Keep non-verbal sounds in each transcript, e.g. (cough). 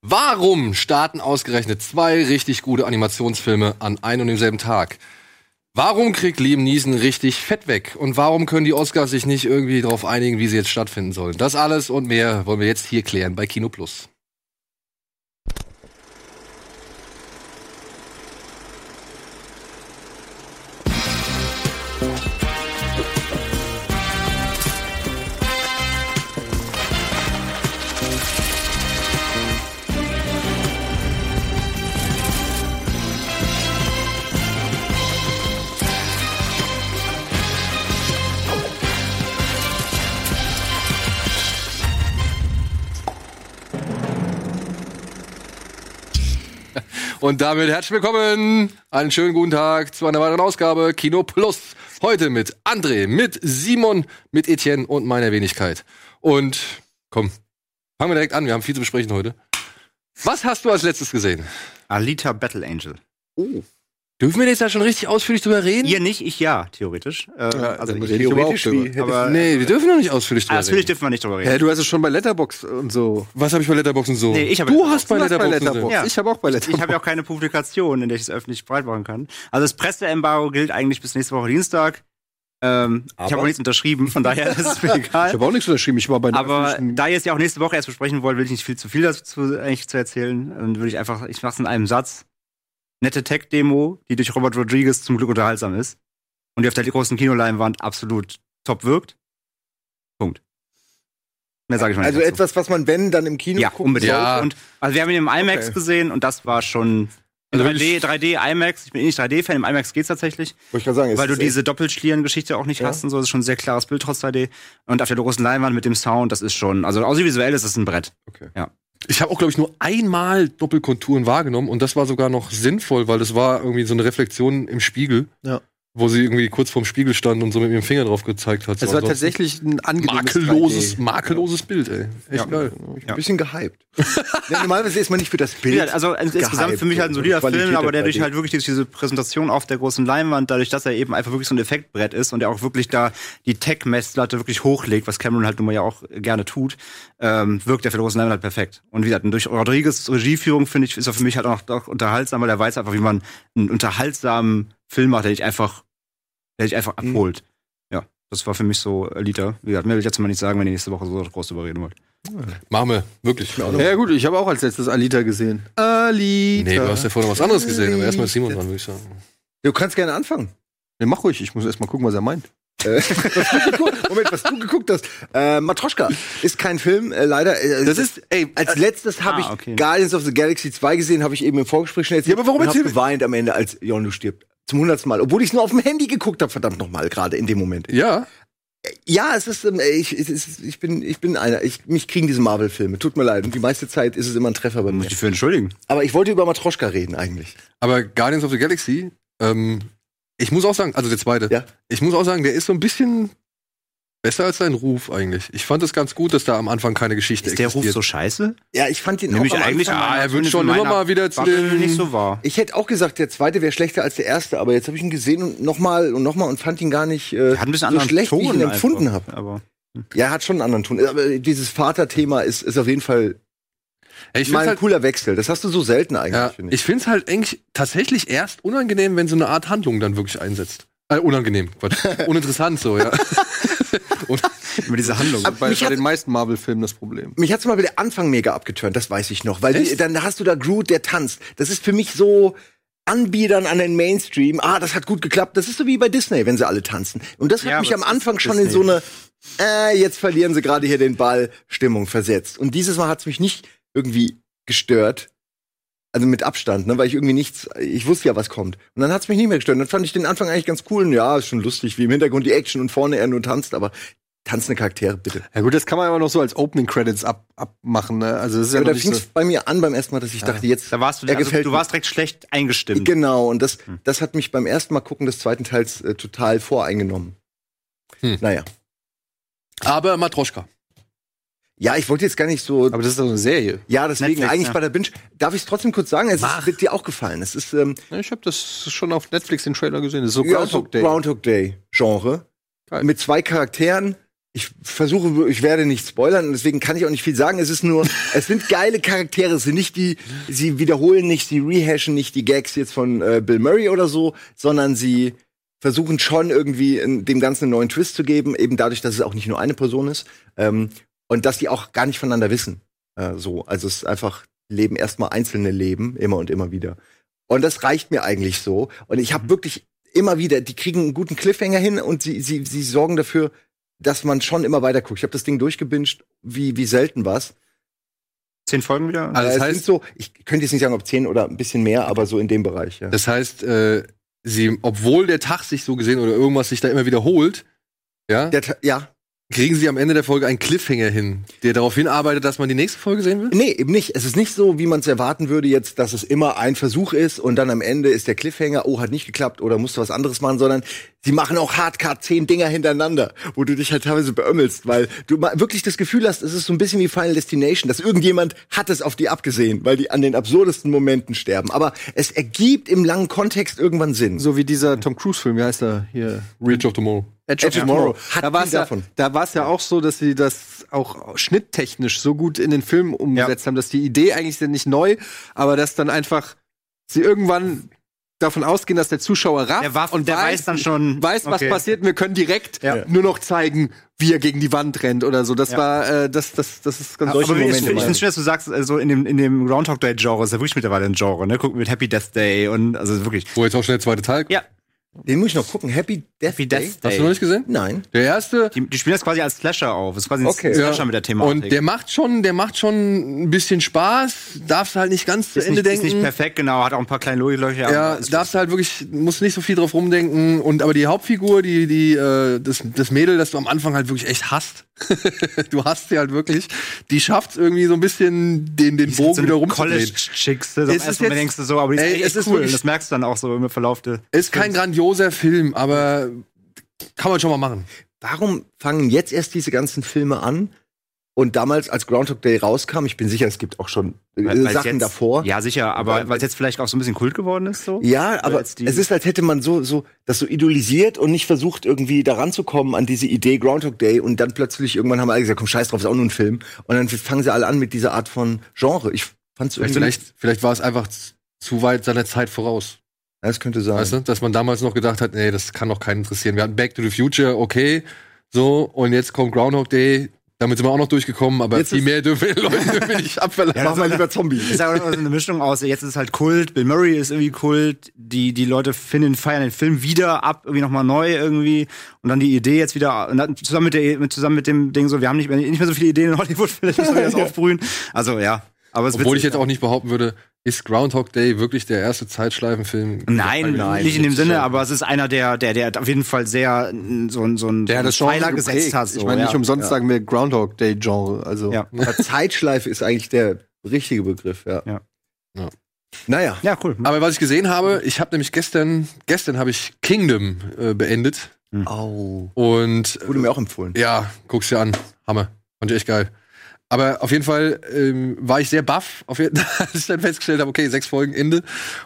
Warum starten ausgerechnet zwei richtig gute Animationsfilme an einem und demselben Tag? Warum kriegt Liam Neeson richtig fett weg? Und warum können die Oscars sich nicht irgendwie darauf einigen, wie sie jetzt stattfinden sollen? Das alles und mehr wollen wir jetzt hier klären bei Kino Plus. Und damit herzlich willkommen. Einen schönen guten Tag zu einer weiteren Ausgabe Kino Plus. Heute mit André, mit Simon, mit Etienne und meiner Wenigkeit. Und komm, fangen wir direkt an. Wir haben viel zu besprechen heute. Was hast du als letztes gesehen? Alita Battle Angel. Oh. Dürfen wir jetzt da schon richtig ausführlich drüber reden? Ihr nicht, ich ja, theoretisch. Äh, also dann ich reden wir theoretisch, überhaupt wie, drüber. aber Ah, nee, äh, Nee, wir dürfen noch nicht ausführlich Ah, drüber natürlich reden. dürfen wir nicht drüber Hä, reden. du hast es schon bei Letterbox und so. Was habe ich bei Letterboxen so? Nee, ich habe du Letterboxd. hast bei Du hast Letterboxen. so. Ja. Ich habe auch bei Ich Letterbox. habe ja auch keine Publikation, in der ich es öffentlich breit machen kann. Also das Presseembargo gilt eigentlich bis nächste Woche Dienstag. Ähm, ich habe Aber- auch nichts unterschrieben, von daher ist (laughs) es mir Ich egal. habe auch nichts unterschrieben. Ich war bei einer Aber öffentlichen- da ihr es ja auch nächste Woche erst besprechen wollt, will ich nicht viel zu viel dazu eigentlich zu erzählen. Dann würde ich einfach, ich mache es in einem Satz. Nette Tech-Demo, die durch Robert Rodriguez zum Glück unterhaltsam ist und die auf der großen Kinoleinwand absolut top wirkt. Punkt. Mehr sage ich mal nicht Also dazu. etwas, was man, wenn, dann im Kino ja, gucken unbedingt. Ja. Und, also wir haben ihn im IMAX Okay. gesehen und das war schon Also wenn 3D, ich- 3D IMAX. Ich bin eh nicht 3D-Fan, im IMAX geht's tatsächlich. Wollte ich gerade sagen, es Weil du ist diese Doppelschlieren-Geschichte auch nicht hast und so, das ist schon ein sehr klares Bild trotz 3D. Und auf der großen Leinwand mit dem Sound, das ist schon, also audiovisuell ist das ein Brett. Ich habe auch, glaube ich, nur einmal Doppelkonturen wahrgenommen und das war sogar noch sinnvoll, weil das war irgendwie so eine Reflexion im Spiegel, Ja. wo sie irgendwie kurz vorm Spiegel stand und so mit ihrem Finger drauf gezeigt hat. Es So, war ansonsten tatsächlich ein angenehmes makelloses, 3D. makelloses Bild, ey. Echt geil. Ich bin ein bisschen gehypt. ja, normalerweise ist man nicht für das Bild. Ja, also ins- insgesamt für mich halt ein solider Qualität Film, aber der der durch 3D. halt wirklich durch diese Präsentation auf der großen Leinwand, dadurch, dass er eben einfach wirklich so ein Effektbrett ist und er auch wirklich da die Tech-Messlatte wirklich hochlegt, was Cameron halt nun mal ja auch gerne tut, ähm, wirkt er für die großen Leinwand halt perfekt. Und wie gesagt, durch Rodriguez Regieführung, finde ich, ist er für mich halt auch, auch unterhaltsam, weil er weiß einfach, wie man einen unterhaltsamen Film macht, der dich einfach, der dich einfach abholt. Ja, das war für mich so Lieder. Wie gesagt, mehr will ich jetzt mal nicht sagen, wenn ihr nächste Woche so groß drüber reden wollt. Machen wir, wirklich. Ja gut, ich habe auch als letztes Alita gesehen. Alita. Nee, du hast ja vorher noch was anderes gesehen, aber erstmal ist Simon dran, würde ich sagen. Du kannst gerne anfangen. Nee, mach ruhig, ich muss erst mal gucken, was er meint. Äh, (laughs) was du geguckt- Moment, was du geguckt hast. Äh, Matroschka ist kein Film, äh, leider. Äh, Das ist, ey, als letztes habe ah, ich okay. Guardians of the Galaxy 2 gesehen, habe ich eben im Vorgespräch schon erzählt. Ja, aber warum und hab erzähl- geweint am Ende, als Jonu stirbt. Zum hundertsten Mal. Obwohl ich es nur auf dem Handy geguckt habe, verdammt nochmal, gerade in dem Moment. Ja, Ja, es ist, ähm, ich, es ist, ich bin, ich bin einer. Ich, mich kriegen diese Marvel-Filme. Tut mir leid. Und die meiste Zeit ist es immer ein Treffer bei Muss mir. ich dich für entschuldigen. Aber ich wollte über Matroschka reden eigentlich. aber Guardians of the Galaxy, ähm, ich muss auch sagen, also der zweite, Ja. ich muss auch sagen, der ist so ein bisschen besser als sein Ruf eigentlich. Ich fand es ganz gut, dass da am Anfang keine Geschichte Ist der Ruf existiert. so scheiße? Ja, ich fand ihn Nämlich auch am eigentlich Anfang- ah, er wird schon Meiner immer mal wieder zu Bubble den... nicht so wahr. Ich hätte auch gesagt, der zweite wäre schlechter als der erste, aber jetzt habe ich ihn gesehen und nochmal und nochmal und fand ihn gar nicht äh, Er hat ein bisschen so anderen schlecht, Ton wie ich ihn einfach. empfunden habe. Aber Ja, er hat schon einen anderen Ton. Aber dieses Vaterthema ist, ist auf jeden Fall Ey, ich find's mal ein halt- cooler Wechsel. Das hast du so selten eigentlich, Ja, finde ich. ich finde es halt eigentlich tatsächlich erst unangenehm, wenn so eine Art Handlung dann wirklich einsetzt. Äh, unangenehm, (laughs) Quatsch. Uninteressant so, ja. Und über diese Handlung. bei, bei mich hat- den meisten Marvel-Filmen das Problem. Mich hat's mal bei der Anfang mega abgeturnt, das weiß ich noch. Weil die, Echt? dann hast du da Groot, der tanzt. Das ist für mich so Anbiedern an den Mainstream. Ah, das hat gut geklappt. Das ist so wie bei Disney, wenn sie alle tanzen. Und das hat Ja, mich aber am es ist Anfang schon in Disney. so eine, äh, jetzt verlieren sie gerade hier den Ball, Stimmung versetzt. Und dieses Mal hat's mich nicht irgendwie gestört. Also mit Abstand, ne, weil ich irgendwie nichts, ich wusste ja, was kommt. Und dann hat's mich nicht mehr gestört. Und dann fand ich den Anfang eigentlich ganz cool. Und ja, ist schon lustig, wie im Hintergrund die Action und vorne er nur tanzt, aber tanzende Charaktere, bitte. (laughs) Ja gut, das kann man aber noch so als Opening Credits ab, abmachen, ne? Also das ist ja, Ja, noch da nicht fing so. es bei mir an beim ersten Mal, dass ich dachte, jetzt. da warst du, er also, gefällt du warst direkt schlecht mir. eingestimmt. Genau, und das, das hat mich beim ersten Mal gucken des zweiten Teils äh, total voreingenommen. Hm. Naja. aber Matroschka. Ja, ich wollte jetzt gar nicht so. Aber das ist doch eine Serie. ja, deswegen Netflix, eigentlich ja. bei der Binge. Darf ich es trotzdem kurz sagen? Es Mach. ist, wird dir auch gefallen. Es ist ähm, Ja, Ich habe das schon auf Netflix den Trailer gesehen. Das ist so ja, so Groundhog Day. Groundhog Day Genre Geil. mit zwei Charakteren. ich versuche, ich werde nicht spoilern und deswegen kann ich auch nicht viel sagen. Es ist (laughs) nur, es sind geile Charaktere. Es sind nicht die, sie wiederholen nicht, sie rehashen nicht die Gags jetzt von äh, Bill Murray oder so, sondern sie versuchen schon irgendwie in dem Ganzen einen neuen Twist zu geben, eben dadurch, dass es auch nicht nur eine Person ist ähm, und dass die auch gar nicht voneinander wissen. Äh, so, also es ist einfach leben erstmal einzelne Leben immer und immer wieder. Und das reicht mir eigentlich so. Und ich Mhm. habe wirklich immer wieder, die kriegen einen guten Cliffhanger hin und sie, sie, sie sorgen dafür, dass man schon immer weiter guckt. Ich habe das Ding durchgebinged, wie, wie selten was. Zehn Folgen wieder? Also das es heißt- sind so, ich könnte jetzt nicht sagen, ob zehn oder ein bisschen mehr, aber so in dem Bereich. Ja. Das heißt, äh, sie, obwohl der Tag sich so gesehen oder irgendwas sich da immer wiederholt, ja, Der Ta- ja, kriegen sie am Ende der Folge einen Cliffhanger hin, der darauf hinarbeitet, dass man die nächste Folge sehen will? nee, eben nicht. Es ist nicht so, wie man es erwarten würde jetzt, dass es immer ein Versuch ist und dann am Ende ist der Cliffhanger, oh, hat nicht geklappt oder musst du was anderes machen, sondern sie machen auch Hardcard zehn Dinger hintereinander, wo du dich halt teilweise beömmelst, weil du mal wirklich das Gefühl hast, es ist so ein bisschen wie Final Destination, dass irgendjemand hat es auf die abgesehen, weil die an den absurdesten Momenten sterben. Aber es ergibt im langen Kontext irgendwann Sinn. So wie dieser Tom Cruise-Film, wie heißt er hier? Reach of Tomorrow. Edge of Edge of Tomorrow. Tomorrow. Hat Da war es viel ja, davon. da war's ja auch so, dass sie das auch schnitttechnisch so gut in den Film umgesetzt haben, dass die Idee eigentlich ist ja nicht neu, aber dass dann einfach sie irgendwann davon ausgehen, dass der Zuschauer rafft Der war- der weiß dann schon, weiß, was okay. passiert. und Wir können direkt Ja. nur noch zeigen, wie er gegen die Wand rennt oder so. Das Ja. war, äh, das, das, das ist ganz Aber ich, ich Momente finde es schön, dass du sagst, also in dem, in dem Groundhog Day Genre ist ja wirklich mittlerweile ein Genre, ne? Gucken mit Happy Death Day und also wirklich. Wo jetzt auch schon der zweite Teil kommt. Ja, Den muss ich noch gucken. Happy Death Happy Day? Death Hast du noch Day. nicht gesehen? Nein. Der erste. Die, die spielen das quasi als Slasher auf. Das ist quasi ein Okay. Slasher mit der Thematik. Und der macht schon, der macht schon ein bisschen Spaß. Darfst halt nicht ganz zu ist, Ende nicht, ist denken. nicht perfekt, genau, hat auch ein paar kleine Logiklöcher. ja, aber ist- darfst halt wirklich, musst nicht so viel drauf rumdenken. Und aber die Hauptfigur, die, die, äh, das, das Mädel, das du am Anfang halt wirklich echt hasst, (laughs) du hasst sie halt wirklich, die schafft irgendwie so ein bisschen den, den die sind Bogen so wieder eine rumzudrehen. College-Chicks, ne? das Es ist ist erstmal jetzt- denkst du so, aber die Ey, ist, echt es ist cool. wirklich- und das merkst du dann auch so im Verlauf der. Ist kein grandioser Film, aber kann man schon mal machen. Warum fangen jetzt erst diese ganzen Filme an? Und damals, als Groundhog Day rauskam, ich bin sicher, es gibt auch schon äh, Weil- weil's Sachen jetzt, davor. Ja, sicher, aber weil es jetzt vielleicht auch so ein bisschen Kult geworden ist, so. Ja, aber jetzt die- es ist, als hätte man so, so, das so idolisiert und nicht versucht, irgendwie daran zu kommen an diese Idee Groundhog Day und dann plötzlich irgendwann haben alle gesagt, komm, scheiß drauf, ist auch nur ein Film. Und dann fangen sie alle an mit dieser Art von Genre. Ich fand's irgendwie. Vielleicht, vielleicht war es einfach z- zu weit seiner Zeit voraus. das könnte sein. Weißt du? Dass man damals noch gedacht hat, nee, das kann doch keinen interessieren. Wir hatten Back to the Future, okay, so, und jetzt kommt Groundhog Day. Damit sind wir auch noch durchgekommen, aber Jetzt viel ist- mehr dürfen wir den (laughs) Leuten dürfen wir nicht abverlangen. Mach mal lieber (laughs) Zombie. ist ja auch so eine Mischung aus, jetzt ist es halt Kult, Bill Murray ist irgendwie Kult, die, die Leute finden, feiern den Film wieder ab, irgendwie nochmal neu irgendwie und dann die Idee jetzt wieder, und dann zusammen mit, der, mit, zusammen mit dem Ding so, wir haben nicht mehr, nicht mehr so viele Ideen in Hollywood, (laughs) vielleicht müssen wir das aufbrühen. Also ja, aber es ist Obwohl ich witzig. jetzt auch nicht behaupten würde, ist Groundhog Day wirklich der erste Zeitschleifenfilm? Nein, Nein, nicht in dem das Sinne, schon. aber es ist einer, der, der, der auf jeden Fall sehr n, so ein, so ein, der hat das so einen Genre gesetzt gesetzt hat. ich meine, ja. nicht umsonst sagen wir Groundhog Day Genre. Also Ja. Aber Zeitschleife ist eigentlich der richtige Begriff, ja. Ja. Ja. Naja. ja, cool. Aber was ich gesehen habe, ich habe nämlich gestern, gestern habe ich Kingdom äh, beendet Au. und äh, Wurde mir auch empfohlen. Ja, guck's dir an. Hammer. Fand ich echt geil. Aber auf jeden Fall ähm, war ich sehr baff, auf jeden (laughs) als ich dann festgestellt habe, okay, sechs Folgen Ende.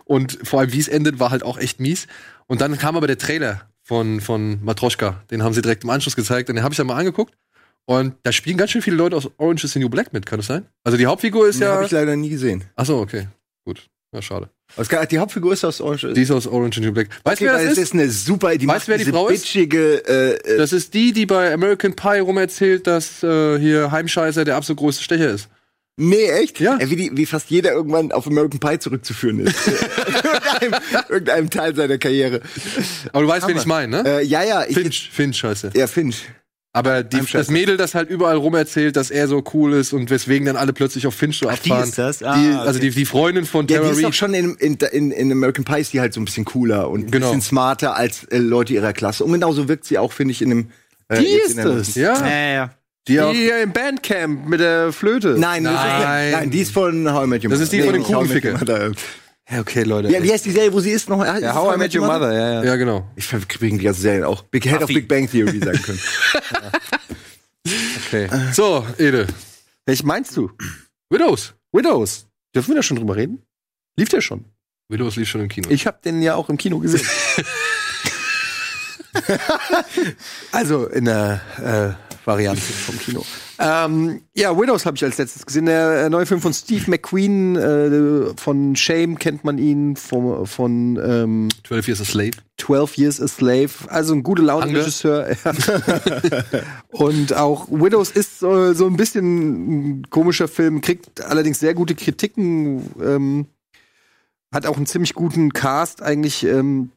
Und vor allem, wie es endet, war halt auch echt mies. Und dann kam aber der Trailer von, von Matroschka. Den haben sie direkt im Anschluss gezeigt. Und den habe ich dann mal angeguckt. Und da spielen ganz schön viele Leute aus Orange is the New Black mit, kann das sein? Also die Hauptfigur ist Den ja. habe ich leider nie gesehen. Ach so, okay. Gut. Ja, schade. Aber es kann- Die Hauptfigur ist aus Orange. Die ist aus Orange is the New Black. Weißt du, wer weil das es ist? ist eine super, die Weißt du, wer die diese Frau ist? bitchige, äh, äh, Das ist die, die bei American Pie rumerzählt, dass äh, hier Heimscheißer der absolut größte Stecher ist. nee, echt? Ja. Äh, Wie, die, wie fast jeder irgendwann auf American Pie zurückzuführen ist. irgendeinem, irgendeinem Teil seiner Karriere. Aber du weißt, wen Hammer. ich meine, ne? Äh, ja, ja, ich, Finch, Finch heißt er. ja, Finch. Aber die, das Mädel, das halt überall rumerzählt, dass er so cool ist und weswegen dann alle plötzlich auf Finch so Ach, die abfahren. ist das? Ah, die, okay. Also die, die Freundin von Ja, Tara die ist doch Reid. schon in, in, in, in American Pie ist die halt so ein bisschen cooler und ein Genau. bisschen smarter als äh, Leute ihrer Klasse. Und genauso wirkt sie auch, finde ich, in dem. Äh, Die jetzt in ist der- es. Ja, Ja, ja, ja. die auch. Die hier im Bandcamp mit der Flöte. Nein, das ist- Nein. nein, die ist von How I Met Your Mother. Das ist die von dem nicht How I Met Your Kugelficker. Mother. Ja, okay, Leute. Ja, wie heißt die Serie, wo sie ist noch? Ja, How I Met Your Mother, ja, ja. Ja, genau. Ich verbringe die ganzen Serien auch. Big Head of Buffy. Big Bang Theory sagen können. Okay. So, Ede. Welch meinst du? Widows. Widows. Dürfen wir da schon drüber reden? Lief der schon? Widows lief schon im Kino. Ich habe den ja auch im Kino (laughs) gesehen. also in der äh, Variante. vom Kino. Ähm, ja, Widows habe ich als letztes gesehen. Der äh, neue Film von Steve McQueen, äh, von Shame kennt man ihn, von, von ähm, 12 Years a Slave. 12 Years a Slave. Also ein gute Laune Hange. Regisseur. Ja. (laughs) Und auch Widows ist äh, so ein bisschen ein komischer Film, kriegt allerdings sehr gute Kritiken, ähm, hat auch einen ziemlich guten Cast eigentlich ähm,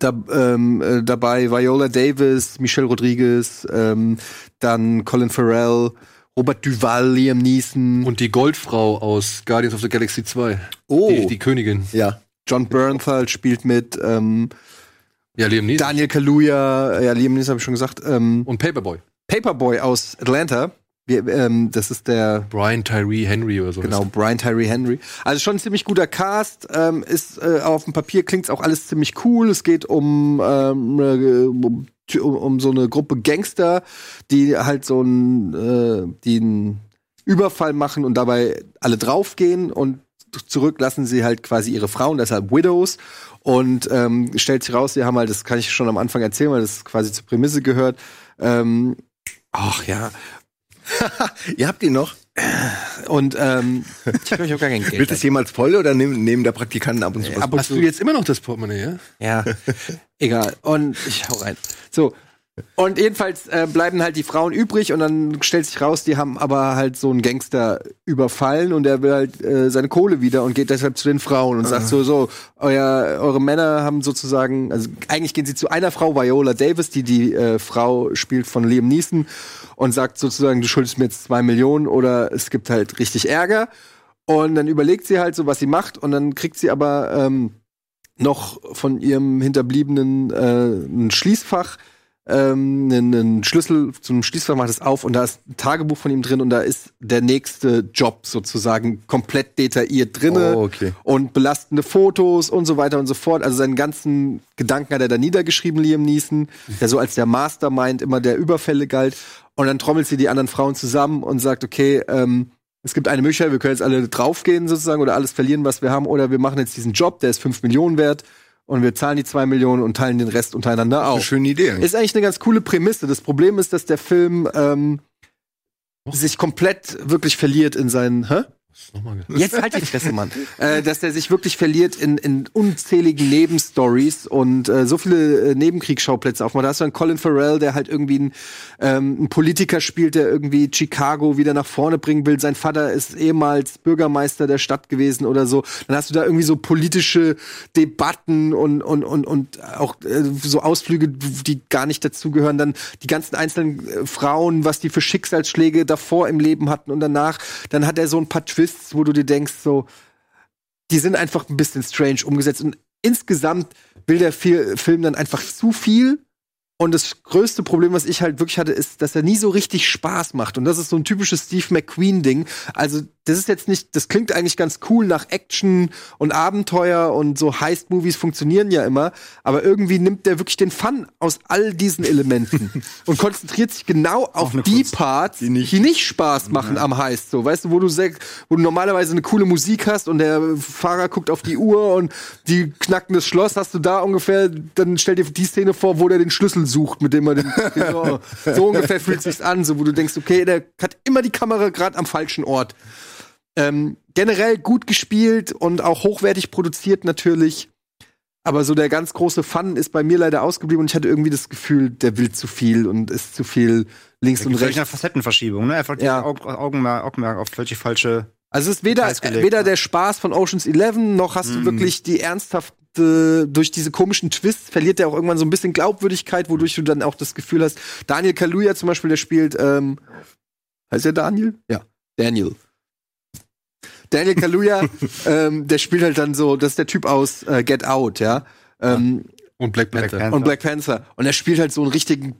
da, ähm, äh, dabei. Viola Davis, Michelle Rodriguez, (laughs) ähm, dann Colin Farrell, Robert Duval, Liam Neeson, Und die Goldfrau aus Guardians of the Galaxy 2. Oh. Die, die Königin. Ja. John Bernthal spielt mit, ähm, Ja, Liam Neeson. Daniel Kaluuya, äh, ja, Liam Neeson habe ich schon gesagt, ähm, Und Paperboy. Paperboy aus Atlanta. Wir, ähm, das ist der Brian Tyree Henry oder so. Genau, Brian Tyree Henry. Also schon ein ziemlich guter Cast. Ähm, ist äh, auf dem Papier klingt's auch alles ziemlich cool. Es geht um, ähm, äh, um, um, um so eine Gruppe Gangster, die halt so einen, äh, die einen Überfall machen und dabei alle draufgehen und zurück lassen sie halt quasi ihre Frauen, deshalb Widows. Und ähm, stellt sich raus, sie haben halt, das kann ich schon am Anfang erzählen, weil das quasi zur Prämisse gehört. Ähm, ach ja. (laughs) Ihr habt ihn noch. Und ähm, ich habe gar kein Geld. Wird das jemals voll oder nehmen, nehmen der Praktikanten ab und zu was? Ab (laughs) und Hast du zu. jetzt immer noch das Portemonnaie, ja? Ja, egal. Und ich hau rein. So. Und jedenfalls äh, bleiben halt die Frauen übrig und dann stellt sich raus, die haben aber halt so einen Gangster überfallen und der will halt äh, seine Kohle wieder und geht deshalb zu den Frauen und sagt so, so, euer, eure Männer haben sozusagen, also eigentlich gehen sie zu einer Frau, Viola Davis, die die äh, Frau spielt von Liam Neeson und sagt sozusagen, du schuldest mir jetzt zwei Millionen oder es gibt halt richtig Ärger. Und dann überlegt sie halt so, was sie macht und dann kriegt sie aber... Ähm, noch von ihrem Hinterbliebenen äh, ein Schließfach, ähm, einen, einen Schlüssel zum Schließfach, macht es auf und da ist ein Tagebuch von ihm drin und da ist der nächste Job sozusagen komplett detailliert drinne Oh, okay. und belastende Fotos und so weiter und so fort. Also seinen ganzen Gedanken hat er da niedergeschrieben, Liam Neeson, der so als der Mastermind immer der Überfälle galt. Und dann trommelt sie die anderen Frauen zusammen und sagt, okay, ähm, es gibt eine Möglichkeit, wir können jetzt alle draufgehen sozusagen oder alles verlieren, was wir haben, oder wir machen jetzt diesen Job, der ist 5 Millionen wert und wir zahlen die 2 Millionen und teilen den Rest untereinander auf. Schöne Idee. Ist eigentlich eine ganz coole Prämisse. Das Problem ist, dass der Film ähm, sich komplett wirklich verliert in seinen. Hä? Hast du nochmal gesagt? Jetzt halt die Fresse, Mann. äh, dass der sich wirklich verliert in, in unzähligen Nebenstories und äh, so viele äh, Nebenkriegsschauplätze aufmacht. Da hast du dann Colin Farrell, der halt irgendwie einen, ähm, einen Politiker spielt, der irgendwie Chicago wieder nach vorne bringen will. Sein Vater ist ehemals Bürgermeister der Stadt gewesen oder so. Dann hast du da irgendwie so politische Debatten und, und, und, und auch äh, so Ausflüge, die gar nicht dazugehören. Dann die ganzen einzelnen äh, Frauen, was die für Schicksalsschläge davor im Leben hatten und danach. Dann hat er so ein paar Twists, wo du dir denkst, so, die sind einfach ein bisschen strange umgesetzt. Und insgesamt will der Fi- Film dann einfach zu viel. Und das größte Problem, was ich halt wirklich hatte, ist, dass er nie so richtig Spaß macht. Und das ist so ein typisches Steve McQueen-Ding. Also, das ist jetzt nicht, das klingt eigentlich ganz cool nach Action und Abenteuer und so Heist-Movies funktionieren ja immer. Aber irgendwie nimmt der wirklich den Fun aus all diesen (laughs) Elementen und konzentriert sich genau auf die Parts, die nicht, Spaß machen am Heist. So, weißt du, wo du, sag- wo du normalerweise eine coole Musik hast und der Fahrer guckt auf die Uhr und die knacken das Schloss, hast du da ungefähr, dann stell dir die Szene vor, wo der den Schlüssel sucht, mit dem er den, (laughs) den so, so ungefähr fühlt sich's an, so wo du denkst, okay, der hat immer die Kamera gerade am falschen Ort. Ähm, generell gut gespielt und auch hochwertig produziert natürlich. Aber so der ganz große Fun ist bei mir leider ausgeblieben und ich hatte irgendwie das Gefühl, der will zu viel und ist zu viel links und Und rechts. eine Facettenverschiebung, ne? Einfach Ja. ja. Augen, Augenmerk, Augenmerk auf völlig falsche. Also es ist weder, Preis gelegt, weder ne? Mm. der Spaß von Oceans 11, noch hast du wirklich die ernsthafte, durch diese komischen Twists verliert der auch irgendwann so ein bisschen Glaubwürdigkeit, wodurch du dann auch das Gefühl hast, Daniel Kaluuya zum Beispiel, der spielt, ähm, heißt der Daniel? Ja, Daniel. (laughs) Daniel Kaluuya, ähm, der spielt halt dann so, das ist der Typ aus äh, Get Out, ja. Ähm, Und Black Panther. Panther. und Black Panther. Und er spielt halt so einen richtigen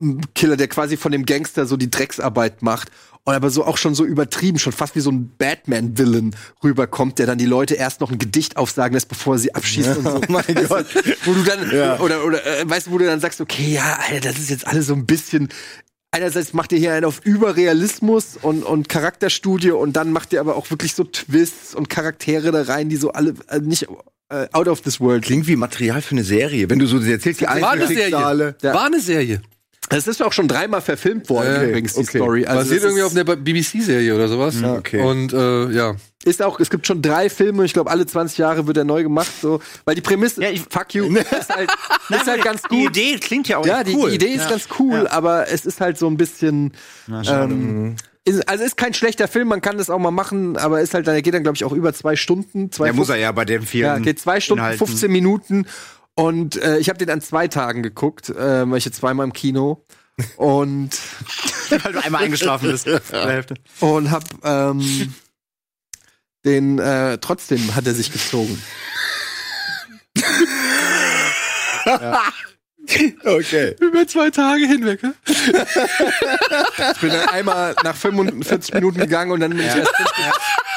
Psycho-Killer, der quasi von dem Gangster so die Drecksarbeit macht. Und aber so auch schon so übertrieben, schon fast wie so ein Batman-Villain rüberkommt, der dann die Leute erst noch ein Gedicht aufsagen lässt, bevor er sie abschießt (laughs) und Oh so. (laughs) mein Gott. Wo du dann, oder, oder, äh, weißt du, wo du dann sagst, okay, ja, Alter, das ist jetzt alles so ein bisschen, einerseits macht ihr hier einen auf Überrealismus und, und Charakterstudie und dann macht ihr aber auch wirklich so Twists und Charaktere da rein, die so alle, äh, nicht, äh, out of this world Klingt wie Material für eine Serie. Wenn du so das erzählst, die War eine Serie. Schicksale. War eine Serie. Das ist auch schon dreimal verfilmt worden, Äh, übrigens, die okay. Story. Also Basiert das irgendwie ist- auf einer BBC-Serie oder sowas. Ja, okay. Und äh, ja. ist auch, es gibt schon drei Filme und ich glaube, alle 20 Jahre wird er neu gemacht, so. Weil die Prämisse, Ja, ich- (laughs) fuck you, ist halt, ist halt ganz Die gut. Idee klingt ja auch Ja, echt die, cool. die Idee ist ja. ganz cool, aber es ist halt so ein bisschen, schade. ähm, ist, also ist kein schlechter Film, man kann das auch mal machen, aber ist halt, dann- der geht dann glaube ich auch über zwei Stunden, zwei Der muss er ja bei dem vier. ja, geht zwei Stunden, 15 Minuten. Und äh, ich habe den an zwei Tagen geguckt, äh, weil ich jetzt zweimal im Kino und (laughs) Weil du einmal eingeschlafen (laughs) bist. Bei der Hälfte. und hab ähm, den äh, trotzdem hat er sich gezogen. Okay. Über zwei Tage hinweg, ne? Ich bin dann einmal nach 45 Minuten gegangen und dann bin ich erst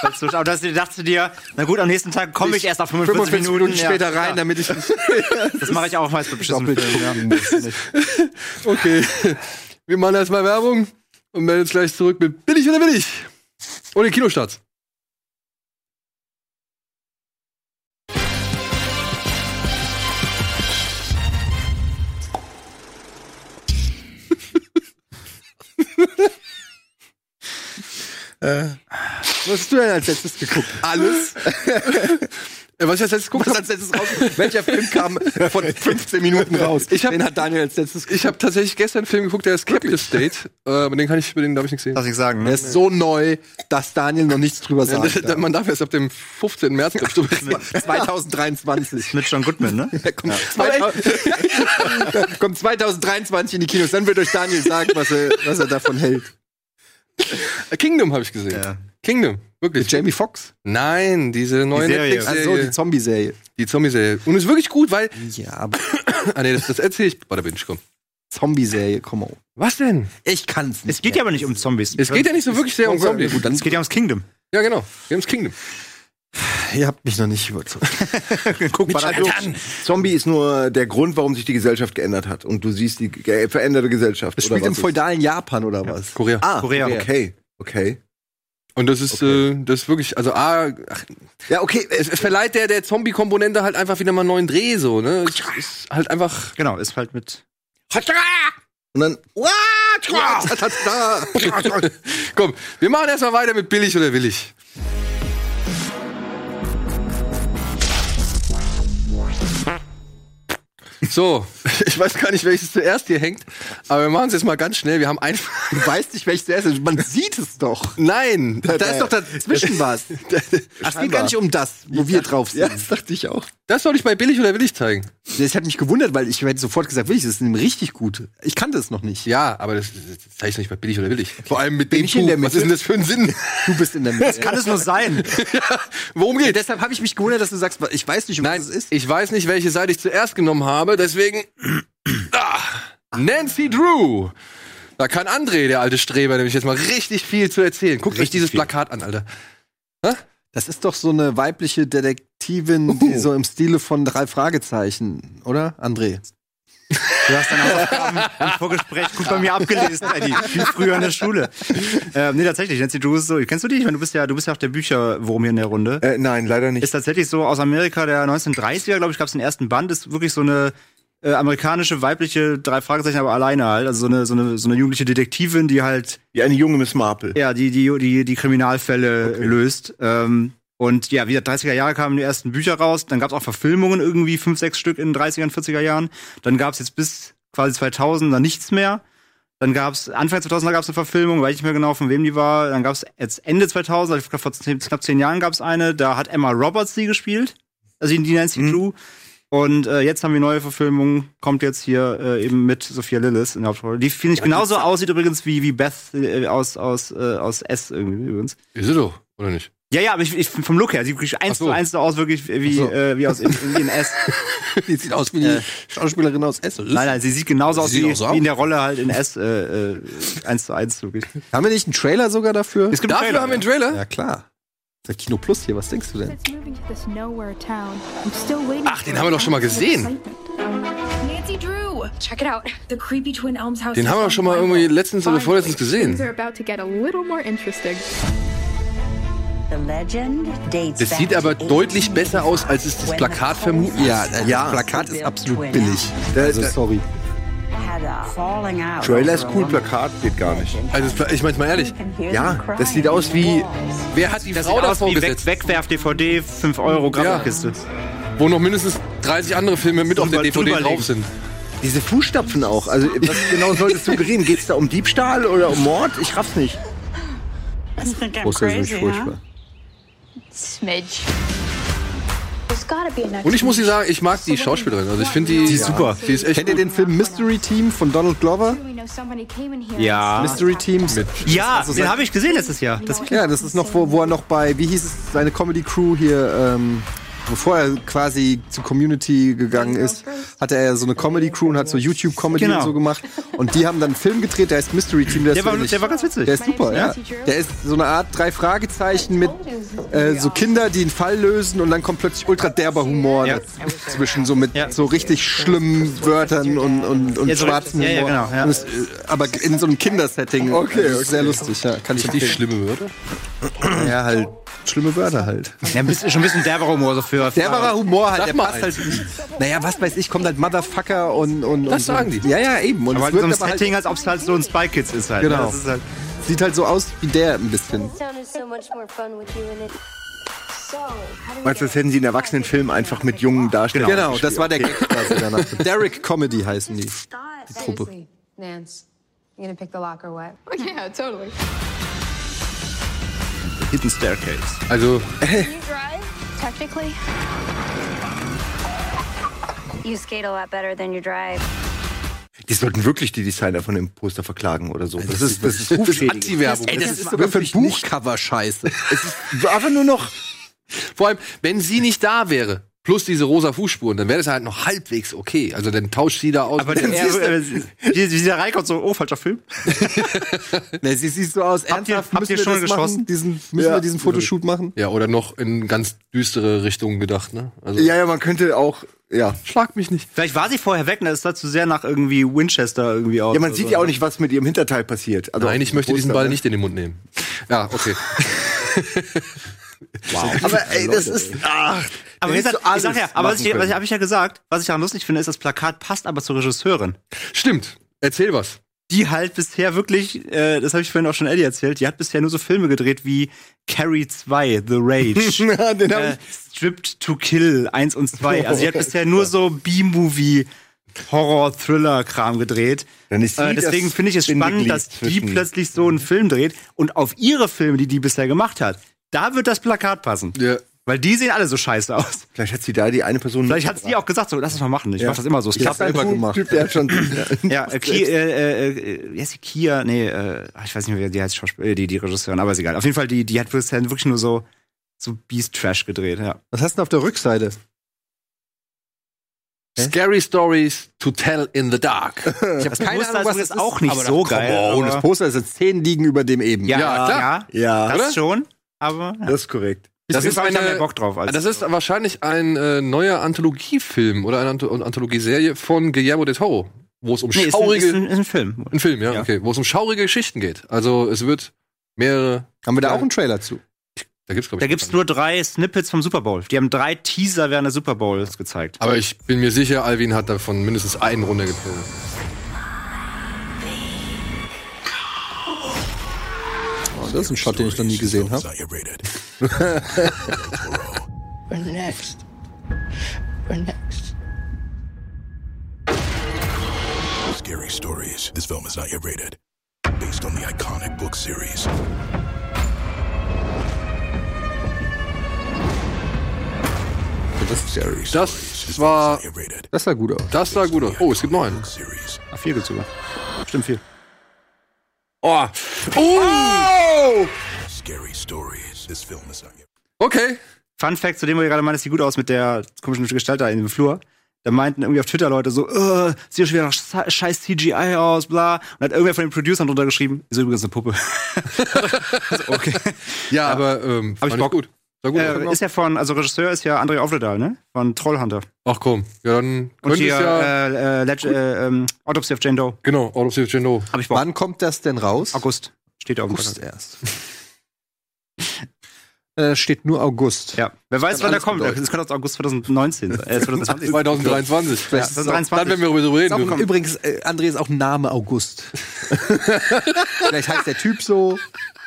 Dazwischen. Aber das dachte dir, na gut, am nächsten Tag komme ich, erst nach 45, 45 Minuten, Minuten ja. später rein, Ja, damit ich (laughs) das mache ich auch meist bei beschissenen Doppelt Filmen. (laughs) Okay. (laughs) Wir machen erstmal Werbung und melden uns gleich zurück mit Billig oder Billig? Und den Kinostarts. Äh. Was hast du denn als letztes geguckt? Alles. (laughs) Äh, Was ich als letztes geguckt Was habe, als letztes raus? Welcher Film (laughs) kam von 15 Minuten raus? Ich hab- den hat Daniel als letztes geguckt. ich habe tatsächlich gestern einen Film geguckt, der ist Captive State. Äh, aber den kann ich, über den darf ich nichts (laughs) sehen. Lass ich sagen, Der ne? ist so neu, dass Daniel noch nichts drüber Ja, (laughs) sagt. Man darf erst ab dem 15. März, glaub ich, drüber (laughs) reden. 2023. Mit John Goodman, (laughs) ne? Der kommt, 2000 (laughs) kommt 2023 in die Kinos. Dann wird euch Daniel sagen, was er, was er davon hält. Äh, Kingdom habe ich gesehen. Ja. Kingdom, wirklich. Mit Jamie Foxx. Nein, diese neue Serie. Also Netflix-Serie. die Zombie-Serie. die Zombie-Serie. Und ist wirklich gut, weil. Ja, aber Ah, nee, das, das erzähle ich bei der Binge, komm. Zombie-Serie, komm on. Was denn? Ich kann's nicht. Es geht ja aber nicht um Zombies. Es geht ja nicht so wirklich sehr um Zombie. Gut, dann Es geht ja ums Kingdom. Ja, genau. Games Kingdom. ihr habt mich noch nicht überzeugt. Guck mal, Zombie ist nur der Grund, warum sich die Gesellschaft geändert hat. Und du siehst die ge veränderte Gesellschaft. Das oder spielt im was feudalen Japan oder was? Korea. Ah, Korea. Okay, okay. Und das ist, Okay. äh, das ist wirklich, also A, ach, Ja, okay. Äh, es, es verleiht der, der Zombie-Komponente halt einfach wieder mal einen neuen Dreh, so, ne? Es ist halt einfach. Genau, ist halt mit. Und dann. Komm, wir machen erstmal weiter mit billig oder willig. So, (laughs) ich weiß gar nicht, welches zuerst hier hängt, aber wir machen es jetzt mal ganz schnell. Wir haben einfach. Du weißt nicht, welches zuerst ist. Man sieht es doch. Nein! Da ist doch dazwischen was. Ach, es geht gar nicht um das, wo wir drauf sind. Ja, das dachte ich auch. (laughs) Das soll ich bei billig oder willig zeigen. Das hat mich gewundert, weil ich hätte sofort gesagt, wirklich, das ist eine richtig gute. Ich kannte es noch nicht. Ja, aber das, das zeige ich nicht bei billig oder willig. Vor allem mit dem ich Buch. in der Was ist denn das für ein Sinn? (laughs) Du bist in der (laughs) Mitte. Kann es nur sein? Worum geht's? Deshalb habe ich mich gewundert, dass du sagst, ich weiß nicht, um Nein, was es ist. ich weiß nicht, welche Seite ich zuerst genommen habe, deswegen. (clears throat) Ah, Nancy Drew. Da kann André, der alte Streber, nämlich jetzt mal richtig viel zu erzählen. Guckt euch dieses Plakat an, Alter. Das ist doch so eine weibliche Detektivin, die so im Stile von drei Fragezeichen, oder? André. Du hast deine Hausaufgaben im Vorgespräch gut bei mir abgelesen, Eddie. Wie früher in der Schule. Ähm, nee, tatsächlich, Nancy Drew ist so. Kennst du die? Ich meine, du bist ja, du bist ja auch der Bücherwurm hier in der Runde. (laughs) Äh, nein, leider nicht. Ist tatsächlich so aus Amerika der 1930er, glaube ich, gab es den ersten Band. Ist wirklich so eine äh, amerikanische weibliche drei Fragezeichen, aber alleine halt. Also so eine, so eine, so eine jugendliche Detektivin, die halt Wie eine junge Miss Marple. ja, die, die, die, die Kriminalfälle löst. Ähm, und ja, wie gesagt, 30er Jahre kamen die ersten Bücher raus, dann gab es auch Verfilmungen irgendwie, fünf, sechs Stück in den 30ern, 40er Jahren. Dann gab es jetzt bis quasi 2000 dann nichts mehr. Dann gab es, Anfang 2000 gab es eine Verfilmung, weiß ich nicht mehr genau, von wem die war. Dann gab es jetzt Ende 2000, also vor zehn, knapp zehn Jahren gab es eine, da hat Emma Roberts die gespielt, also die Nancy Drew. Und äh, jetzt haben wir neue Verfilmung, kommt jetzt hier äh, eben mit Sophia Lillis in der Hauptrolle. Die finde ich genauso aussieht übrigens wie, wie Beth äh, aus, aus, äh, aus S irgendwie übrigens. Ist es doch, oder nicht? Ja, ja, aber ich, ich, vom Look her, sie sieht wirklich eins so. zu eins so aus, wirklich wie, Ach so. äh, wie aus in, in, in S. Die sieht aus wie die Schauspielerin aus Essen. Nein, nein, sie sieht genauso aus sieht wie, auch so aus. wie in der Rolle halt in S äh, äh, eins zu eins wirklich. Haben wir nicht einen Trailer sogar dafür? Es gibt einen Dafür Trailer, haben wir einen Trailer. ja, klar. Ist ja Kino Plus hier, was denkst du denn? It's moving to this nowhere town. I'm still waiting. Ach, den haben wir doch schon mal gesehen. Nancy Drew. Check it out. The creepy Twin Elms house. Den is haben wir doch on schon mal Bible. irgendwie letztens oder vorletztens Things gesehen. are about to get a little more interesting. The legend dates Das sieht aber deutlich besser aus, als es das Plakat vermuten. Ja, das Plakat ist absolut billig. Da- Also, da- sorry. Trailer ist cool, Plakat geht gar nicht. Also, ich mein's mal ehrlich. Ja, das sieht aus wie- Wer hat die Das Frau sieht aus davor wie gesetzt? weg, wegwerf DVD, 5 Euro Grafikkiste. Wo noch mindestens 30 andere Filme mit auf der Drüber- DVD drüberlegen. drauf sind. Diese Fußstapfen auch. Also, was genau soll das suggerieren? Geht es da um Diebstahl oder um Mord? Ich raff's nicht. Crazy, huh? Smidge. Und ich muss sie sagen, ich mag die Schauspielerin. Also ich finde die. Die ist super. Die ist echt. Kennt ihr den Film Mystery Team von Donald Glover? Ja. Mystery Team mit. Ja, Also den seit- habe ich gesehen letztes Jahr. Das, Ja, das ist noch, wo, wo er noch bei, wie hieß es, seine Comedy Crew hier, ähm, bevor er quasi zu Community gegangen ist, hatte er so eine Comedy Crew und hat so YouTube Comedy Genau. und so gemacht. Und die haben dann einen Film gedreht, der heißt Mystery Team. Der, ist war- wirklich- der war ganz witzig. Der ist super, ja. Der ist so eine Art drei Fragezeichen mit äh, so Kinder, die einen Fall lösen und dann kommt plötzlich ultra derber Humor Ja. zwischen so mit Ja. so richtig schlimmen Wörtern und, und, und Ja, so- schwarzen ja, ja, Humor. genau, ja. Und es, äh, aber in so einem Kindersetting. Okay, Das ist okay. Sehr lustig, ja. Kann ich die empfehlen. schlimme Wörter. Ja, halt schlimme Wörter halt. ja, ein bisschen, schon ein bisschen derber Humor so für. Der war Humor halt, Sag der mal passt eins. halt nicht. Naja, was weiß ich, kommt halt Motherfucker und und und Das sagen die. Ja, ja, eben und aber es in so einem wirkt aber halt, Setting, als ob es halt so ein Spy Kids ist halt. Genau. Das ist halt sieht halt so aus wie der ein bisschen. Sounded so much more fun with you in it. So, how do we Meinst du, das hätten sie in erwachsenen Filmen einfach mit jungen Darstellern Genau, gespielt? das war der Gag quasi danach. (laughs) Derek Comedy heißen die. start? Truppe. Nance, you gonna pick the lock or what? yeah, totally. Hidden Staircase. Also You drive, technically. You skate a lot better than you drive. Die sollten wirklich die Designer von dem Poster verklagen oder so. Das ist, das ist Rufschädigung. Anti-Werbung. Ey, das ist sogar für ein wirklich nicht- Buchcover scheiße. Aber nur noch. Vor allem, wenn sie nicht da wäre, plus diese rosa Fußspuren, dann wäre das halt noch halbwegs okay. Also dann tauscht sie da aus. Aber (laughs) der, (laughs) siehst du- äh, wie, wie sie da reinkommt, so, oh, falscher Film. Ne, sie sieht so aus. Habt ihr- Ernsthaft, habt müssen ihr wir schon das geschossen? Machen? Diesen, müssen wir diesen Fotoshoot machen? ja, oder noch in ganz düstere Richtungen gedacht, ne? Also Ja, ja, man könnte auch. Ja. schlag mich nicht. Vielleicht war sie vorher weg und das sah zu sehr nach irgendwie Winchester irgendwie aus. Ja, man oder sieht so. ne? ja auch nicht, was mit ihrem Hinterteil passiert. Also Nein, auf ich dem möchte diesen Poster, Ball ne? nicht in den Mund nehmen. Ja, okay. (laughs) Aber ey, das ist. Ach, Aber wie da gesagt, hättest du ich sag ja, alles aber was ich, was machen ich, können. hab ich ja gesagt, was ich daran lustig finde, ist, das Plakat passt aber zur Regisseurin. Stimmt. Erzähl was. Die halt bisher wirklich, äh, das habe ich vorhin auch schon Eddie erzählt, die hat bisher nur so Filme gedreht wie Carrie 2, The Rage, (laughs) Ja, den hab äh, Stripped to Kill 1 und (laughs) 2. Also die hat bisher nur so B-Movie, Horror-Thriller-Kram gedreht. Dann ist sie äh, deswegen das finde ich es spannend, Bindeglied dass die zwischen- plötzlich so einen Film dreht und auf ihre Filme, die die bisher gemacht hat, da wird das Plakat passen. Ja. Weil die sehen alle so scheiße aus. Vielleicht hat sie da die eine Person. Vielleicht hat sie auch gesagt, so, lass es mal machen. Ich mach das immer so. Ich hab's Das ist ein gemacht. Typ, der hat schon. Ja, äh, Ki, äh, äh, äh, wie heißt die Kia? Nee, äh, ach, ich weiß nicht mehr, wie die heißt Schauspiel- äh, die, die Regisseurin, aber ist egal. Auf jeden Fall, die, die hat bisher wirklich nur so, so Beast-Trash gedreht, ja. (laughs) Was hast du denn auf der Rückseite? Scary Stories to Tell in (laughs) the Dark. Ich habe keine Ahnung, was das das ist auch nicht aber so das- geil. Oh, das aber, Poster ist jetzt zehn liegen über dem eben. ja, Ja, ja, klar. ja, Ja, das oder? schon, aber ja. Das ist korrekt. Das Auf jeden ist Fall hab ich da eine- mehr Bock drauf. Als Das ist wahrscheinlich ein äh, neuer Anthologiefilm oder eine Anth Anthologieserie von Guillermo del Toro, wo es um nee, ist, ein, schaurige ist, ein, ist ein Film. Ein Film, ja, Ja. okay. Wo es um schaurige Geschichten geht. Also es wird mehrere. Haben wir da auch einen Trailer zu? Da gibt's, glaube ich. Da gibt's nur drei Snippets vom Super Bowl. Die haben drei Teaser während der Super Bowls gezeigt. Aber ich bin mir sicher, Alvin hat davon mindestens einen runtergezogen. Oh, das ist ein Shot, den ich noch nie gesehen habe. We're next. We're next. Scary Stories. This film is not yet rated. Based on the iconic book series. Scary Das Stories is war- not yet rated. Das sah gut aus. Das sah gut aus. Oh, es gibt noch einen. Book series. Ah, vier gibt's sogar. Stimmt, vier. Oh. oh! Scary Stories. This film is not yet Okay. Fun Fact zu dem, wo ihr gerade meint, es sieht gut aus mit der komischen Gestalt da in dem Flur. Da meinten irgendwie auf Twitter Leute so, äh, sieht doch schon wieder nach Scha- scheiß CGI aus, bla. Und hat irgendwer von den Producern drunter geschrieben, ist übrigens eine Puppe. (laughs) also, okay. Ja, aber ähm, Hab ich fand Bock. gut. Sah gut Äh, aus. ist ja von, also Regisseur ist ja André Aufredal, ne? Von Trollhunter. Ach komm, ja dann Und könnte es hier, ja. äh, äh, Leg äh, ähm, Autopsy of Jane Doe. genau, Autopsy of Jane Doe. Hab ich Bock. Wann kommt das denn raus? August. Steht da auf dem erst. (laughs) äh, steht nur August. Ja, Wer weiß, wann er alles kommt. bedeuten. Das könnte aus August 2019 sein. Äh, (laughs) 2020 sein. 2023. Ja, 2023. Dann werden wir darüber Ist auch, reden. ein- dürfen. übrigens, äh, André ist auch Name August. Vielleicht heißt der Typ so,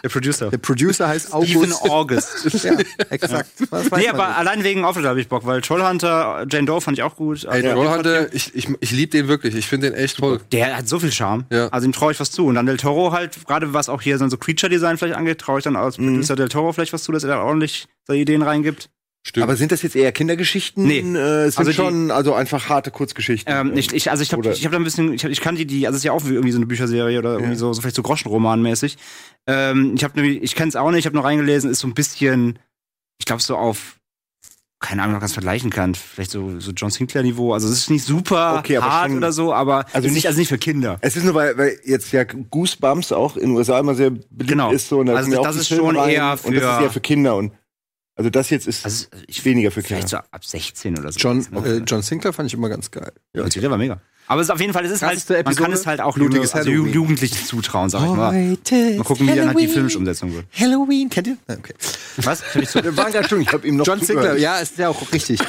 Der Producer. der Producer heißt Even August. August. ja, exakt. Was weiß nee, man aber nicht. allein wegen Outlaw habe ich Bock, weil Trollhunter, Jane Doe fand ich auch gut. Ey, Also, Trollhunter, ich, ich, ich liebe den wirklich. Ich finde den echt toll. Der hat so viel Charme. Ja. Also ihm traue ich was zu. Und dann Del Toro halt, gerade was auch hier so Creature-Design vielleicht angeht, traue ich dann als Producer Del Toro vielleicht was zu, dass er da ordentlich seine Ideen reingibt. Stimmt. Aber sind das jetzt eher Kindergeschichten? Nee. Äh, es sind Also die- schon also einfach harte Kurzgeschichten. Ähm, ich, ich, also ich habe Oder- ich hab da ein bisschen, ich, hab, ich kann die, die, also es ist ja auch irgendwie so eine Bücherserie oder irgendwie so, so vielleicht so Groschenroman-mäßig. Ähm, ich habe nämlich, ich kenne es auch nicht, ich habe nur reingelesen, ist so ein bisschen, ich glaube so auf, keine Ahnung, ob man das vergleichen kann, vielleicht so, so John Sinclair-Niveau. Also es ist nicht super Okay, aber hart schon- oder so, aber Also es ist nicht- also nicht für Kinder. Es ist nur, weil, weil jetzt ja Goosebumps auch in den USA immer sehr beliebt Genau. ist. So, und da Also kommen ja auch das die ist Filme schon rein, eher Und das ist für- eher für Kinder. Und, also das jetzt ist Also ich weniger für Kinder. vielleicht so ab 16 oder so. John, Okay. äh, John Sinclair fand ich immer ganz geil. Ja, die Serie war mega. Aber es ist auf jeden Fall, es ist halt, Krasseste man Episode, kann es halt auch blutiges Jugend- also Ju- Halloween. Jugendlichen zutrauen, sag ich mal. Mal gucken, wie dann halt die filmische Umsetzung wird. Halloween, kennt ihr? Ah, Okay. Was? Ich hab (laughs) nicht zu- Wir waren gerade schon, ich habe ihm noch John zugehört. Sinclair, ja, ist ja auch (laughs) richtig.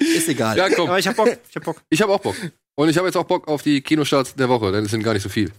ist egal. Ja, komm. Aber ich hab Bock, ich hab Bock. Ich habe auch Bock. Und ich habe jetzt auch Bock auf die Kinostarts der Woche, denn es sind gar nicht so viel.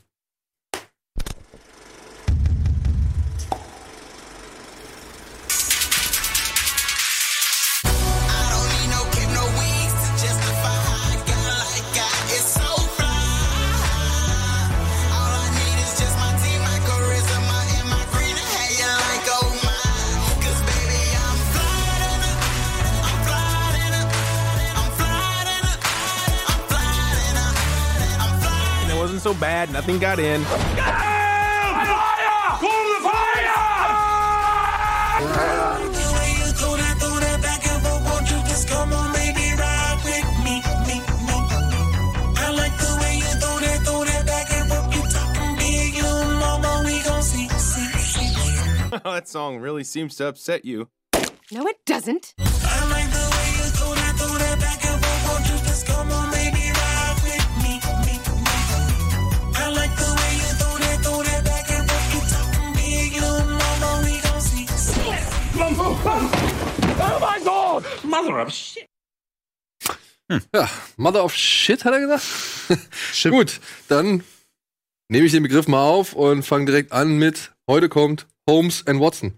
And it wasn't so bad. Nothing got in. (laughs) that song really seems to upset you. No, it doesn't. Ja, Mother of Shit, hat er (laughs) gesagt. Gut, dann nehme ich den Begriff mal auf und fange direkt an mit heute kommt Holmes and (laughs) Watson.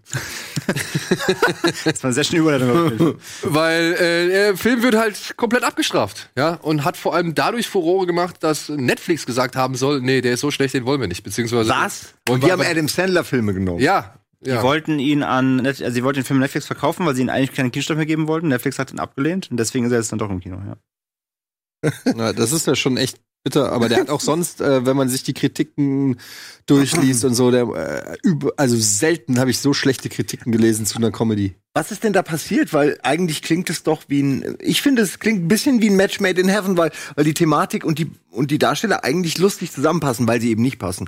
Das war eine sehr schöne (laughs) Überleitung. Weil äh, der Film wird halt komplett abgestraft, ja, und hat vor allem dadurch Furore gemacht, dass Netflix gesagt haben soll, nee, der ist so schlecht, den wollen wir nicht, beziehungsweise Was? Und Und wa- wir haben wa- Adam Sandler Filme genommen. ja, Die ja. wollten ihn an, Net- also sie wollten den Film Netflix verkaufen, weil sie ihn eigentlich keinen Kinderstoff mehr geben wollten. Netflix hat ihn abgelehnt und deswegen ist er jetzt dann doch im Kino, ja. Na, das ist ja schon echt bitter, aber der hat auch sonst, äh, wenn man sich die Kritiken durchliest und so, der, äh, über, also selten habe ich so schlechte Kritiken gelesen zu einer Comedy. Was ist denn da passiert? Weil eigentlich klingt es doch wie ein, ich finde, es klingt ein bisschen wie ein Match made in heaven, weil, weil die Thematik und die, und die Darsteller eigentlich lustig zusammenpassen, weil sie eben nicht passen.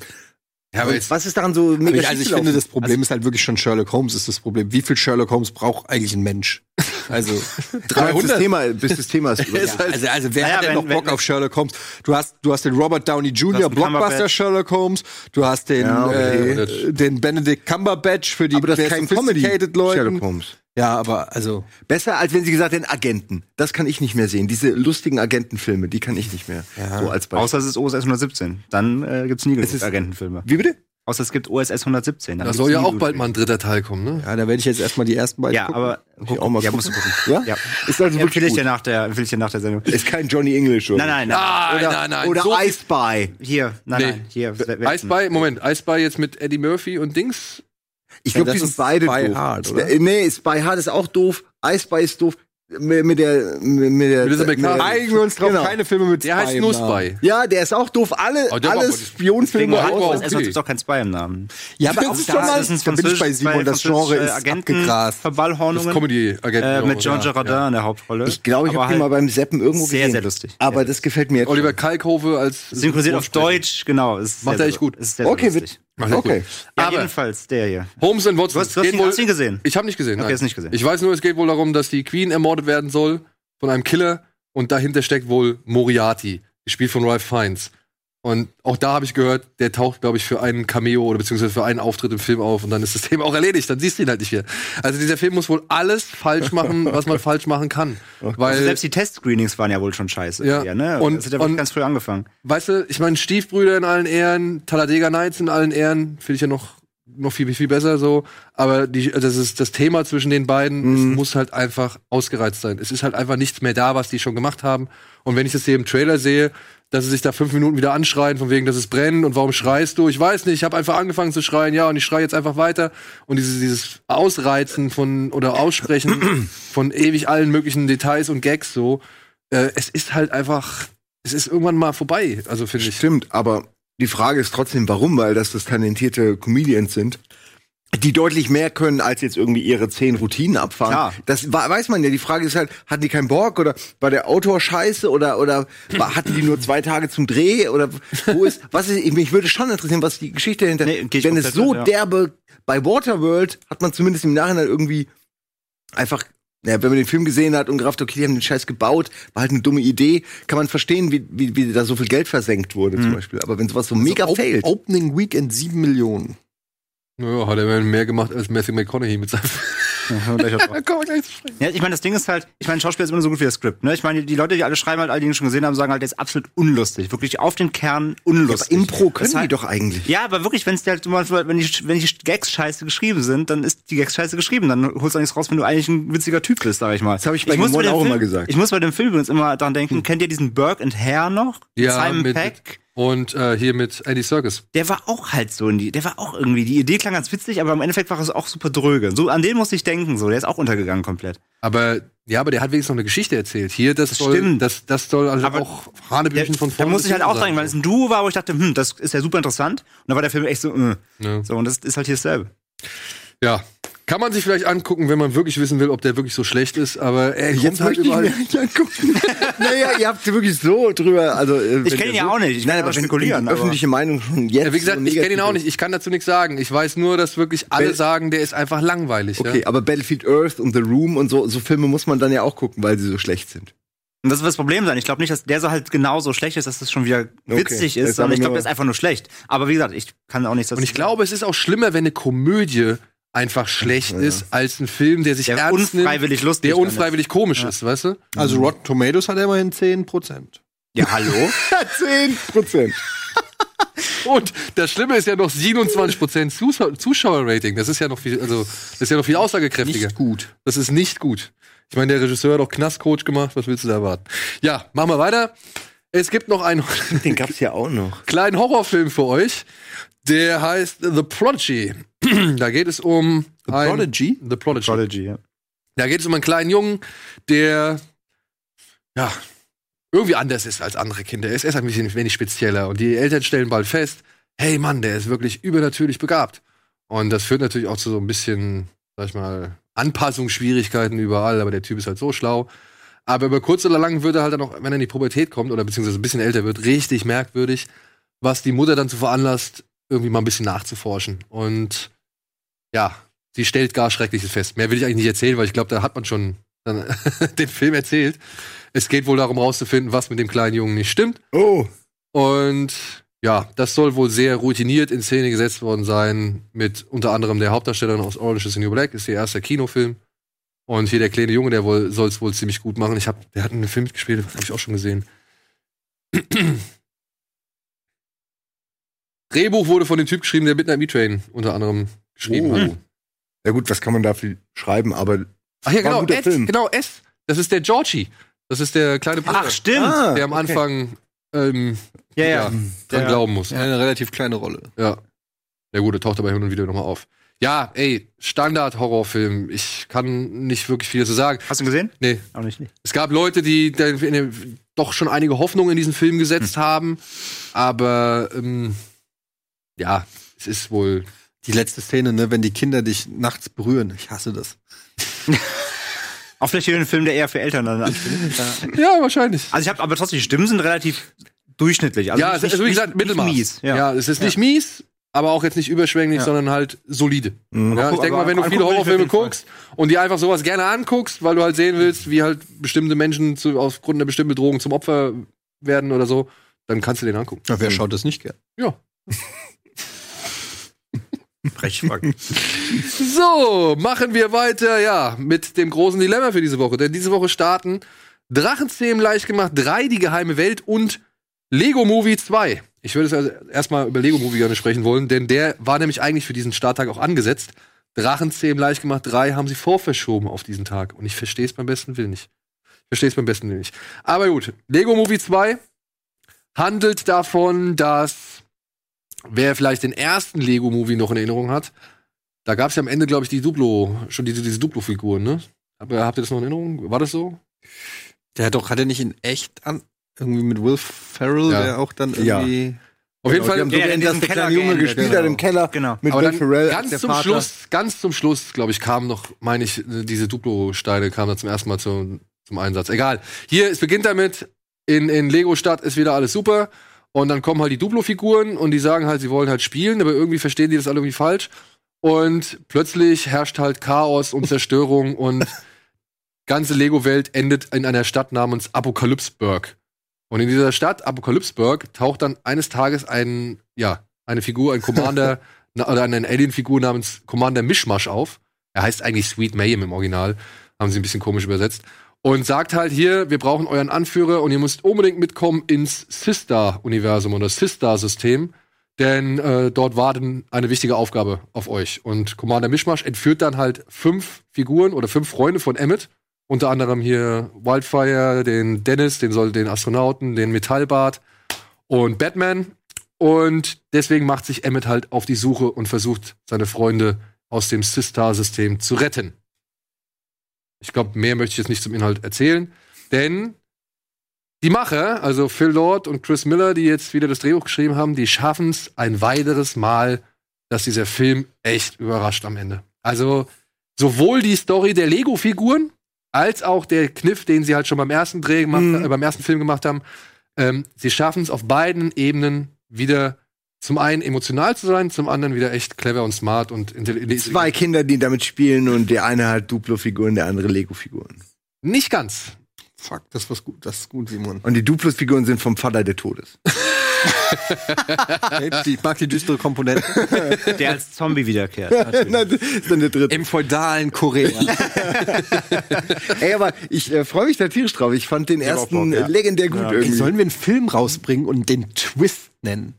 ja aber Und jetzt, was ist daran so mega Ich, also ich finde, das Problem ist halt wirklich schon Sherlock Holmes ist das Problem. Wie viel Sherlock Holmes braucht eigentlich ein (laughs) Mensch? Also 300. Das 300. Thema, bis das Thema ist. (laughs) Ja, also, also wer Naja, hat denn wenn- noch Bock wenn- auf Sherlock Holmes? Du hast, du hast den Robert Downey Du hast Jr. einen Blockbuster Cumberbatch. Sherlock Holmes, du hast den, Ja, okay. äh, den Benedict Cumberbatch für die aber das ist sehr kein Comedy. sophisticated Leuten. Sherlock Holmes. Ja, aber also Besser als wenn sie gesagt hätten Agenten. Das kann ich nicht mehr sehen. Diese lustigen Agentenfilme, die kann ich nicht mehr. So als Beispiel. Außer es ist OSS 117. Dann äh, gibt's nie genug Agentenfilme. Wie bitte? Außer es gibt OSS 117. dann da gibt's soll ja nie auch genug. bald mal ein dritter Teil kommen, ne? ja, da werde ich jetzt erstmal die ersten beiden Ja, gucken. aber. ich auch mal ja, gucken. musst du gucken. Ja. Ja? Ist also Empfehle wirklich ich, dir gut. nach der, empfehle ich dir nach der Sendung. Ist kein Johnny English oder? Nein, nein, nein. Nein, Oder, nein, nein. oder so Ice Spy. Hier, nein, Ah! Nee. nein, hier. Ice Spy, Moment, Ice Spy jetzt mit Eddie Murphy und Dings. Ich glaube, Ja, die das sind ist beide Spy doof. Hard, oder? Äh, Nee, Spy Hard ist auch doof. Ice Spy ist doof. Mit, mit der. Mit, mit der Elizabeth mit- Carr. einigen wir uns drauf, Äh, Genau. keine Filme mit Der heißt Spy im nur Namen. Spy. Ja, der ist auch doof. Alle, Oh, der war alle gut. Spionfilme. Deswegen war- aus- Okay. Es gibt auch kein Spy im Namen. Ja, aber auch ist da, schon mal- ist da bin ich bei Simon, das Genre ist abgegrast. Das Verballhornungen. Comedy-Agent. Äh, mit John Ja, Girardin ja. in der Hauptrolle. Ich glaube, ich Äh, Aber halt habe den mal beim Seppen irgendwo sehr, gesehen. sehr lustig. Aber das gefällt mir jetzt. Oliver Kalkhofe als synchronisiert auf Synchronsprecher. Deutsch, genau. Ist Macht sehr, er echt gut. Ist sehr, schon. sehr Okay, lustig. wird- Macht er okay. Ja, Aber- jedenfalls, der hier. Holmes and Watson. Du hast- du hast Geht ihn- wohl- hast du ihn gesehen? Ich habe nicht gesehen. Okay, nein. hast nicht gesehen. Ich weiß nur, es geht wohl darum, dass die Queen ermordet werden soll von einem Killer und dahinter steckt wohl Moriarty, gespielt von Ralph Fiennes. Und auch da habe ich gehört, der taucht, glaube ich, für einen Cameo oder beziehungsweise für einen Auftritt im Film auf und dann ist das (laughs) Thema auch erledigt. Dann siehst du ihn halt nicht mehr. Also dieser Film muss wohl alles falsch machen, was (laughs) man falsch machen kann. Weil, Also selbst die Test-Screenings waren ja wohl schon scheiße. äh, Ja. ne? Und- das hat ja wirklich und- ganz früh angefangen. weißt du, ich meine, Stiefbrüder in allen Ehren, Talladega Nights in allen Ehren, finde ich ja noch, noch viel, viel besser so. Aber die, das, ist, das Thema zwischen den beiden es muss halt einfach ausgereizt sein. Es ist halt einfach nichts mehr da, was die schon gemacht haben. Und wenn ich das hier im Trailer sehe, dass sie sich da fünf Minuten wieder anschreien, von wegen, dass es brennt und warum schreist du? Ich weiß nicht, ich habe einfach angefangen zu schreien, ja, und ich schreie jetzt einfach weiter. Und dieses, dieses Ausreizen von oder Aussprechen von ewig allen möglichen Details und Gags so, äh, es ist halt einfach, es ist irgendwann mal vorbei, also finde ich. Stimmt, aber die Frage ist trotzdem, warum, weil das das talentierte Comedians sind, die deutlich mehr können, als jetzt irgendwie ihre zehn Routinen abfahren. Klar. Das wa- weiß man ja. Die Frage ist halt, hatten die keinen Bock oder war der Autor scheiße oder, oder war- hatten die nur zwei Tage zum Dreh oder wo ist, was ist, ich- mich würde schon interessieren, was die Geschichte dahinter, (laughs) Nee, geh ich wenn es komplett so mit, ja. derbe, bei Waterworld hat man zumindest im Nachhinein irgendwie einfach, ja, wenn man den Film gesehen hat und gerafft, okay, die haben den Scheiß gebaut, war halt eine dumme Idee, kann man verstehen, wie, wie, wie da so viel Geld versenkt wurde zum Beispiel. Aber wenn sowas so mega Op- failt, Opening Weekend 7 Millionen. Ja, hat er mehr gemacht als Matthew McConaughey mit seinem. (laughs) Komm mal gleich zu sprechen. Ja, ich meine, das Ding ist halt, ich meine, Schauspiel ist immer nur so gut wie das Skript. Ne? Ich meine, die Leute, die alle schreiben, halt, alle, die ihn schon gesehen haben, sagen halt, der ist absolut unlustig. Wirklich auf den Kern unlustig. Impro können Das die heißt- doch eigentlich. Ja, aber wirklich, wenn es dir halt zum Beispiel, wenn die, wenn die Gags scheiße geschrieben sind, dann ist die Gags scheiße geschrieben. Dann holst du auch nichts raus, wenn du eigentlich ein witziger Typ bist, sag ich mal. Das hab ich bei Gimon auch immer gesagt. Hm. Ich muss bei dem Film übrigens immer dran denken, kennt ihr diesen Burke and Hare noch? Ja, Simon mit, Peck. und äh, hier mit Andy Serkis. Der war auch halt so in die, der war auch irgendwie, die Idee klang ganz witzig, aber im Endeffekt war es auch super dröge. So, an den musste ich denken, so, der ist auch untergegangen komplett. Aber ja, aber der hat wenigstens noch eine Geschichte erzählt. Hier, das, Das soll, stimmt. das, das soll also Aber auch Hanebüchen Der- von Da vorne. musste ich bis halt auch hinten sagen, weil es ein Duo war, wo ich dachte, hm, das ist ja super interessant. Und dann war der Film echt so, äh. Ja. so, und das ist halt hier dasselbe. Ja. Kann man sich vielleicht angucken, wenn man wirklich wissen will, ob der wirklich so schlecht ist, aber er kommt halt überall. nicht angucken. (laughs) naja, ihr habt wirklich so drüber. Also, äh, wenn kenn ihr ihn ja so- auch nicht. Ich Nein, kann aber nur wenn, spekulieren, wenn die aber- öffentliche Meinung schon jetzt. Ja, wie gesagt, so ich kenne ihn negativ auch ist. nicht. Ich kann dazu nichts sagen. Ich weiß nur, dass wirklich alle Wel- sagen, der ist einfach langweilig. Okay, ja. aber Battlefield Earth und The Room und so, so Filme muss man dann ja auch gucken, weil sie so schlecht sind. (laughs) Und das wird das Problem sein. Ich glaube nicht, dass der so halt genauso schlecht ist, dass das schon wieder witzig Jetzt ist, sondern haben ich glaube, wir nur- der ist einfach nur schlecht. Aber wie gesagt, ich kann auch nichts dazu Und ich glaube, es ist auch schlimmer, wenn eine Komödie einfach schlecht ist, als ein Film, der sich Der ernst nimmt, unfreiwillig lustig der dann ist. unfreiwillig komisch ist, weißt du? Also Rotten Tomatoes hat immerhin 10%. Ja, hallo? 10 Prozent. Und das Schlimme ist ja noch 27% Zuschau Zuschauerrating. Das ist ja noch viel, also, das ist ja noch viel aussagekräftiger. Nicht gut. Das ist nicht gut. Ich meine, der Regisseur hat auch Knastcoach gemacht. Was willst du da erwarten? Ja, machen wir weiter. Es gibt noch einen (laughs) Den gab's ja auch noch. kleinen Horrorfilm für euch. Der heißt The Prodigy. (clears throat) da geht es um The Prodigy? The Prodigy. Prodigy, ja. Da geht es um einen kleinen Jungen, der ja irgendwie anders ist als andere Kinder. Er ist erst ein bisschen wenig spezieller. Und die Eltern stellen bald fest, hey Mann, der ist wirklich übernatürlich begabt. Und das führt natürlich auch zu so ein bisschen, sag ich mal, Anpassungsschwierigkeiten überall, aber der Typ ist halt so schlau. Aber über kurz oder lang wird er halt dann auch, wenn er in die Pubertät kommt oder beziehungsweise ein bisschen älter wird, richtig merkwürdig, was die Mutter dann zu veranlasst, irgendwie mal ein bisschen nachzuforschen. Und ja, sie stellt gar Schreckliches fest. Mehr will ich eigentlich nicht erzählen, weil ich glaube, da hat man schon dann (laughs) den Film erzählt. Es geht wohl darum, rauszufinden, was mit dem kleinen Jungen nicht stimmt. Oh. Und ja, das soll wohl sehr routiniert in Szene gesetzt worden sein. Mit unter anderem der Hauptdarstellerin aus Orange is the New Black, ist ihr erster Kinofilm. Und hier der kleine Junge, der wohl, soll es wohl ziemlich gut machen. Ich hab, der hat einen Film gespielt, das habe ich auch schon gesehen. (clears throat) Drehbuch wurde von dem Typ geschrieben, der Midnight Meat Train unter anderem geschrieben Oh. hat. Ja gut, was kann man dafür schreiben, aber Ach ja, War ein genau, guter Ed, Film. genau, S. Das ist der Georgie. Das ist der kleine Bruder, Ach, stimmt. Ah, der am okay. Anfang ähm, ja, ja. ja, dran Ja. glauben muss. Ja, eine relativ kleine Rolle. Ja. Ja gut, der taucht aber hin und wieder nochmal auf. Ja, ey, Standard-Horrorfilm. Ich kann nicht wirklich viel dazu sagen. Hast du ihn gesehen? Nee, Auch nicht. es gab Leute, die da in den- doch schon einige Hoffnungen in diesen Film gesetzt haben. Aber ähm, ja, es ist wohl. Die letzte Szene, ne, wenn die Kinder dich nachts berühren. Ich hasse das. Auch vielleicht hier ein Film, der eher für Eltern dann ansteht. Ja. Ja, wahrscheinlich. Also ich habe aber trotzdem, die Stimmen sind relativ durchschnittlich. Also ja, es nicht- ist wie nicht- gesagt nicht Mittelmaß. mies, ja. ja. es ist nicht mies, aber auch jetzt nicht überschwänglich, Ja. sondern halt solide. Ja, ich guck, denke mal, aber wenn angucken du viele will ich auf Horrorfilme jeden Fall. guckst und dir einfach sowas gerne anguckst, weil du halt sehen willst, wie halt bestimmte Menschen zu, aufgrund einer bestimmten Bedrohung zum Opfer werden oder so, dann kannst du den angucken. Na, wer Hm. schaut das nicht gern? Ja. Brechwagen. So, machen wir weiter, ja, mit dem großen Dilemma für diese Woche. Denn diese Woche starten Drachenzähmen leicht gemacht 3, die geheime Welt und Lego Movie 2. Ich würde es also erstmal über Lego Movie gerne sprechen wollen, denn der war nämlich eigentlich für diesen Starttag auch angesetzt. Drachenzähmen leicht gemacht 3 haben sie vorverschoben auf diesen Tag. Und ich verstehe es beim besten Willen nicht. Ich verstehe es beim besten Willen nicht. Aber gut, Lego Movie 2 handelt davon, dass wer vielleicht den ersten Lego-Movie noch in Erinnerung hat, da gab es ja am Ende, glaube ich, die Duplo, schon diese, diese Duplo-Figuren, ne? Habt, ihr- habt ihr das noch in Erinnerung? War das so? Der hat doch, hat er nicht in echt an, irgendwie mit Will Ferrell, Ja. der auch dann Ja. irgendwie. Auf jeden Genau, die Fall. haben so Ja, in geändert, dass diesem der kleine Keller Junge geendet, gespielt hat genau. im Keller (laughs) Genau. mit aber Will dann Ferrell als ganz der zum Vater. Schluss, ganz zum Schluss, glaube ich, kamen noch, meine ich, diese Duplo-Steine kamen da zum ersten Mal zum, zum Einsatz. Egal. Hier, es beginnt damit, in, in Lego-Stadt ist wieder alles super. Und dann kommen halt die Duplo-Figuren und die sagen halt, sie wollen halt spielen, aber irgendwie verstehen die das alle irgendwie falsch. Und plötzlich herrscht halt Chaos und Zerstörung (laughs) und ganze Lego-Welt endet in einer Stadt namens Apokalypsburg. Und in dieser Stadt Apokalypsburg taucht dann eines Tages ein, ja, eine Figur, ein Commander na, oder eine Alien-Figur namens Commander Mischmasch auf. Er heißt eigentlich Sweet Mayhem im Original, haben sie ein bisschen komisch übersetzt. Und sagt halt hier, wir brauchen euren Anführer und ihr müsst unbedingt mitkommen ins Sistar-Universum oder Sistar-System, denn äh, dort warten eine wichtige Aufgabe auf euch. Und Commander Mischmasch entführt dann halt fünf Figuren oder fünf Freunde von Emmett, unter anderem hier Wildfire, den Dennis, den, Sol- den Astronauten, den Metallbart und Batman. Und deswegen macht sich Emmett halt auf die Suche und versucht, seine Freunde aus dem Sistar-System zu retten. Ich glaube, mehr möchte ich jetzt nicht zum Inhalt erzählen, denn die Macher, also Phil Lord und Chris Miller, die jetzt wieder das Drehbuch geschrieben haben, die schaffen es ein weiteres Mal, dass dieser Film echt überrascht am Ende. Also sowohl die Story der Lego-Figuren als auch der Kniff, den sie halt schon beim ersten Dreh gemacht, Mhm. äh, beim ersten Film gemacht haben, ähm, sie schaffen es auf beiden Ebenen wieder zum einen emotional zu sein, zum anderen wieder echt clever und smart und intelligent. Zwei Kinder, die damit spielen und der eine hat Duplo-Figuren, der andere Lego-Figuren. Nicht ganz. Fuck, das war's gut, das ist gut, Simon. Und die Duplo-Figuren sind vom Vater der Todes. ich mag die düstere Komponente. (laughs) Der als Zombie wiederkehrt. Nein, (laughs) das ist dann der dritte. Im feudalen Korea. Ey, aber ich äh, freue mich da tierisch drauf. Ich fand den ersten auch Bock, ja. legendär gut irgendwie. (laughs) Sollen wir einen Film rausbringen und den Twist nennen?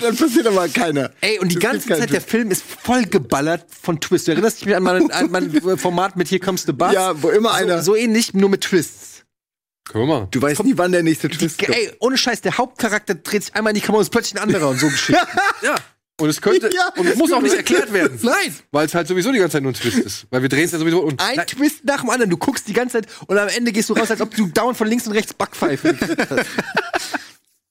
dann passiert aber keiner. Ey, und die Es ganze gibt keinen Zeit, der Film ist vollgeballert von Twists. Du erinnerst dich an mein, an (laughs) mein Format mit Hier kommst du Buzz? Ja, wo immer so, einer- So ähnlich, nur mit Twists. Können wir machen. Du weißt nie, wann der nächste Twist kommt. Ey, ohne Scheiß, der Hauptcharakter dreht sich einmal in die Kamera und ist plötzlich ein anderer (laughs) und so Geschichten. Ja. Und es könnte Ja. und es muss (laughs) auch nicht erklärt werden. Nein. Weil es halt sowieso die ganze Zeit nur ein Twist ist. Weil wir drehen es ja sowieso und Ein Twist nach dem anderen. Du guckst die ganze Zeit und am Ende gehst du raus, als ob du dauernd von links und rechts Backpfeife. (laughs)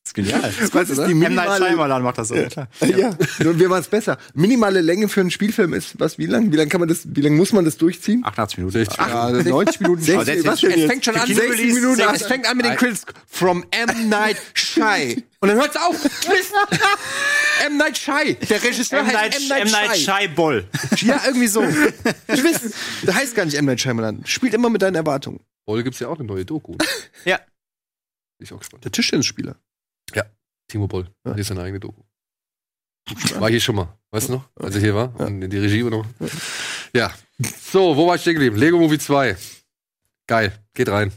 ist genial. Was ist die M. Night minimale Shyamalan macht das so. klar. Ja, nur wir machen es besser. Minimale Länge für einen Spielfilm ist was? Wie lang? Wie lang kann man das? Wie lang muss man das durchziehen? 88 Minuten. 60. Ja, 90 (laughs) Minuten. Also Sechzig- Sechzig- was denn es jetzt? fängt schon an. Für Kinderrelease 60 Minuten. sechzig- Es fängt an mit den Credits. From M. Night (laughs) Shy. Und dann hört's auf. Twist. M. Night Shy. Der Regisseur M. Night, heißt M. Night, M. Night Shy. Shy Boll. Ja, irgendwie so. Twist. Der heißt gar nicht M. Night Shyamalan. Spielt immer mit deinen Erwartungen. Heute gibt's ja auch eine neue Doku. Bin Ja. ich auch gespannt. Der Tischtennisspieler. Timo Boll, ja. hier ist seine eigene Doku. War hier schon mal, weißt du noch? Als er hier war und in die Regie noch. Ja. So, wo war ich stehen geblieben? Lego Movie 2. Geil, geht rein.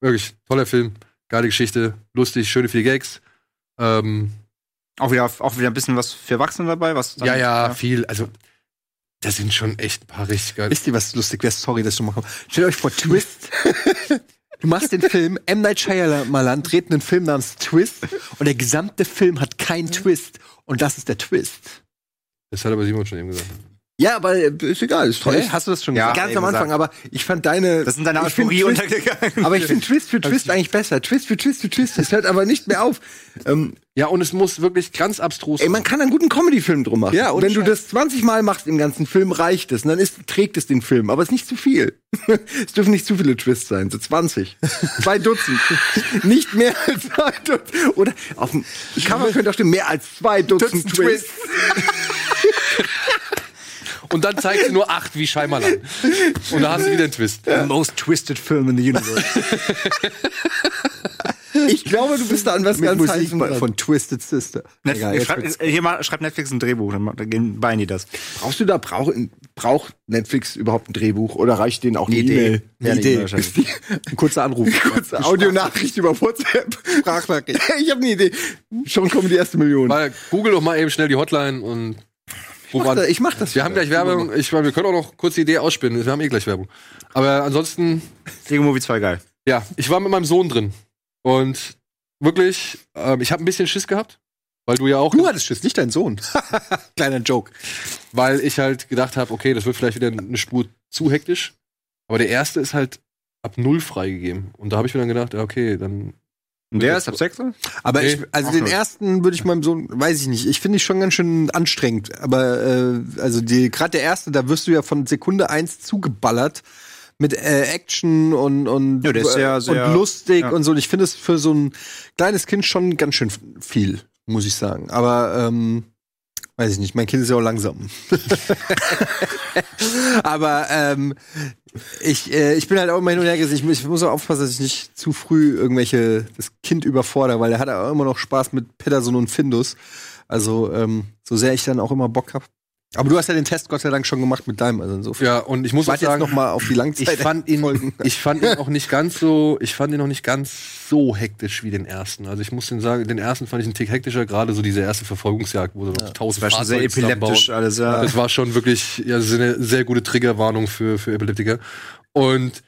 Wirklich, toller Film, geile Geschichte, lustig, schöne viele Gags. Ähm, Auch wieder, auch wieder ein bisschen was für Erwachsene dabei. Was ja, ja, viel, also da sind schon echt ein paar richtig geile. Wisst ihr, was lustig wäre? Sorry, dass ich schon mal komme. Stellt euch vor, Twist. Du machst den Film, M. Night Shyamalan dreht einen Film namens Twist und der gesamte Film hat keinen Twist. Und das ist der Twist. Das hat aber Simon schon eben gesagt. Ja, aber äh, ist egal. Ist toll. Hä? Hast du das schon Ja. gesagt? Ganz eben am Anfang, aber ich fand deine. Das sind deine ich find Euphorie Twist- untergegangen. Aber ich finde Twist für Twist eigentlich besser. Twist für Twist für Twist. Das hört aber nicht mehr auf. Ähm, Ja, und es muss wirklich ganz abstrus ey, man kann einen guten Comedy-Film drum machen. Ja, ohne Wenn du Scheiß. das 20 Mal machst im ganzen Film, reicht es. Und dann ist, trägt es den Film. Aber es ist nicht zu viel. (laughs) es dürfen nicht zu viele Twists sein. So 20. (laughs) zwei Dutzend. nicht mehr als zwei Dutzend. Oder auf dem Cover könnte auch stehen, mehr als zwei Dutzend, Dutzend Twists. Und dann zeigt sie nur acht wie (laughs) Scheimerland. Und da hast du wieder einen (laughs) Twist. The most twisted film in the universe. Ich glaube, du bist da an was Mit ganz Musik Heißem dran. von Twisted Sister. Netflix, Egal, jetzt wird's- schreibt, äh, hier mal, schreibt Netflix ein Drehbuch, dann, dann gehen beiden die das. Brauchst du da, brauch, braucht Netflix überhaupt ein Drehbuch oder reicht denen auch eine Eine Idee. E-Mail? Ja, eine E-Mail wahrscheinlich. Ist die- Ein kurzer Anruf. Kurze Audionachricht über WhatsApp. Sprachnachricht. (laughs) Ich habe eine Idee. Schon kommen die erste Million. Mal, google doch mal eben schnell die Hotline und ruf an. Ich mach das. Wir haben gleich Werbung. Ich meine, wir können auch noch kurz die Idee ausspinnen. Wir haben eh gleich Werbung. Aber ansonsten, Lego Movie 2 geil. ja, ich war mit meinem Sohn drin. Und wirklich, ähm, ich habe ein bisschen Schiss gehabt, weil du ja auch, Du hattest Schiss, nicht dein Sohn. Kleiner Joke. weil ich halt gedacht habe, okay, das wird vielleicht wieder eine Spur zu hektisch. Aber der erste ist halt ab null freigegeben. Und da habe ich mir dann gedacht, ja, okay, dann. Und der ist ab 6? Aber Nee, ich, also auch den nicht. ersten würde ich meinem Sohn, weiß ich nicht, ich finde ich schon ganz schön anstrengend. Aber äh, also die, gerade der erste, da wirst du ja von Sekunde eins zugeballert mit äh, Action und und, äh, Ja, der ist sehr, sehr- und lustig ja. und so. Und ich finde es für so ein kleines Kind schon ganz schön viel, muss ich sagen. Aber ähm, weiß ich nicht, mein Kind ist ja auch langsam. (laughs) Aber ähm, ich, äh, ich bin halt auch immer hin und her gerissen. Ich, mu- ich muss auch aufpassen, dass ich nicht zu früh irgendwelche das Kind überfordere, weil der hat auch immer noch Spaß mit Pedersen und Findus. Also ähm, so sehr ich dann auch immer Bock habe. Aber du hast ja den Test Gott sei Dank schon gemacht mit deinem, also insofern. Ja, und ich muss Ich auch warte jetzt sagen, noch mal auf die ich Langzeit. fand ihn, ich fand ihn auch nicht ganz so, ich fand ihn auch nicht ganz so hektisch wie den ersten. Also ich muss den sagen, den ersten fand ich einen Tick hektischer, gerade so diese erste Verfolgungsjagd, wo so noch Das tausend war schon sehr Fahrzeuge zusammenbauen. epileptisch alles, ja. Das war schon wirklich ja, das ist eine sehr gute Triggerwarnung für, für Epileptiker. Und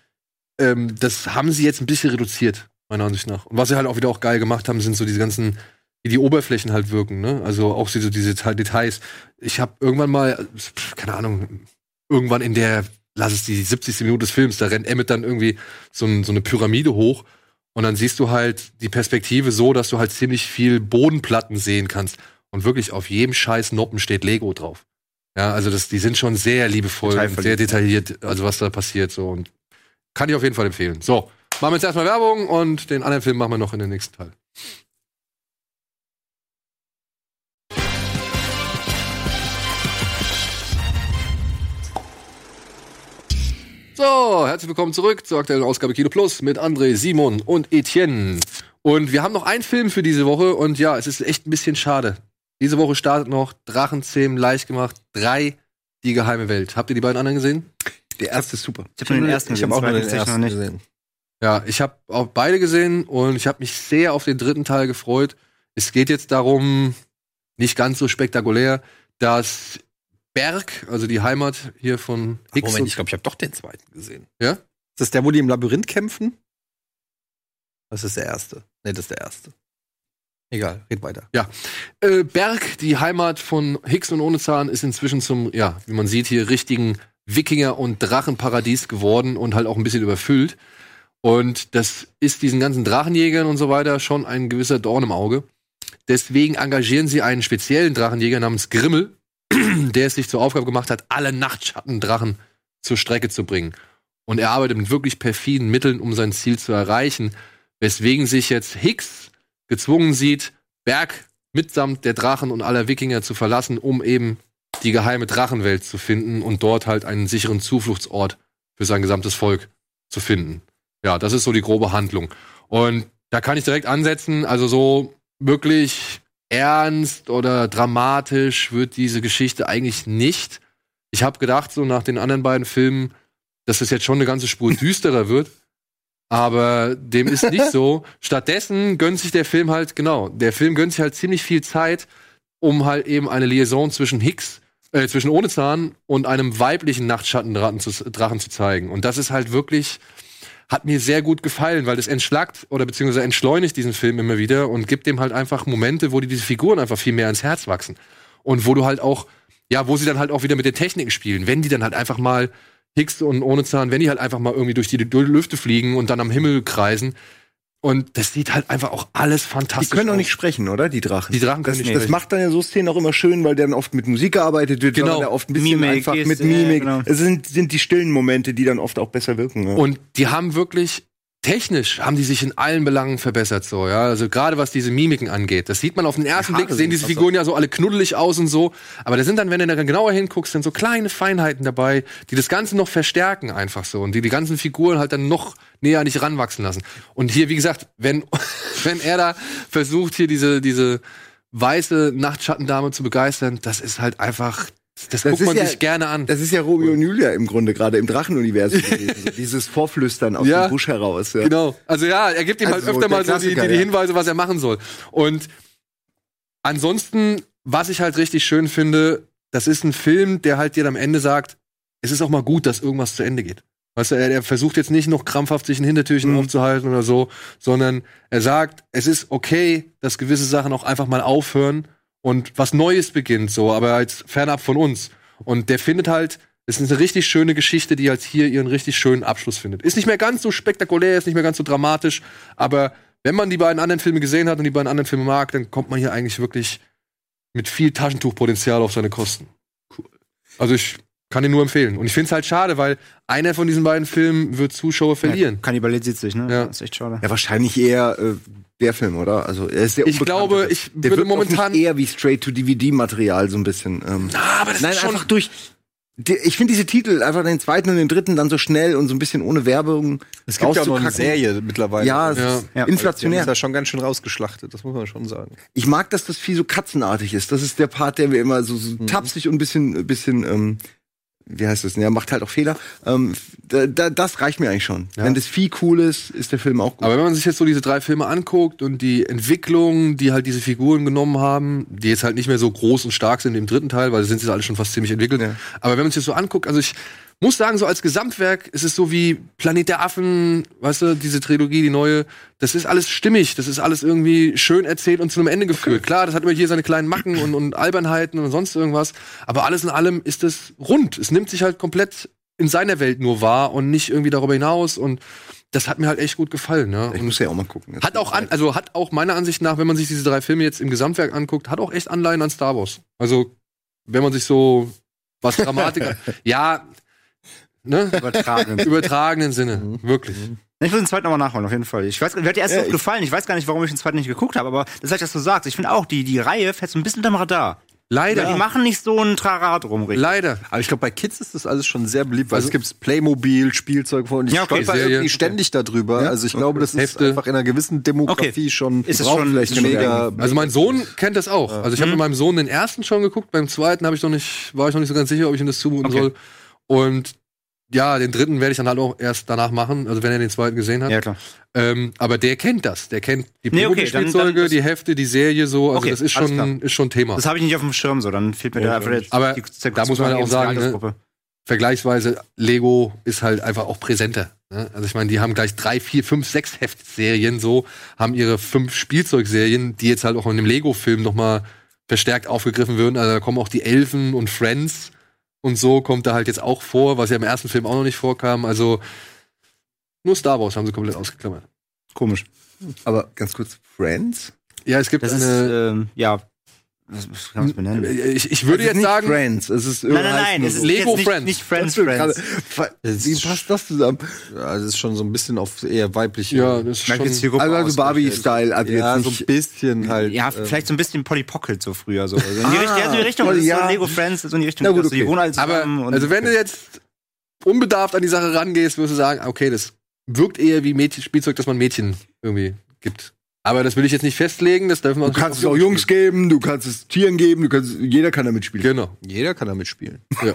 ähm, das haben sie jetzt ein bisschen reduziert, meiner Ansicht nach. Und was sie halt auch wieder auch geil gemacht haben, sind so diese ganzen, wie die Oberflächen halt wirken, ne? Also auch so diese Deta- Details. Ich habe irgendwann mal, pff, keine Ahnung, irgendwann in der, lass es die 70. Minute des Films, da rennt Emmett dann irgendwie so, ein, so eine Pyramide hoch. Und dann siehst du halt die Perspektive so, dass du halt ziemlich viel Bodenplatten sehen kannst. Und wirklich auf jedem scheiß Noppen steht Lego drauf. Ja, also das, die sind schon sehr liebevoll und Detailverliebt. sehr detailliert, also was da passiert so. Und kann ich auf jeden Fall empfehlen. So, machen wir jetzt erstmal Werbung und den anderen Film machen wir noch in den nächsten Teil. So, herzlich willkommen zurück zur aktuellen Ausgabe Kino Plus mit André, Simon und Etienne. Und wir haben noch einen Film für diese Woche und ja, es ist echt ein bisschen schade. Diese Woche startet noch Drachenzähmen leicht gemacht 3, die geheime Welt. Habt ihr die beiden anderen gesehen? Der erste ist super. Ich habe den ersten ich habe auch nur den ersten noch nicht. gesehen. Ja, ich habe auch beide gesehen und ich habe mich sehr auf den dritten Teil gefreut. Es geht jetzt darum, nicht ganz so spektakulär, dass Berg, also die Heimat hier von Hicks Moment, und- ich glaube, ich habe doch den zweiten gesehen. Ja? Ist das der, wo die im Labyrinth kämpfen? Das ist der erste. Nee, das ist der erste. Egal, red weiter. Äh, Berg, die Heimat von Hicks und Ohnezahn, ist inzwischen zum, ja, wie man sieht hier, richtigen Wikinger- und Drachenparadies geworden und halt auch ein bisschen überfüllt. Und das ist diesen ganzen Drachenjägern und so weiter schon ein gewisser Dorn im Auge. Deswegen engagieren sie einen speziellen Drachenjäger namens Grimmel, (clears throat) der es sich zur Aufgabe gemacht hat, alle Nachtschattendrachen zur Strecke zu bringen. Und er arbeitet mit wirklich perfiden Mitteln, um sein Ziel zu erreichen, weswegen sich jetzt Hicks gezwungen sieht, Berg mitsamt der Drachen und aller Wikinger zu verlassen, um eben die geheime Drachenwelt zu finden und dort halt einen sicheren Zufluchtsort für sein gesamtes Volk zu finden. Ja, das ist so die grobe Handlung. Und da kann ich direkt ansetzen, also so wirklich ernst oder dramatisch wird diese Geschichte eigentlich nicht. Ich habe gedacht, so nach den anderen beiden Filmen, dass es jetzt schon eine ganze Spur düsterer wird. Aber dem ist nicht so. Stattdessen gönnt sich der Film halt, genau, der Film gönnt sich halt ziemlich viel Zeit, um halt eben eine Liaison zwischen Hicks, äh, zwischen Ohnezahn und einem weiblichen Nachtschattendrachen zu, Drachen zu zeigen. Und das ist halt wirklich, hat mir sehr gut gefallen, weil das entschlackt oder beziehungsweise entschleunigt diesen Film immer wieder und gibt dem halt einfach Momente, wo dir diese Figuren einfach viel mehr ans Herz wachsen. Und wo du halt auch, ja, wo sie dann halt auch wieder mit den Techniken spielen, wenn die dann halt einfach mal Hicks und ohne Zahn, wenn die halt einfach mal irgendwie durch die Lü- Lüfte fliegen und dann am Himmel kreisen. Und das sieht halt einfach auch alles Die fantastisch können auch aus. nicht sprechen, oder? Die Drachen. Die Drachen das, können nicht Das sprechen. macht dann ja so Szenen auch immer schön, weil dann oft mit Musik gearbeitet wird, Genau. weil man da oft ein bisschen Mimik, einfach mit Geste, Mimik. ja, genau. ne? Es sind, sind die stillen Momente, die dann oft auch besser wirken. Ja. Und die haben wirklich technisch haben die sich in allen Belangen verbessert so, ja. Also gerade was diese Mimiken angeht. Das sieht man auf den ersten Haare Blick, sehen sind diese krass Figuren ja so alle knuddelig aus und so. Aber da sind dann, wenn du da genauer hinguckst, dann so kleine Feinheiten dabei, die das Ganze noch verstärken einfach so und die die ganzen Figuren halt dann noch näher an dich ranwachsen lassen. Und hier, wie gesagt, wenn, (laughs) wenn er da versucht, hier diese, diese weiße Nachtschattendame zu begeistern, das ist halt einfach, das, guckt man sich gerne an. Das ist ja Romeo und Julia im Grunde gerade (laughs) im Drachenuniversum gewesen. So dieses Vorflüstern aus Ja. dem Busch heraus. Ja. Genau. Also ja, er gibt ihm Also halt so öfter der mal so die, die, Klassiker, die ja. Hinweise, was er machen soll. Und ansonsten, was ich halt richtig schön finde, das ist ein Film, der halt dir am Ende sagt, es ist auch mal gut, dass irgendwas zu Ende geht. Weißt du, er, er versucht jetzt nicht noch krampfhaft sich in Hintertürchen aufzuhalten oder so, sondern er sagt, es ist okay, dass gewisse Sachen auch einfach mal aufhören und was Neues beginnt, so, aber halt fernab von uns. Und der findet halt, es ist eine richtig schöne Geschichte, die halt hier ihren richtig schönen Abschluss findet. Ist nicht mehr ganz so spektakulär, ist nicht mehr ganz so dramatisch, aber wenn man die beiden anderen Filme gesehen hat und die beiden anderen Filme mag, dann kommt man hier eigentlich wirklich mit viel Taschentuchpotenzial auf seine Kosten. Also ich kann ihn nur empfehlen. Und ich finde es halt schade, weil einer von diesen beiden Filmen wird Zuschauer verlieren. kannibalisiert sich, ne? Ja. Das ist echt schade. Ja, wahrscheinlich eher äh, der Film, oder? Also er ist sehr Ich unbekannt. glaube, ich der würde wirkt auf mich momentan- eher wie Straight-to-DVD-Material so ein bisschen. Ähm. Ah, aber das Nein, einfach durch. die- Ich finde diese Titel einfach den zweiten und den dritten dann so schnell und so ein bisschen ohne Werbung. Es gibt ja auch noch eine rauszukacken. Serie mittlerweile. Ja, es ist Ja. inflationär. Die haben es ja schon ganz schön rausgeschlachtet, das muss man schon sagen. Ich mag, dass das viel so katzenartig ist. Das ist der Part, der mir immer so, so Mhm. tapsig und ein bisschen, bisschen, ähm, wie heißt das? Ja, macht halt auch Fehler. Ähm, da, da, das reicht mir eigentlich schon. Wenn das Vieh cool ist, ist der Film auch gut. Aber wenn man sich jetzt so diese drei Filme anguckt und die Entwicklung, die halt diese Figuren genommen haben, die jetzt halt nicht mehr so groß und stark sind im dritten Teil, weil da sind sie alle schon fast ziemlich entwickelt. Aber wenn man sich das so anguckt, also ich muss sagen, so als Gesamtwerk ist es so wie Planet der Affen, weißt du, diese Trilogie, die neue, das ist alles stimmig, das ist alles irgendwie schön erzählt und zu einem Ende geführt. Klar, das hat immer hier seine kleinen Macken und, und Albernheiten und sonst irgendwas, aber alles in allem ist es rund. Es nimmt sich halt komplett in seiner Welt nur wahr und nicht irgendwie darüber hinaus und das hat mir halt echt gut gefallen. Ne? Ich muss ja auch mal gucken. Hat auch an, also hat auch meiner Ansicht nach, wenn man sich diese drei Filme jetzt im Gesamtwerk anguckt, hat auch echt Anleihen an Star Wars. Also, wenn man sich so (laughs) was Dramatik an- ja, ne? Oh Übertragen. Übertragenen Sinne, Mhm. wirklich. (laughs) Ich will den zweiten nochmal nachholen, auf jeden Fall. Ich weiß, mir hat der erste Ja, auch ich- gefallen. Ich weiß gar nicht, warum ich den zweiten nicht geguckt habe, aber das ist halt, dass du sagst. Ich finde auch, die, die Reihe fährt so ein bisschen unterm Radar. Leider. Die machen nicht so einen Trara drum, richtig? Leider. Aber ich glaube, bei Kids ist das alles schon sehr beliebt, weil Also- es gibt Playmobil, Spielzeug von und ich Ja, ja, okay. stolper Serie. irgendwie ständig darüber. Ja? Also ich glaube, das ist Hefte. einfach in einer gewissen Demografie schon Ist es braucht schon- vielleicht schon mega. Also mein Sohn kennt das auch. Also ich Mhm. habe mit meinem Sohn den ersten schon geguckt, beim zweiten habe ich noch nicht, war ich noch nicht so ganz sicher, ob ich ihm das zumuten soll. Und ja, den dritten werde ich dann halt auch erst danach machen, also wenn er den zweiten gesehen hat. Ja, klar. Ähm, aber der kennt das. Der kennt die Nee, okay, dann- Spielzeuge, dann- die Hefte, die Serie so. Also Okay, das ist alles schon, klar. ist schon Thema. Das habe ich nicht auf dem Schirm, so dann fehlt mir da einfach jetzt aber die- der da muss man ja auch sagen, Altersgruppe. ne, vergleichsweise Lego ist halt einfach auch präsenter. Ne? Also ich meine, die haben gleich drei, vier, fünf, sechs Heftserien so, haben ihre fünf Spielzeugserien, die jetzt halt auch in dem Lego-Film noch mal verstärkt aufgegriffen würden. Also da kommen auch die Elfen und Friends und so kommt da halt jetzt auch vor, was ja im ersten Film auch noch nicht vorkam. Also nur Star Wars haben sie komplett ausgeklammert. Komisch. Also- Aber ganz kurz, Friends? Ja, es gibt Das äh, eine. ist, ähm, ja. Was, was kann man es benennen? Ich, ich würde Es ist jetzt nicht sagen. Friends, es ist Nein, nein, nein, es ist Lego jetzt nicht, Friends. nicht Friends Das ist Also Friends. Fa- Es Wie ist- passt das zusammen? Ja, es ist schon so ein bisschen auf eher weibliche. Ja, das ist Merke schon. Zielgruppe Also, also Barbie-Style, ähm. also ja, jetzt so nicht- ein bisschen halt. Ja, äh, vielleicht so ein bisschen Polly Pocket so früher so. Also in die Ah, Richtung, ja, so in die Richtung, Polly, das ist so ja. Lego Friends, so in die Richtung, Na gut, dass du die okay. wohnen alle Aber zusammen und- also wenn du jetzt unbedarft an die Sache rangehst, wirst du sagen, okay, das wirkt eher wie Mädchen Spielzeug, das man Mädchen irgendwie gibt. Aber das will ich jetzt nicht festlegen, das dürfen wir Du kannst es auch Jungs geben, du kannst es Tieren geben, du kannst, jeder kann damit spielen. Genau. Jeder kann da mitspielen. (laughs) Ja.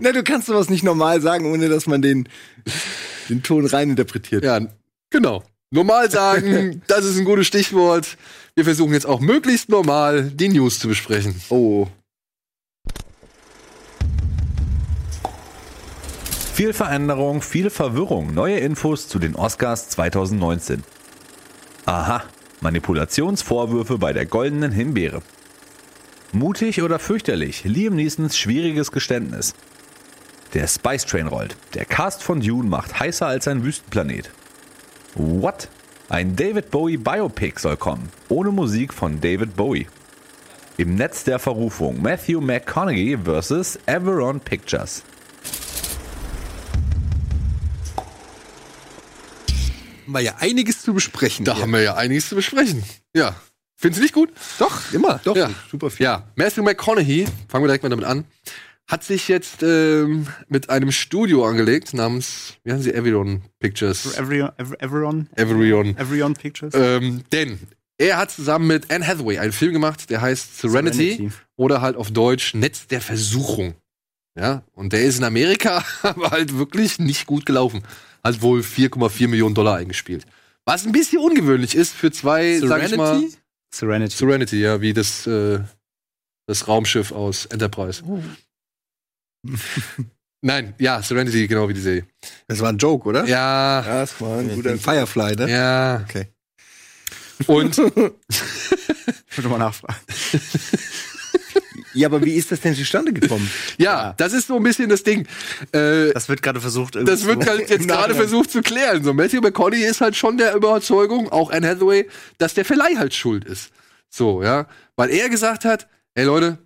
Na, du kannst sowas nicht normal sagen, ohne dass man den, den Ton reininterpretiert. ja, genau. Normal sagen, das ist ein gutes Stichwort. Wir versuchen jetzt auch möglichst normal die News zu besprechen. Oh. Viel Veränderung, viel Verwirrung. Neue Infos zu den Oscars 2019. Aha, Manipulationsvorwürfe bei der goldenen Himbeere. Mutig oder fürchterlich? Liam Neesons schwieriges Geständnis. Der Spice Train rollt. Der Cast von Dune macht heißer als ein Wüstenplanet. What? Ein David Bowie Biopic soll kommen. Ohne Musik von David Bowie. Im Netz der Verrufung. Matthew McConaughey vs. Everon Pictures. hätten wir ja einiges zu besprechen. Da haben wir ja einiges zu besprechen. Ja. Findest du nicht gut? Doch, immer. Doch, ja. super viel. Ja, Matthew McConaughey, fangen wir direkt mal damit an, hat sich jetzt ähm, mit einem Studio angelegt namens, wie heißen sie, Everon Pictures. Every, every, everyone? Everyone. Everyone Pictures? Ähm, denn er hat zusammen mit Anne Hathaway einen Film gemacht, der heißt Serenity, Serenity. oder halt auf Deutsch Netz der Versuchung. Ja, und der ist in Amerika (laughs) aber halt wirklich nicht gut gelaufen. Hat wohl 4,4 Millionen Dollar eingespielt. Was ein bisschen ungewöhnlich ist für zwei, sag ich mal, Serenity? Serenity. Serenity, ja, wie das, äh, das Raumschiff aus Enterprise. (laughs) Nein, ja, Serenity, genau wie die Serie. Das war ein Joke, oder? Ja, Ja, das war ein guter. Wegen Firefly, ne? ja. Okay. Und Ich würde mal nachfragen. Ja, aber wie ist das denn zustande gekommen? ja, das ist so ein bisschen das Ding. Äh, Das wird gerade versucht, irgendwie das wird zu- halt jetzt Im gerade Nachhinein. versucht zu klären. So, Matthew McConaughey ist halt schon der Überzeugung, auch Anne Hathaway, dass der Verleih halt schuld ist. So, ja. Weil er gesagt hat, ey Leute,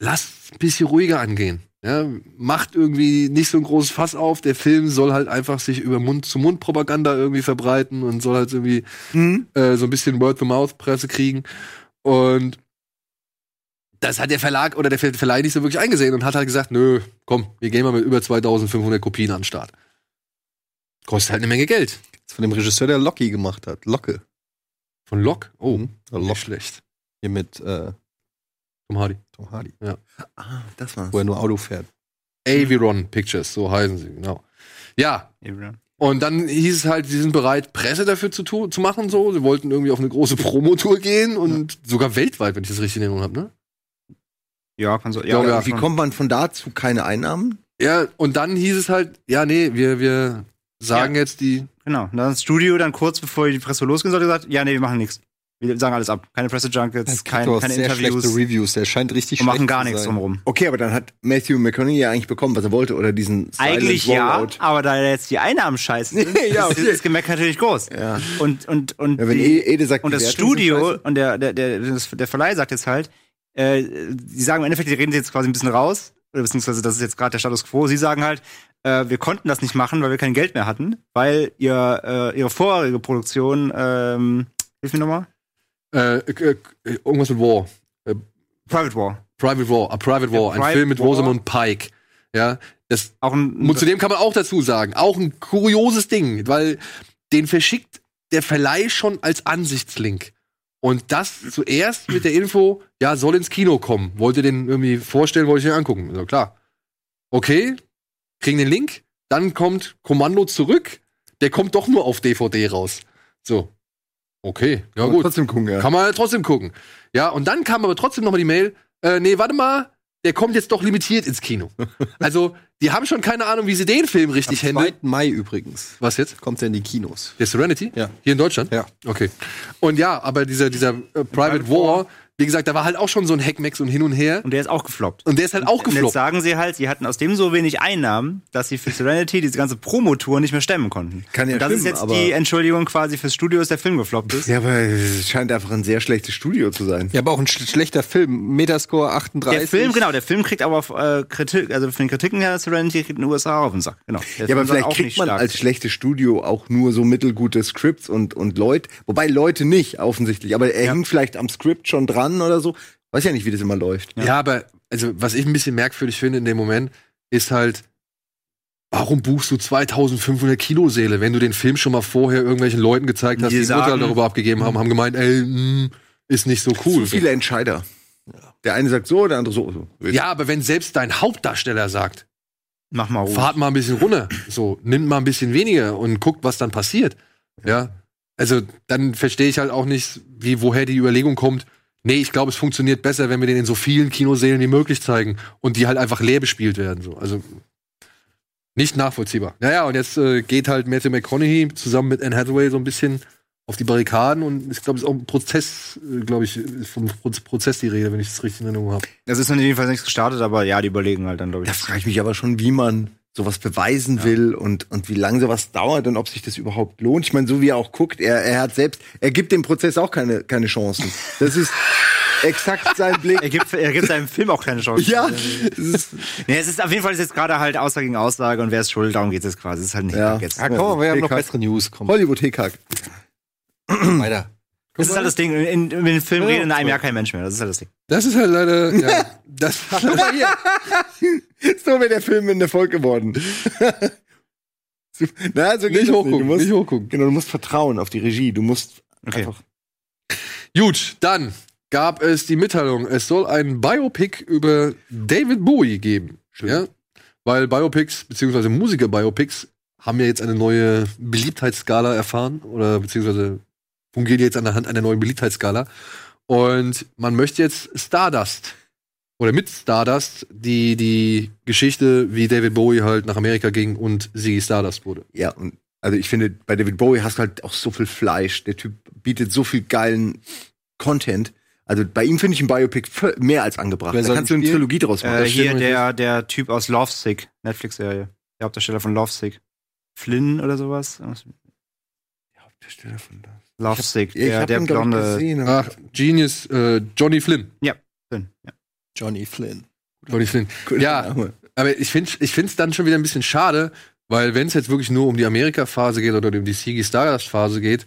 lasst ein bisschen ruhiger angehen. Ja, macht irgendwie nicht so ein großes Fass auf. Der Film soll halt einfach sich über Mund-zu-Mund-Propaganda irgendwie verbreiten und soll halt irgendwie Mhm. äh, so ein bisschen Word-to-Mouth-Presse kriegen. Und das hat der Verlag oder der Ver- Verleih nicht so wirklich eingesehen und hat halt gesagt, nö, komm, wir gehen mal mit über 2500 Kopien an den Start. Kostet halt eine Menge Geld. Das ist von dem Regisseur, der Loki gemacht hat. Locke. Von Lock? Oh, Mhm. Oder nicht Locke. schlecht. Hier mit äh, Tom Hardy. Tom Hardy. Ah, das war's. Wo er nur Auto fährt. Aviron Pictures, so heißen sie, genau. Ja, Everyone. und dann hieß es halt, sie sind bereit, Presse dafür zu, tu- zu machen, so. Sie wollten irgendwie auf eine große Promotour gehen und sogar weltweit, wenn ich das richtig in Erinnerung habe, ne? Ja, kann so. Ja, Ja, ja, schon. Wie kommt man von da zu keine Einnahmen? Ja, und dann hieß es halt, ja, nee, wir, wir sagen jetzt die, Genau. Und dann das Studio dann kurz bevor die Presse losgehen sollte gesagt, ja, nee, wir machen nichts. Wir sagen alles ab. Keine Presse-Junkets, kein, Doch, keine sehr schlechte Interviews. Reviews. Der scheint richtig Wir machen schlecht gar zu nichts sein. um- drumherum. Okay, aber dann hat Matthew McConaughey ja eigentlich bekommen, was er wollte, oder diesen Silent Eigentlich ja, Rollout. aber da jetzt die Einnahmen (laughs) scheiße sind, Ja, ist okay. das Gemecker natürlich groß. Ja. Und, und, und, Ja, wenn die- E- Ede sagt, und die das Wertungen sind Studio scheiße. und der, der, der, das- der Verleih sagt jetzt halt, äh, die sagen im Endeffekt, die reden jetzt quasi ein bisschen raus, oder beziehungsweise das ist jetzt gerade der Status quo. Sie sagen halt, äh, wir konnten das nicht machen, weil wir kein Geld mehr hatten, weil ihr, äh, ihre vorherige Produktion, ähm, hilf mir nochmal, äh, äh, äh, irgendwas mit War. Private War. Private War, A Private Ja, War, ein Private Film mit War. Rosamund Pike. Ja, das Auch ein, Und zu dem kann man auch dazu sagen, auch ein kurioses Ding, weil den verschickt der Verleih schon als Ansichtslink. Und das zuerst mit der Info, ja, soll ins Kino kommen. Wollt ihr den irgendwie vorstellen, wollt ihr den angucken? So, klar. Okay, kriegen den Link, dann kommt Kommando zurück, der kommt doch nur auf DVD raus. So. Okay, ja Kann man gut. Trotzdem gucken, ja. Kann man ja trotzdem gucken. Ja, und dann kam aber trotzdem nochmal die Mail, äh, nee, warte mal, der kommt jetzt doch limitiert ins Kino. Also, die haben schon keine Ahnung, wie sie den Film richtig Am handeln. 2. Mai übrigens Was jetzt? kommt er in die Kinos. Der Serenity? Ja. Hier in Deutschland? Ja. Okay. Und ja, aber dieser, dieser äh, Private War, wie gesagt, da war halt auch schon so ein Hackmax und hin und her. und der ist auch gefloppt. Und der ist halt auch Und jetzt gefloppt. sagen sie halt, sie hatten aus dem so wenig Einnahmen, dass sie für Serenity diese ganze Promotour nicht mehr stemmen konnten. Kann ja Und das ist stimmen, jetzt aber- die Entschuldigung quasi fürs Studio, dass der Film gefloppt ist. Ja, aber es scheint einfach ein sehr schlechtes Studio zu sein. Ja, aber auch ein sch schlechter Film. Metascore 38. Der Film, genau, der Film kriegt aber auf, äh, Kritik, also von den Kritiken her, Serenity kriegt in den USA auf den Sack. Genau. Der Ja, Film aber soll vielleicht auch kriegt nicht man stark als sein. schlechtes Studio auch nur so mittelgute Scripts und, und Leute. Wobei Leute nicht, offensichtlich. Aber er hing vielleicht am Skript schon dran oder so. Weiß ja nicht, wie das immer läuft. Ja, aber also was ich ein bisschen merkwürdig finde in dem Moment, ist halt, warum buchst du 2500 Kinosäle, wenn du den Film schon mal vorher irgendwelchen Leuten gezeigt hast, Die die, die Urteil sagen- darüber abgegeben haben, haben gemeint, ey, mm, ist nicht so cool. Zu viele Entscheider. Der eine sagt so, der andere so. so. Ja, aber wenn selbst dein Hauptdarsteller sagt, Mach mal ruhig. Oh. fahrt mal ein bisschen runter, so, nimmt mal ein bisschen weniger und guckt, was dann passiert. Ja. Also, dann verstehe ich halt auch nicht, wie, woher die Überlegung kommt, nee, ich glaube, es funktioniert besser, wenn wir den in so vielen Kinosälen wie möglich zeigen und die halt einfach leer bespielt werden, so. Also, nicht nachvollziehbar. Naja, und jetzt äh, geht halt Matthew McConaughey zusammen mit Anne Hathaway so ein bisschen auf die Barrikaden und ich glaube, es ist auch ein Prozess, äh, glaube ich, ist vom Pro Prozess die Rede, wenn ich das richtig in Erinnerung habe. Das ist jedenfalls nichts gestartet, aber ja, die überlegen halt dann, glaube ich. Da frage ich mich aber schon, wie man sowas beweisen will und, und wie lange sowas dauert und ob sich das überhaupt lohnt. Ich meine, so wie er auch guckt, er, er hat selbst, er gibt dem Prozess auch keine, keine Chancen. Das ist, (laughs) exakt sein Blick. Er gibt, er gibt seinem Film auch keine Chance. Ja. nee, es ist auf jeden Fall ist jetzt gerade halt Aussage gegen Aussage und wer ist schuld, darum geht es jetzt quasi. Es ist halt nicht Ja. jetzt. Ja, komm, wir haben noch Hickhack. bessere News. Komm, Hollywood Hickhack. weiter. Das ist halt das Ding. In, in, in Film Ja, redet in einem so. Jahr kein Mensch mehr. Das ist halt das Ding. Das ist halt leider. (laughs) Ja, das Guck mal hier. so wäre der Film ein Erfolg geworden. (laughs) Na, so geht das nicht Du hochgucken, musst, nicht hochgucken. Genau, du musst vertrauen auf die Regie. Du musst Okay. einfach. Gut, dann gab es die Mitteilung, es soll ein Biopic über David Bowie geben. Ja? Weil Biopics, beziehungsweise Musiker-Biopics, haben ja jetzt eine neue Beliebtheitsskala erfahren oder beziehungsweise fungieren jetzt an der Hand einer neuen Beliebtheitsskala. Und man möchte jetzt Stardust oder mit Stardust die, die Geschichte, wie David Bowie halt nach Amerika ging und sie Stardust wurde. Ja, und also ich finde, bei David Bowie hast du halt auch so viel Fleisch. Der Typ bietet so viel geilen Content. Also bei ihm finde ich ein Biopic vö- mehr als angebracht. Wer Da soll kannst du eine spielen? Trilogie draus machen. Äh, Das stimmt hier nicht. der, der Typ aus Lovesick, Netflix-Serie. Der Hauptdarsteller von Lovesick. Flynn oder sowas. Hauptdarsteller von da. Lovesick, Ja, ich der, hab der ihn, glaub ich, blonde. Ah. gesehen, aber- Ach, Genius, äh, Johnny Flynn. Flynn. Ja. Johnny Flynn. Johnny Flynn. Ja, Name. Aber ich finde es ich find's dann schon wieder ein bisschen schade, weil wenn es jetzt wirklich nur um die Amerika-Phase geht oder um die Ziggy Stardust-Phase geht,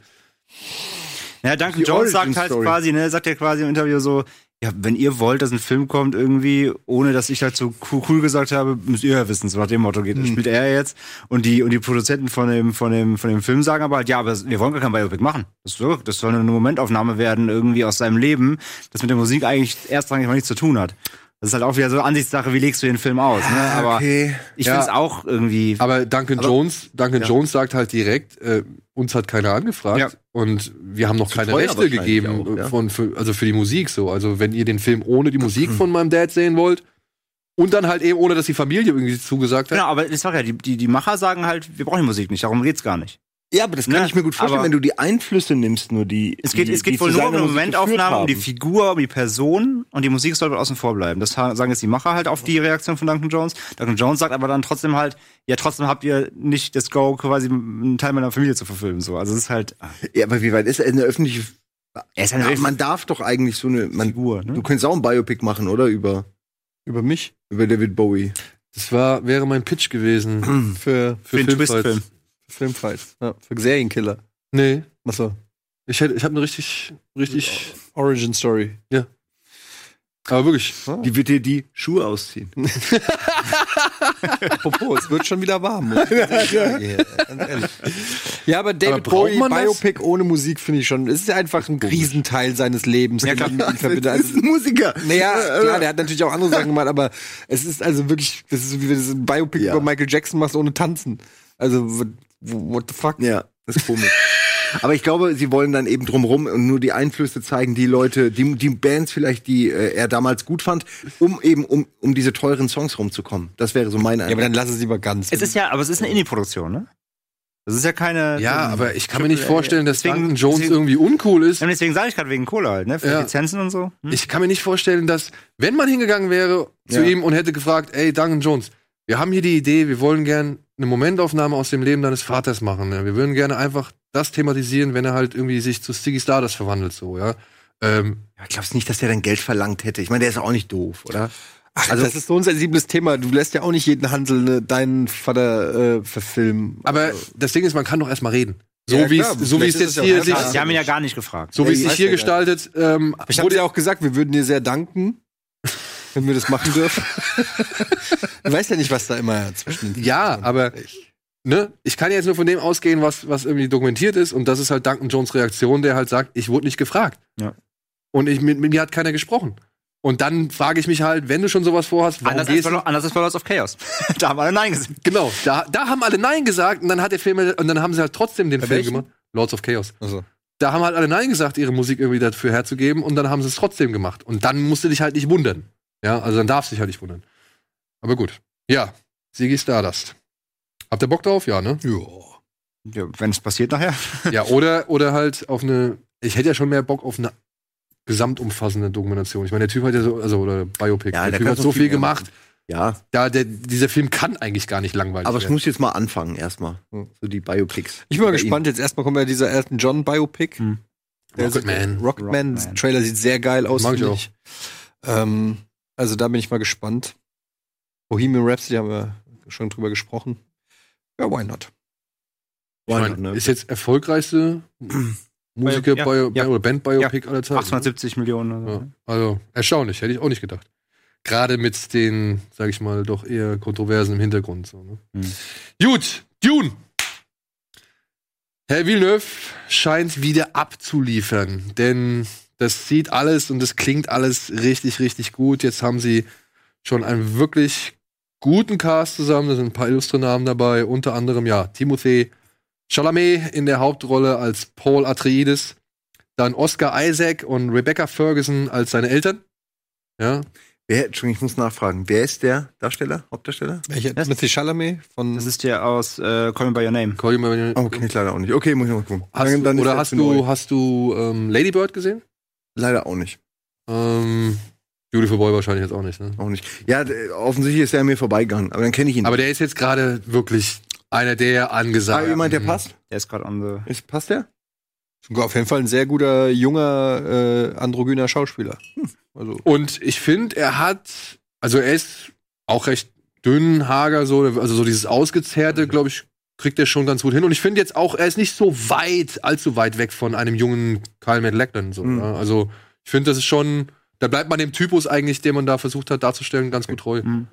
Ja, Duncan Die Jones sagt Origin halt Story. quasi, ne, sagt ja quasi im Interview so, ja, wenn ihr wollt, dass ein Film kommt irgendwie, ohne dass ich halt so cool, cool gesagt habe, müsst ihr ja wissen, so nach dem Motto geht, Hm. spielt er jetzt. Und die, und die Produzenten von dem, von dem, von dem Film sagen aber halt, ja, aber wir wollen gar kein Biopic machen. Das, soll- das soll nur eine Momentaufnahme werden irgendwie aus seinem Leben, das mit der Musik eigentlich erstrangig mal nichts zu tun hat. Das ist halt auch wieder so Ansichtssache, wie legst du den Film aus, ne? Aber Ah, Okay. ich Ja. finde es auch irgendwie, aber Duncan Aber- Jones, Duncan Ja. Jones sagt halt direkt, äh, uns hat keiner angefragt Ja. und wir haben noch keine teuer Rechte wahrscheinlich gegeben auch, ja. äh, von, für, also für die Musik so. Also wenn ihr den Film ohne die Musik von meinem Dad sehen wollt und dann halt eben ohne, dass die Familie irgendwie zugesagt hat. genau, aber ich sag ja, die, die, die Macher sagen halt, wir brauchen die Musik nicht, darum geht's gar nicht. Ja, aber das kann Ne? ich mir gut vorstellen, Aber- wenn du die Einflüsse nimmst, nur die. Es geht, die, es geht die wohl zu nur um seiner eine Musik geführt Momentaufnahme, um die haben. Figur, um die Person und die Musik soll außen vor bleiben. Das ha- sagen jetzt die Macher halt auf die Reaktion von Duncan Jones. Duncan Jones sagt aber dann trotzdem halt, ja, trotzdem habt ihr nicht das Go, quasi einen Teil meiner Familie zu verfilmen. So. Also es ist halt Ja, aber wie weit ist er eine öffentliche. Er ist eine ja, öffentliche man darf doch eigentlich so eine. Man, Figur. du Ne? könntest auch ein Biopic machen, oder? Über, Über mich? über David Bowie. Das war, wäre mein Pitch gewesen. (clears throat) Für, Für, den Filmfights. Twist-Film. für Filmfights. Ja, für Serienkiller. Nee. Achso. Ich, hätte- ich habe eine richtig, richtig. Origin Story. Ah. Aber wirklich. Die wird dir die Schuhe ausziehen. (laughs) Apropos, es wird schon wieder warm. (laughs) muss ich ganz ehrlich sagen. Ganz ehrlich. ja, aber David braucht Bowie, man das? Biopic ohne Musik finde ich schon. Es ist einfach ein Riesenteil seines Lebens. Ja, klar. (laughs) Also Das ist ein Musiker. (laughs) Naja, klar, der hat natürlich auch andere Sachen gemacht, aber es ist also wirklich, das ist so wie wenn du ein Biopic Ja. über Michael Jackson machst ohne Tanzen. Also, what- what the fuck? Ja, das ist komisch. Aber ich glaube, sie wollen dann eben drumrum und nur die Einflüsse zeigen, die Leute, die, die Bands vielleicht, die äh, er damals gut fand, um eben um, um diese teuren Songs rumzukommen. Das wäre so mein Ja, aber Eindruck. dann lass es lieber ganz. Es ist ja, aber es ist eine Indie-Produktion, ne? Das ist ja keine. Äh, Ja, aber ich kann mir nicht vorstellen, dass Deswegen- Duncan Jones deswegen- irgendwie uncool ist. Ja, Deswegen sage ich gerade wegen Cola halt, ne? Für Ja. Lizenzen und so. Hm? Ich kann mir nicht vorstellen, dass, wenn man hingegangen wäre zu Ja. ihm und hätte gefragt, ey, Duncan Jones, wir haben hier die Idee, wir wollen gern eine Momentaufnahme aus dem Leben deines Vaters machen. Ne? Wir würden gerne einfach das thematisieren, wenn er halt irgendwie sich zu Ziggy Stardust verwandelt, so, ja. Ähm, Ja, glaubst nicht, dass der dann Geld verlangt hätte? Ich meine, der ist auch nicht doof, oder? Ach, also, das ist so ein sensibles Thema. Du lässt ja auch nicht jeden Hansel ne, deinen Vater äh, verfilmen. aber das Ding ist, man kann doch erstmal reden. So Also Ja, wie klar. es so wie Vielleicht es ist jetzt es ja hier auch sich, klar. Sie haben ihn ja gar nicht gefragt. so Ja, wie es ich sich weiß hier ja gar gestaltet, ähm, Ich habe wurde dir auch gesagt, wir würden dir sehr danken, wenn wir das machen (laughs) dürfen. du weißt ja nicht, was da immer zwischen den Ja, aber ne, ich kann jetzt nur von dem ausgehen, was, was irgendwie dokumentiert ist. Und das ist halt Duncan Jones Reaktion, der halt sagt, ich wurde nicht gefragt. Ja. Und ich, mit, mit mir hat keiner gesprochen. Und dann frage ich mich halt, wenn du schon sowas vorhast, warum Anders als, gehst du? Fallout- anders als Fallout of Chaos. (laughs) da haben alle Nein gesagt. Genau, da, da haben alle Nein gesagt und dann hat der Film und dann haben sie halt trotzdem den Bei Film welchem? gemacht. Lords of Chaos. Also. Da haben halt alle Nein gesagt, ihre Musik irgendwie dafür herzugeben und dann haben sie es trotzdem gemacht. Und dann musst du dich halt nicht wundern. Ja, also dann darfst du dich halt nicht wundern. Aber gut. Ja, Sigi Stardust. Habt ihr Bock drauf? Ja, ne? Ja. Ja, Wenn es passiert nachher. Ja, oder, oder halt auf eine. Ich hätte ja schon mehr Bock auf eine gesamtumfassende Dokumentation. Ich meine, der Typ hat ja so, also oder Biopic. Ja, der der Typ kann hat so so viel viel mehr gemacht. Ja, Da der, dieser Film kann eigentlich gar nicht langweilig aber es werden. muss jetzt mal anfangen, erstmal. Hm. So die Biopics. Ich bin mal Über ihn. gespannt. Jetzt erstmal kommt ja dieser Elton John Biopic. Hm. Rocketman. Rocketman. Rocketman. Trailer sieht sehr geil aus. Mag ich finde Ähm, also da bin ich mal gespannt. Bohemian Rhapsody haben wir schon drüber gesprochen. Ja, why not? Ich mein, ne? ist (clears throat) jetzt erfolgreichste Musiker ne? Ja, Bio, ja. oder Band Biopic aller Zeiten. 870 Millionen. Oder so. Ja, also erstaunlich, hätte ich auch nicht gedacht. Gerade mit den, sag ich mal, doch eher Kontroversen im Hintergrund. So, ne? Hm. Gut, Dune. Herr Villeneuve scheint wieder abzuliefern, denn das sieht alles und das klingt alles richtig, richtig gut. Jetzt haben sie schon einen wirklich guten Cast zusammen. Da sind ein paar illustre Namen dabei, unter anderem ja Timothée Chalamet in der Hauptrolle als Paul Atreides, dann Oscar Isaac und Rebecca Ferguson als seine Eltern. Ja, Wer, Entschuldigung, ich muss nachfragen. Wer ist der Darsteller, Hauptdarsteller? Welcher? Das- Timothy Chalamet von. Das ist der aus äh, Call Me By Your Name. Call You By Your Name. Oh, kenn ich leider auch nicht. Okay, muss ich noch mal gucken. Hast Dann- dann du, ist oder das hast für neu. du, hast du ähm, Lady Bird gesehen? Leider auch nicht. Ähm, Beautiful Boy wahrscheinlich jetzt auch nicht. Ne? Auch nicht. Ja, d- offensichtlich ist er mir vorbeigegangen, aber dann kenne ich ihn. Aber der ist jetzt gerade wirklich einer der ah, angesagten. jemand, der passt? Der ist gerade on the. Ist, passt der? auf jeden Fall ein sehr guter, junger, äh, androgyner Schauspieler. Hm. Also, Und ich finde, er hat, also er ist auch recht dünn, hager, so, also so dieses Ausgezehrte, glaube ich, kriegt er schon ganz gut hin. Und ich finde jetzt auch, er ist nicht so weit, allzu weit weg von einem jungen Kyle McLachlan. So, Mhm. ja. Also ich finde, das ist schon, da bleibt man dem Typus eigentlich, den man da versucht hat darzustellen, ganz gut treu. Mhm.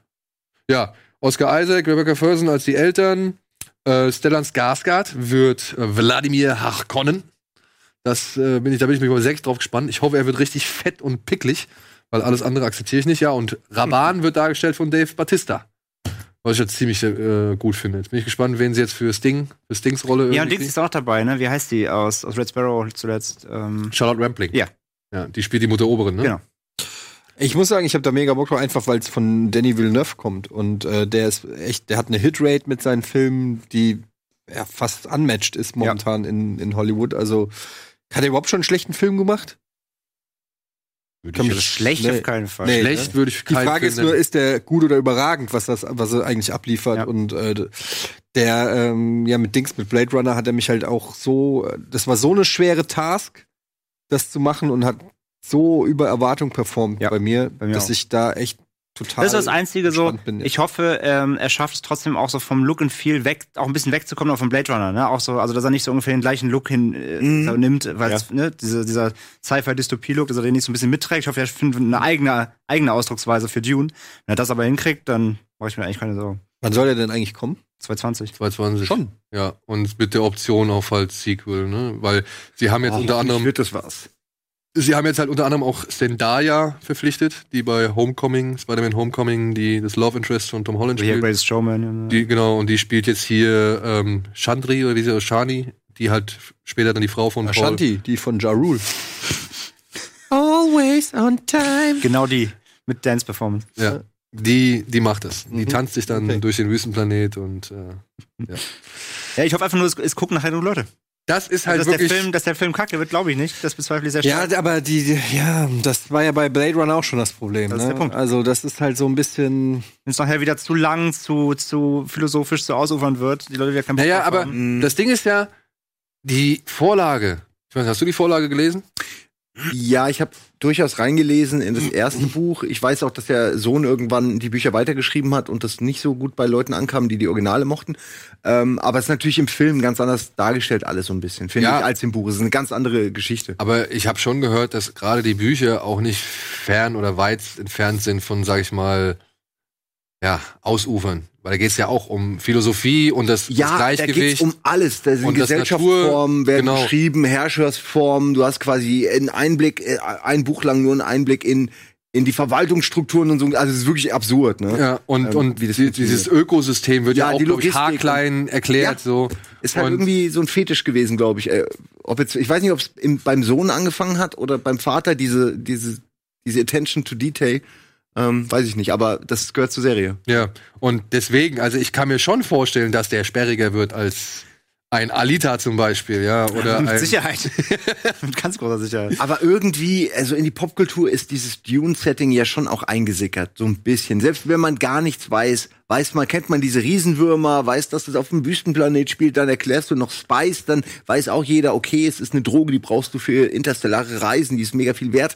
Ja, Oscar Isaac, Rebecca Ferguson als die Eltern. Äh, Stellan Skarsgård wird äh, Wladimir Harkonnen. Das äh, bin ich, da bin ich mich über sechs drauf gespannt. Ich hoffe, er wird richtig fett und picklig, weil alles andere akzeptiere ich nicht. Ja, und Raban wird dargestellt von Dave Batista. Was ich jetzt ziemlich äh, gut finde. Jetzt bin ich gespannt, wen sie jetzt für Sting, für Stings Rolle Ja, und irgendwie- Dings ist auch dabei, ne? Wie heißt die aus, aus Red Sparrow zuletzt? Ähm, Charlotte Rampling. Ja. ja. Die spielt die Mutter Oberin, ne? Genau. ich muss sagen, ich habe da mega Bock drauf, einfach weil es von Danny Villeneuve kommt. Und äh, der ist echt, der hat eine Hitrate mit seinen Filmen, die ja, fast unmatched ist momentan in, in Hollywood. Also, hat er überhaupt schon einen schlechten Film gemacht? Würde Kann ich mich jetzt- ne? schlecht nee. auf keinen Fall. Nee. schlecht würde ich Die keinen Frage Film ist nur, nennen. ist der gut oder überragend, was, das, was er eigentlich abliefert? ne. Ja. Und äh, d- der, ähm, ja, mit Dings, mit Blade Runner hat er mich halt auch so, äh, das war so eine schwere Task, das zu machen und hat so über Erwartung performt Ja, bei mir, bei mir dass auch. ich da echt total. Das ist das Einzige so. entspannt bin jetzt. Ich hoffe, ähm, er schafft es trotzdem auch so vom Look and Feel weg, auch ein bisschen wegzukommen, auch vom Blade Runner, ne? Auch so, also dass er nicht so ungefähr den gleichen Look hin äh, so nimmt, weil es, ne, diese, dieser Sci-Fi-Dystopie-Look, dass er den nicht so ein bisschen mitträgt. Ich hoffe, er findet eine eigene, eigene Ausdrucksweise für Dune. Wenn er das aber hinkriegt, dann brauche ich mir eigentlich keine Sorgen. Wann soll der denn eigentlich kommen? 220. 2020. Schon. Ja, und mit der Option auf halt Sequel, ne? Weil sie haben jetzt unter anderem Wird das was? sie haben jetzt halt unter anderem auch Zendaya verpflichtet, die bei Homecoming, Spider-Man Homecoming, die das Love Interest von Tom Holland Oder hier spielt. Greatest Showman. ne? Die, genau, und die spielt jetzt hier ähm, Chandri oder wie sie oder Shani, die halt später dann die Frau Ah, von Paul. Ashanti, die von Ja Rule. Always on time. Genau die. Mit Dance-Performance. Ja. Die, die macht das. Die Mhm. tanzt sich dann Okay. durch den Wüstenplanet und äh, Ja, ich hoffe einfach nur, es, es gucken nachher nur Leute. Also, das ist halt dass, der wirklich. Ah, Film, dass der Film kacke wird, glaube ich nicht. Das bezweifle ich sehr Ja, stark. aber die, die- ja, das war ja bei Blade Runner auch schon das Problem. Das ist ne? der äh, Punkt. Also, das ist halt so ein bisschen. Wenn es nachher wieder zu lang, zu, zu philosophisch, zu ausufern wird, die Leute wieder keinen Bock Naja, drauf aber haben. Mhm. das Ding ist ja, die Vorlage. Ich meine, hast du die Vorlage gelesen? Ja, ich habe durchaus reingelesen in das (laughs) erste Buch. Ich weiß auch, dass der Sohn irgendwann die Bücher weitergeschrieben hat und das nicht so gut bei Leuten ankam, die die Originale mochten. Ähm, aber es ist natürlich im Film ganz anders dargestellt, alles so ein bisschen, finde Ja. ich, als im Buch. Es ist eine ganz andere Geschichte. Aber ich habe schon gehört, dass gerade die Bücher auch nicht fern oder weit entfernt sind von, sag ich mal, ja, Ausufern. Weil da geht es ja auch um Philosophie und das, das Ja, da geht's Gleichgewicht. um alles. Da sind Und das Gesellschaftsformen, Natur- werden genau. beschrieben, Herrschaftsformen. Du hast quasi einen Einblick, äh, ein Buch lang nur einen Einblick in, in die Verwaltungsstrukturen und so. Also es ist wirklich absurd, ne? ja, und, ähm, und wie das die, dieses Ökosystem wird ja, Ja, auch die glaub ich, Logistik haarklein erklärt. Ja. So. Ist halt Und- irgendwie so ein Fetisch gewesen, glaube ich. Äh, Ob jetzt, ich weiß nicht, ob es beim Sohn angefangen hat oder beim Vater diese, diese, diese Attention to Detail. Ähm, weiß ich nicht, aber das gehört zur Serie. Ja, und deswegen, also ich kann mir schon vorstellen, dass der sperriger wird als, Ein Alita zum Beispiel, ja. Oder Mit ein, (laughs) Sicherheit. Mit ganz großer Sicherheit. Aber irgendwie, also in die Popkultur ist dieses Dune-Setting ja schon auch eingesickert, so ein bisschen. Selbst wenn man gar nichts weiß, weiß man, kennt man diese Riesenwürmer, weiß, dass es auf dem Wüstenplanet spielt, dann erklärst du noch Spice, dann weiß auch jeder, okay, es ist eine Droge, die brauchst du für interstellare Reisen, die ist mega viel wert.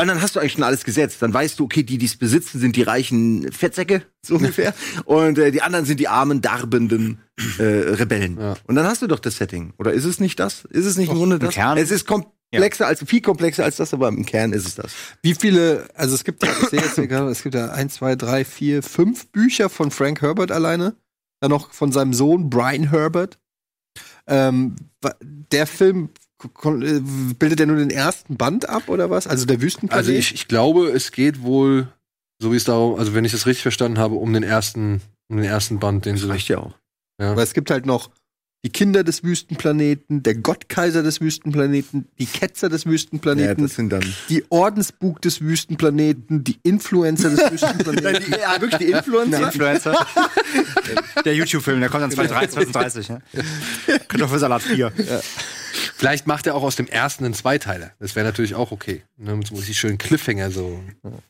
Und dann hast du eigentlich schon alles gesetzt. Dann weißt du, okay, die, die es besitzen, sind die reichen Fettsäcke, so ungefähr. Und äh, die anderen sind die armen, darbenden äh, Rebellen. Und dann hast du doch das Setting. Oder ist es nicht das? Ist es nicht im Grunde das? Kern. Es ist komplexer, als, viel komplexer als das, aber im Kern ist es das. Wie viele, also es gibt ja, ich sehe jetzt hier gerade, es gibt ja ein, zwei, drei, vier, fünf Bücher von Frank Herbert alleine. Dann noch von seinem Sohn Brian Herbert. Ähm, wa- der Film kon- äh, bildet ja nur den ersten Band ab oder was? Also der Wüstenplanet? Also ich, ich glaube, es geht wohl, so wie es darum, also wenn ich das richtig verstanden habe, um den ersten, um den ersten Band, den sie. Reicht ja auch. Ja. Aber es gibt halt noch die Kinder des Wüstenplaneten, der Gottkaiser des Wüstenplaneten, die Ketzer des Ja, Wüstenplaneten, das sind dann. die Ordensbug des Wüstenplaneten, die (laughs) Influencer des Wüstenplaneten. ja, wirklich die (laughs) Influencer. Influencer. der YouTube-Film, der kommt dann Genau. 2030. Ne? Kartoffelsalat 4. Vielleicht macht er auch aus dem ersten einen Zweiteiler. Das wäre natürlich auch okay. Ne, mit so richtig schönen Cliffhanger so.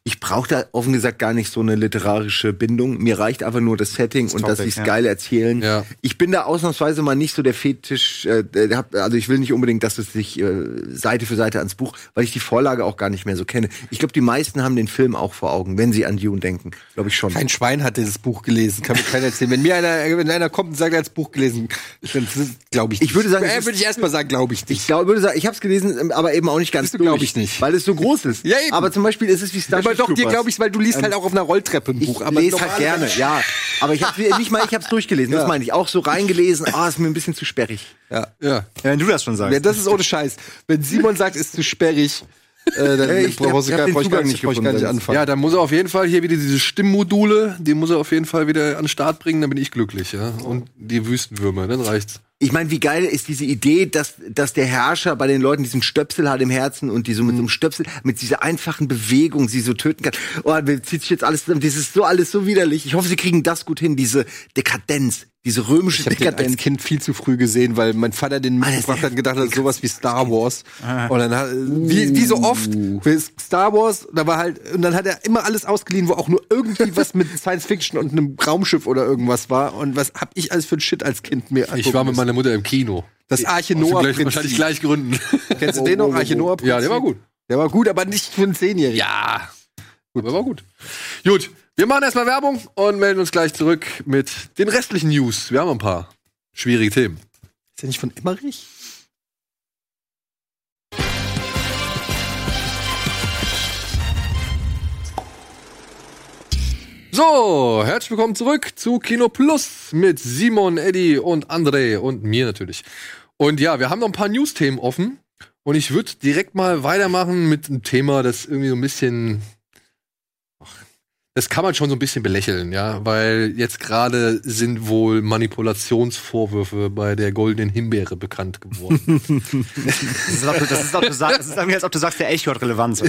Ich brauche da offen gesagt gar nicht so eine literarische Bindung. Mir reicht einfach nur das Setting und dass Topic, sie es ja. geil erzählen. Ja. Ich bin da ausnahmsweise mal nicht so der Fetisch. Äh, der hab- also ich will nicht unbedingt, dass es sich äh, Seite für Seite ans Buch, weil ich die Vorlage auch gar nicht mehr so kenne. Ich glaube, die meisten haben den Film auch vor Augen, wenn sie an Dune denken. Glaube ich schon. Kein Schwein hat dieses Buch gelesen, kann mir keiner erzählen. Wenn mir einer, wenn einer kommt und sagt, er hat das Buch gelesen, dann glaube ich Ich würde sagen, es äh, ist- würde ich erstmal sagen, glaube ich nicht. Ich glaube, würde sagen, ich habe es gelesen, ähm, aber eben auch nicht ganz Siehst du, glaub durch, ich nicht. weil es so groß ist. Ja, eben. Aber zum Beispiel ist es wie Starship aber doch, dir Troopers. glaube ich, weil du liest Ähm, halt auch auf einer Rolltreppe ein Buch. Ich aber lese normal- halt gerne, ja. Aber ich habe nicht mal, ich habe es durchgelesen. Das meine ich. Auch so reingelesen. Ah, ist mir ein bisschen zu sperrig. Ja. Ja. Ja, wenn du das schon sagst. Ja, das ist ohne Scheiß. Wenn Simon sagt, ist zu sperrig, äh, dann Ey, ich hab- brauchst ich du hab gar den brauch ich gar Zugang nicht, nicht brauch ich gar gefunden, nicht das ist- anfangen. Ja, dann muss er auf jeden Fall hier wieder diese Stimmmodule, die muss er auf jeden Fall wieder an den Start bringen, dann bin ich glücklich, ja. Und die Wüstenwürmer, dann reicht's. Ich meine, wie geil ist diese Idee, dass, dass der Herrscher bei den Leuten diesen Stöpsel hat im Herzen und die so mit Mhm. so einem Stöpsel, mit dieser einfachen Bewegung sie so töten kann. Oh, mir zieht sich jetzt alles zusammen. Das ist so alles so widerlich. Ich hoffe, sie kriegen das gut hin, diese Dekadenz, diese römische Ich habe den als Dekadenz. Kind viel zu früh gesehen, weil mein Vater den Alles mitgebracht hat sehr- und gedacht hat, sowas wie Star Wars. Und dann hat, wie, wie so oft, für Star Wars, da war halt, und dann hat er immer alles ausgeliehen, wo auch nur irgendwie was mit Science Fiction und einem Raumschiff oder irgendwas war. Und was hab ich alles für ein Shit als Kind mir Ich war mit müssen. meiner Mutter im Kino. Das Arche Aus dem Noah gleich, wahrscheinlich gleich gründen. (laughs) Oh, Kennst du den noch? Arche Noah Ja, der war gut. Der war gut, aber nicht für einen Zehnjährigen. Ja. Gut. Aber war gut. Gut, wir machen erstmal Werbung und melden uns gleich zurück mit den restlichen News. Wir haben ein paar schwierige Themen. Ist der nicht von Emmerich? So, herzlich willkommen zurück zu Kino Plus mit Simon, Eddie und André und mir natürlich. Und ja, wir haben noch ein paar News-Themen offen und ich würde direkt mal weitermachen mit einem Thema, das irgendwie so ein bisschen. Ach, Das kann man schon so ein bisschen belächeln, ja, weil jetzt gerade sind wohl Manipulationsvorwürfe bei der goldenen Himbeere bekannt geworden. (laughs) Das ist, ob du, das, ist, ob du sagst, das ist irgendwie, als ob du sagst, der Echo hat Relevanz.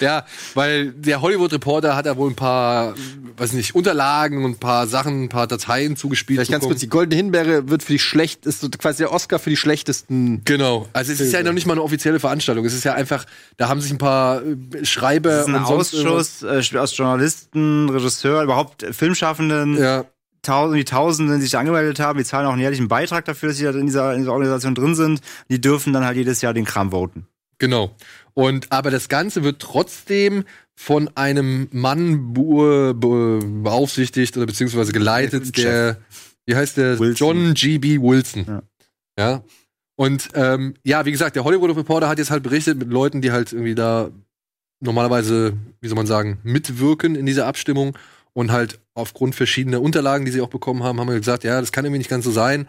Ja, weil der Hollywood Reporter hat ja wohl ein paar, weiß nicht, Unterlagen und ein paar Sachen, ein paar Dateien zugespielt. Vielleicht ganz bekommen. kurz, die Goldene Himbeere wird für die schlecht, ist so quasi der Oscar für die schlechtesten. Genau. Also es ist ja noch nicht mal eine offizielle Veranstaltung. Es ist ja einfach, da haben sich ein paar äh, Schreiber Das ist ein und sonst irgendwas- Ausschuss äh, aus Journalisten, Regisseur, überhaupt äh, Filmschaffenden, Ja, Tausend, die Tausenden, die sich da angemeldet haben, die zahlen auch einen jährlichen Beitrag dafür, dass sie da in dieser, in dieser Organisation drin sind. Die dürfen dann halt jedes Jahr den Kram voten. genau. Und aber das Ganze wird trotzdem von einem Mann be be beaufsichtigt oder beziehungsweise geleitet, der wie heißt der Wilson. John G.B. Wilson. Ja. Ja. Und ähm, ja, wie gesagt, der Hollywood Reporter hat jetzt halt berichtet mit Leuten, die halt irgendwie da normalerweise, wie soll man sagen, mitwirken in dieser Abstimmung. Und halt aufgrund verschiedener Unterlagen, die sie auch bekommen haben, haben wir gesagt, ja, das kann irgendwie nicht ganz so sein.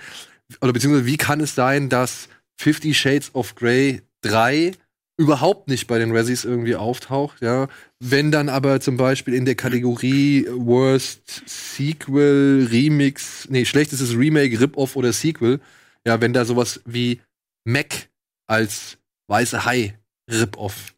Oder beziehungsweise, wie kann es sein, dass Fifty Shades of Grey 3 überhaupt nicht bei den Razzies irgendwie auftaucht, ja. Wenn dann aber zum Beispiel in der Kategorie Worst Sequel, Remix, nee, schlechtestes Remake, Rip-Off oder Sequel, ja, wenn da sowas wie Mac als weiße Hai Rip-Off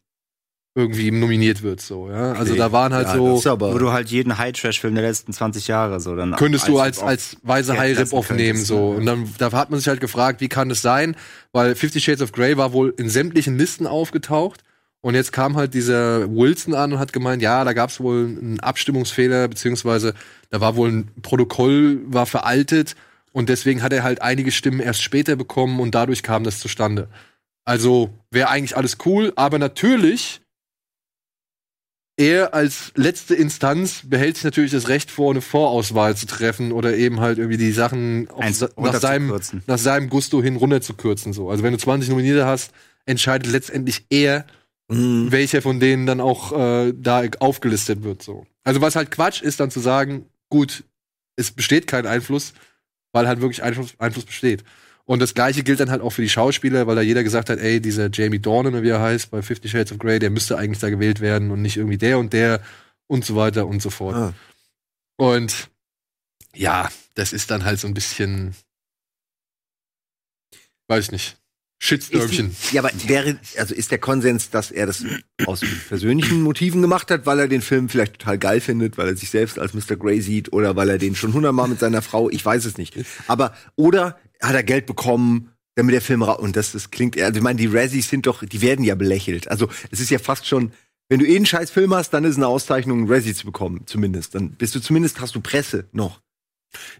irgendwie nominiert wird. So, ja? Also da waren halt so. wo du halt jeden High-Trash-Film der letzten 20 Jahre so dann könntest du als, Rip-Off als weise High lassen Rip off könntest, nehmen. So. ja. Und dann da hat man sich halt gefragt, wie kann es sein? Weil Fifty Shades of Grey war wohl in sämtlichen Listen aufgetaucht. Und jetzt kam halt dieser Wilson an und hat gemeint, ja, da gab es wohl einen Abstimmungsfehler, beziehungsweise da war wohl ein Protokoll, war veraltet und deswegen hat er halt einige Stimmen erst später bekommen und dadurch kam das zustande. Also wäre eigentlich alles cool, aber natürlich er als letzte Instanz behält sich natürlich das Recht vor, eine Vorauswahl zu treffen oder eben halt irgendwie die Sachen auf, Eins sa- nach, seinem, runterzukürzen. nach seinem Gusto hin runterzukürzen. So. Also wenn du 20 Nominierte hast, entscheidet letztendlich er, welcher von denen dann auch äh, da aufgelistet wird. So. Also was halt Quatsch ist, dann zu sagen, gut, es besteht kein Einfluss, weil halt wirklich Einfluss, Einfluss besteht. Und das gleiche gilt dann halt auch für die Schauspieler, weil da jeder gesagt hat, ey, dieser Jamie Dornan, oder wie er heißt, bei Fifty Shades of Grey, der müsste eigentlich da gewählt werden und nicht irgendwie der und der und so weiter und so fort. Ah. Und ja, das ist dann halt so ein bisschen, weiß ich nicht, Shitstürmchen. Ist die, ja, aber wäre, also ist der Konsens, dass er das aus persönlichen Motiven gemacht hat, weil er den Film vielleicht total geil findet, weil er sich selbst als Mr. Grey sieht oder weil er den schon hundertmal mit seiner Frau, ich weiß es nicht. Aber, oder hat er Geld bekommen, damit der Film raus, und das, das klingt, also ich meine, die Razzies sind doch, die werden ja belächelt. Also, es ist ja fast schon, wenn du eh einen scheiß Film hast, dann ist eine Auszeichnung, einen Razzie zu bekommen, zumindest. Dann bist du zumindest, hast du Presse noch.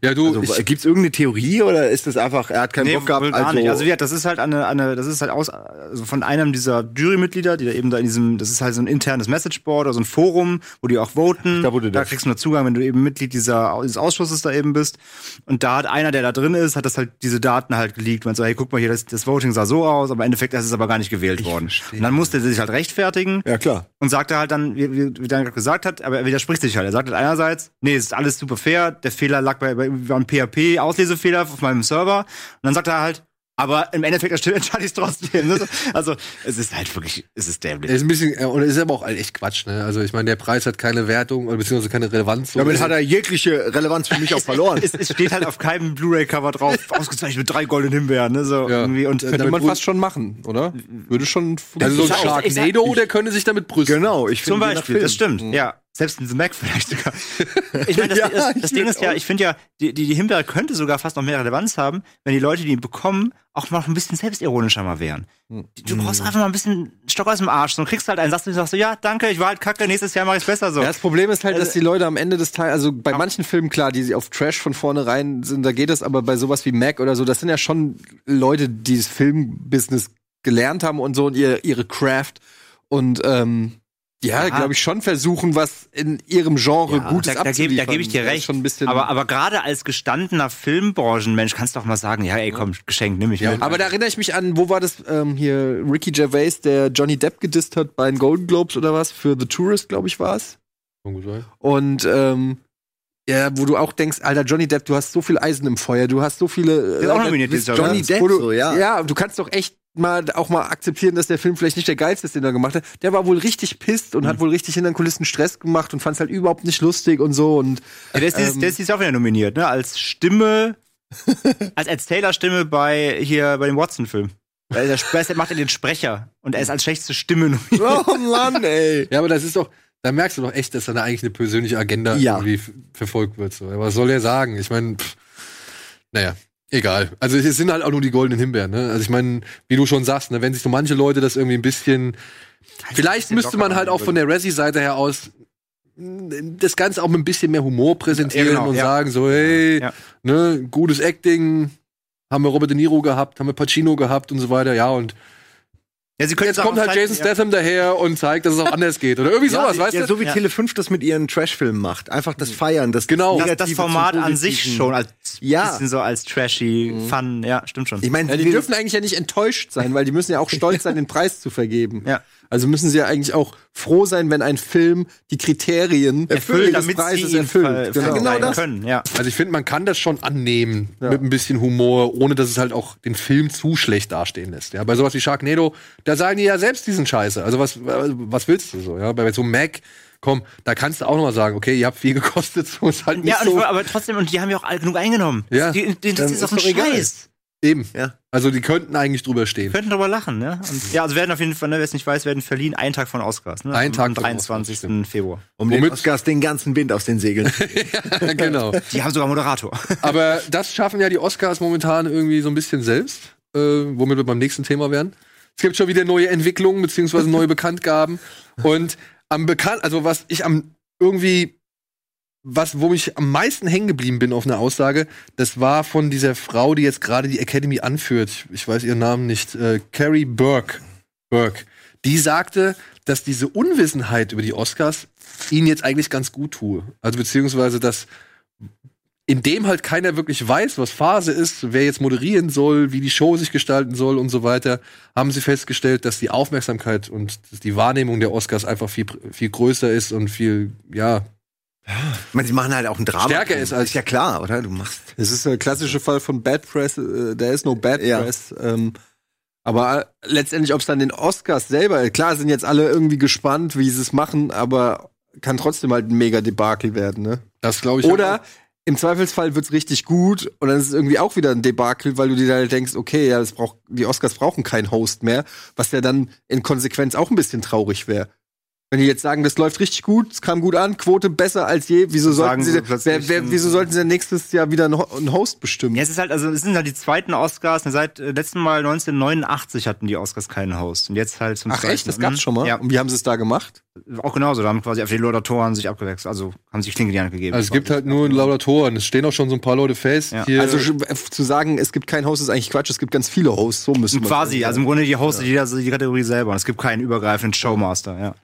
Ja, du, Also, ich, gibt's irgendeine Theorie oder ist das einfach, er hat keinen Nee, Bock gehabt? wohl gar nicht. Also wie gesagt, das ist halt eine, eine das ist halt aus, also von einem dieser Jurymitglieder, die da eben da in diesem, das ist halt so ein internes Messageboard oder so ein Forum, wo die auch voten. Da wurde das. kriegst du nur Zugang, wenn du eben Mitglied dieser, dieses Ausschusses da eben bist. Und da hat einer, der da drin ist, hat das halt diese Daten halt geleakt. Man so, hey, guck mal hier, das, das Voting sah so aus, aber im Endeffekt ist es aber gar nicht gewählt worden. Und dann musste er sich halt rechtfertigen. ja, klar. Und sagte halt dann, wie, wie, wie Daniel gerade gesagt hat, aber er widerspricht sich halt. Er sagt halt einerseits, nee, es ist alles super fair, der Fehler lag bei, bei beim PHP-Auslesefehler auf meinem Server. Und dann sagt er halt, aber im Endeffekt stimmt- (laughs) entscheide ich es trotzdem. Ne? Also, es ist halt wirklich, es ist dämlich. ist ein bisschen, äh, und ist aber auch echt Quatsch, ne? Also ich meine, der Preis hat keine Wertung oder beziehungsweise keine Relevanz. Also, So. Damit hat er jegliche Relevanz für mich auch verloren. (laughs) es, es steht halt auf keinem Blu-ray-Cover (laughs) drauf, ausgezeichnet mit drei goldenen Himbeeren. Ne? So irgendwie. Und Könnte man wurde- fast schon machen, oder? Würde schon also so Ich ein sag- ich sag- Sharknado, der könnte sich damit brüsten. Genau, ich Zum finde, je nach Beispiel, Film. das stimmt. Ja. Selbst ein The Mac vielleicht sogar. (laughs) Ich meine, das, Ja, das, ich das Ding würd ist ja, auch. ich finde ja, die, die, die Himbeere könnte sogar fast noch mehr Relevanz haben, wenn die Leute, die ihn bekommen, auch mal noch ein bisschen selbstironischer mal wären. Du brauchst einfach mal ein bisschen Stock aus dem Arsch. Dann kriegst du halt einen Satz und sagst so, ja, danke, ich war halt kacke, nächstes Jahr mache ich besser so. Ja, das Problem ist halt, dass Also- die Leute am Ende des Teils, also bei manchen Filmen, klar, die auf Trash von vornherein sind, da geht das, aber bei sowas wie Mac oder so, das sind ja schon Leute, die das Filmbusiness gelernt haben und so und ihr, ihre Craft und ähm, ja, Ja. glaube ich, schon versuchen, was in ihrem Genre Ja, Gutes da, da, geb, da abzuliefern. gebe ich dir Das ist recht. Schon ein bisschen aber aber gerade als gestandener Filmbranchenmensch kannst du doch mal sagen, ja, ey, komm, Geschenk, nimm mich Ja, mit. Aber da erinnere ich mich an, wo war das ähm, hier Ricky Gervais, der Johnny Depp gedisst hat bei den Golden Globes oder was für The Tourist, glaube ich, war es. Kann gut sein. Und ähm, ja, wo du auch denkst, Alter, Johnny Depp, du hast so viel Eisen im Feuer, du hast so viele. Der ist auch nominiert du dieses bist Jahr, Johnny ne? Depp, Wo du- so, ja. Ja, du kannst doch echt mal auch mal akzeptieren, dass der Film vielleicht nicht der geilste ist, den er gemacht hat. Der war wohl richtig pisst und hat wohl richtig hinter den Kulissen Stress gemacht und fand es halt überhaupt nicht lustig und so. Und Ja, der, ist dieses, der ist dieses Jahr wieder nominiert, ne? Als Stimme, als Erzählerstimme bei hier bei dem Watson-Film. Weil der Sprecher macht er den Sprecher und er ist als schlechteste Stimme nominiert. Oh Mann, ey. Ja, aber das ist doch, da merkst du doch echt, dass da eigentlich eine persönliche Agenda Ja. irgendwie f- verfolgt wird. So. Aber was soll er sagen? Ich meine, pff, naja, egal. Also es sind halt auch nur die goldenen Himbeeren. Ne? Also ich meine, wie du schon sagst, ne, wenn sich so manche Leute das irgendwie ein bisschen, vielleicht müsste man halt auch von der Resi-Seite her aus mh, das Ganze auch mit ein bisschen mehr Humor präsentieren Ja, genau, und ja. sagen so, hey, Ja. ne, gutes Acting, haben wir Robert De Niro gehabt, haben wir Pacino gehabt und so weiter, ja, und Ja, sie können jetzt auch kommt halt zeigen, Jason ja. Statham daher und zeigt, dass es auch anders geht. Oder irgendwie sowas, weißt (laughs) ja, du? so wie Ja. Tele5 das mit ihren Trashfilmen macht. Einfach das Feiern, das Genau. Das, das Negative Format zum an sich Positiven. schon als Ja. bisschen so als trashy Fun, ja, stimmt schon. Ich meine, Ja, die dürfen eigentlich ja nicht enttäuscht sein, weil die müssen ja auch stolz sein, den Preis zu vergeben. Ja. Also müssen sie ja eigentlich auch froh sein, wenn ein Film die Kriterien erfüllt, des damit Preises sie ihn erfüllt. ver- Genau. genau das. das. können, ja. Also ich finde, man kann das schon annehmen mit ein bisschen Humor, ohne dass es halt auch den Film zu schlecht dastehen lässt. Ja, bei sowas wie Sharknado, da sagen die ja selbst diesen Scheiße. Also was, was willst du so? Ja, bei so einem Mac, komm, da kannst du auch noch mal sagen, okay, ihr habt viel gekostet, so ist halt nicht Ja, und ich, so. wollt- aber trotzdem, und die haben ja auch all- genug eingenommen. Ja, die, die, das dann ist ist doch ein doch egal. Scheiß. Eben. Ja. Also die könnten eigentlich drüber (laughs) stehen. Könnten drüber lachen, ne? Und, ja, also werden auf jeden Fall, ne, wer es nicht weiß, werden verliehen einen Tag von Oscars, ne? Einen Tag Am von Oscars, 23. stimmt. Februar. Um den Oscars den ganzen Wind aus den Segeln. Ja, genau. Die haben sogar Moderator. Aber das schaffen ja die Oscars momentan irgendwie so ein bisschen selbst, äh, womit wir beim nächsten Thema wären. Es gibt schon wieder neue Entwicklungen beziehungsweise neue Bekanntgaben und am bekannt, also was ich am irgendwie was wo ich am meisten hängen geblieben bin auf einer Aussage, das war von dieser Frau, die jetzt gerade die Academy anführt. Ich weiß ihren Namen nicht. Äh, Carrie Burke. Burke. Die sagte, dass diese Unwissenheit über die Oscars ihnen jetzt eigentlich ganz gut tue. Also beziehungsweise, dass in dem halt keiner wirklich weiß, was Phase ist, wer jetzt moderieren soll, wie die Show sich gestalten soll und so weiter, haben sie festgestellt, dass die Aufmerksamkeit und die Wahrnehmung der Oscars einfach viel, viel größer ist und viel, ja, Ich meine, sie machen halt auch ein Drama. Stärker ist als- Ist ja klar, oder? Du machst. Es ist der klassische Fall von Bad Press, äh, there is no Bad Ja. Press. Ähm, aber äh, letztendlich, ob es dann den Oscars selber, klar sind jetzt alle irgendwie gespannt, wie sie es machen, aber kann trotzdem halt ein mega Debakel werden, ne? das glaube ich. Oder im Zweifelsfall wird's richtig gut und dann ist es irgendwie auch wieder ein Debakel, weil du dir dann denkst, okay, ja, das braucht, die Oscars brauchen keinen Host mehr, was ja dann in Konsequenz auch ein bisschen traurig wäre. Wenn die jetzt sagen, das läuft richtig gut, es kam gut an, Quote besser als je, wieso Sagen sollten sie, sie denn- plötzlich, hm. wer, wer, wieso sollten sie denn nächstes Jahr wieder einen Ho- einen Host bestimmen? Ja, es ist halt, also es sind halt die zweiten Oscars. Und seit äh, letzten Mal 1989 hatten die Oscars keinen Host. Und jetzt halt zum Ach echt, zweiten das Mal. gab's schon mal? Ja, Und wie haben sie es da gemacht? auch genauso. Da haben quasi einfach die Laudatoren sich abgewechselt. Also haben sich Klinge die Hand gegeben. Also es gibt halt nur Laudatoren. Es stehen auch schon so ein paar Leute fest. Ja. Hier, Also sch- äh, zu sagen, es gibt keinen Host, ist eigentlich Quatsch, es gibt ganz viele Hosts, so müssen wir Quasi, also im Grunde die hostet jeder so die Kategorie selber. Und es gibt keinen übergreifenden Showmaster, ja.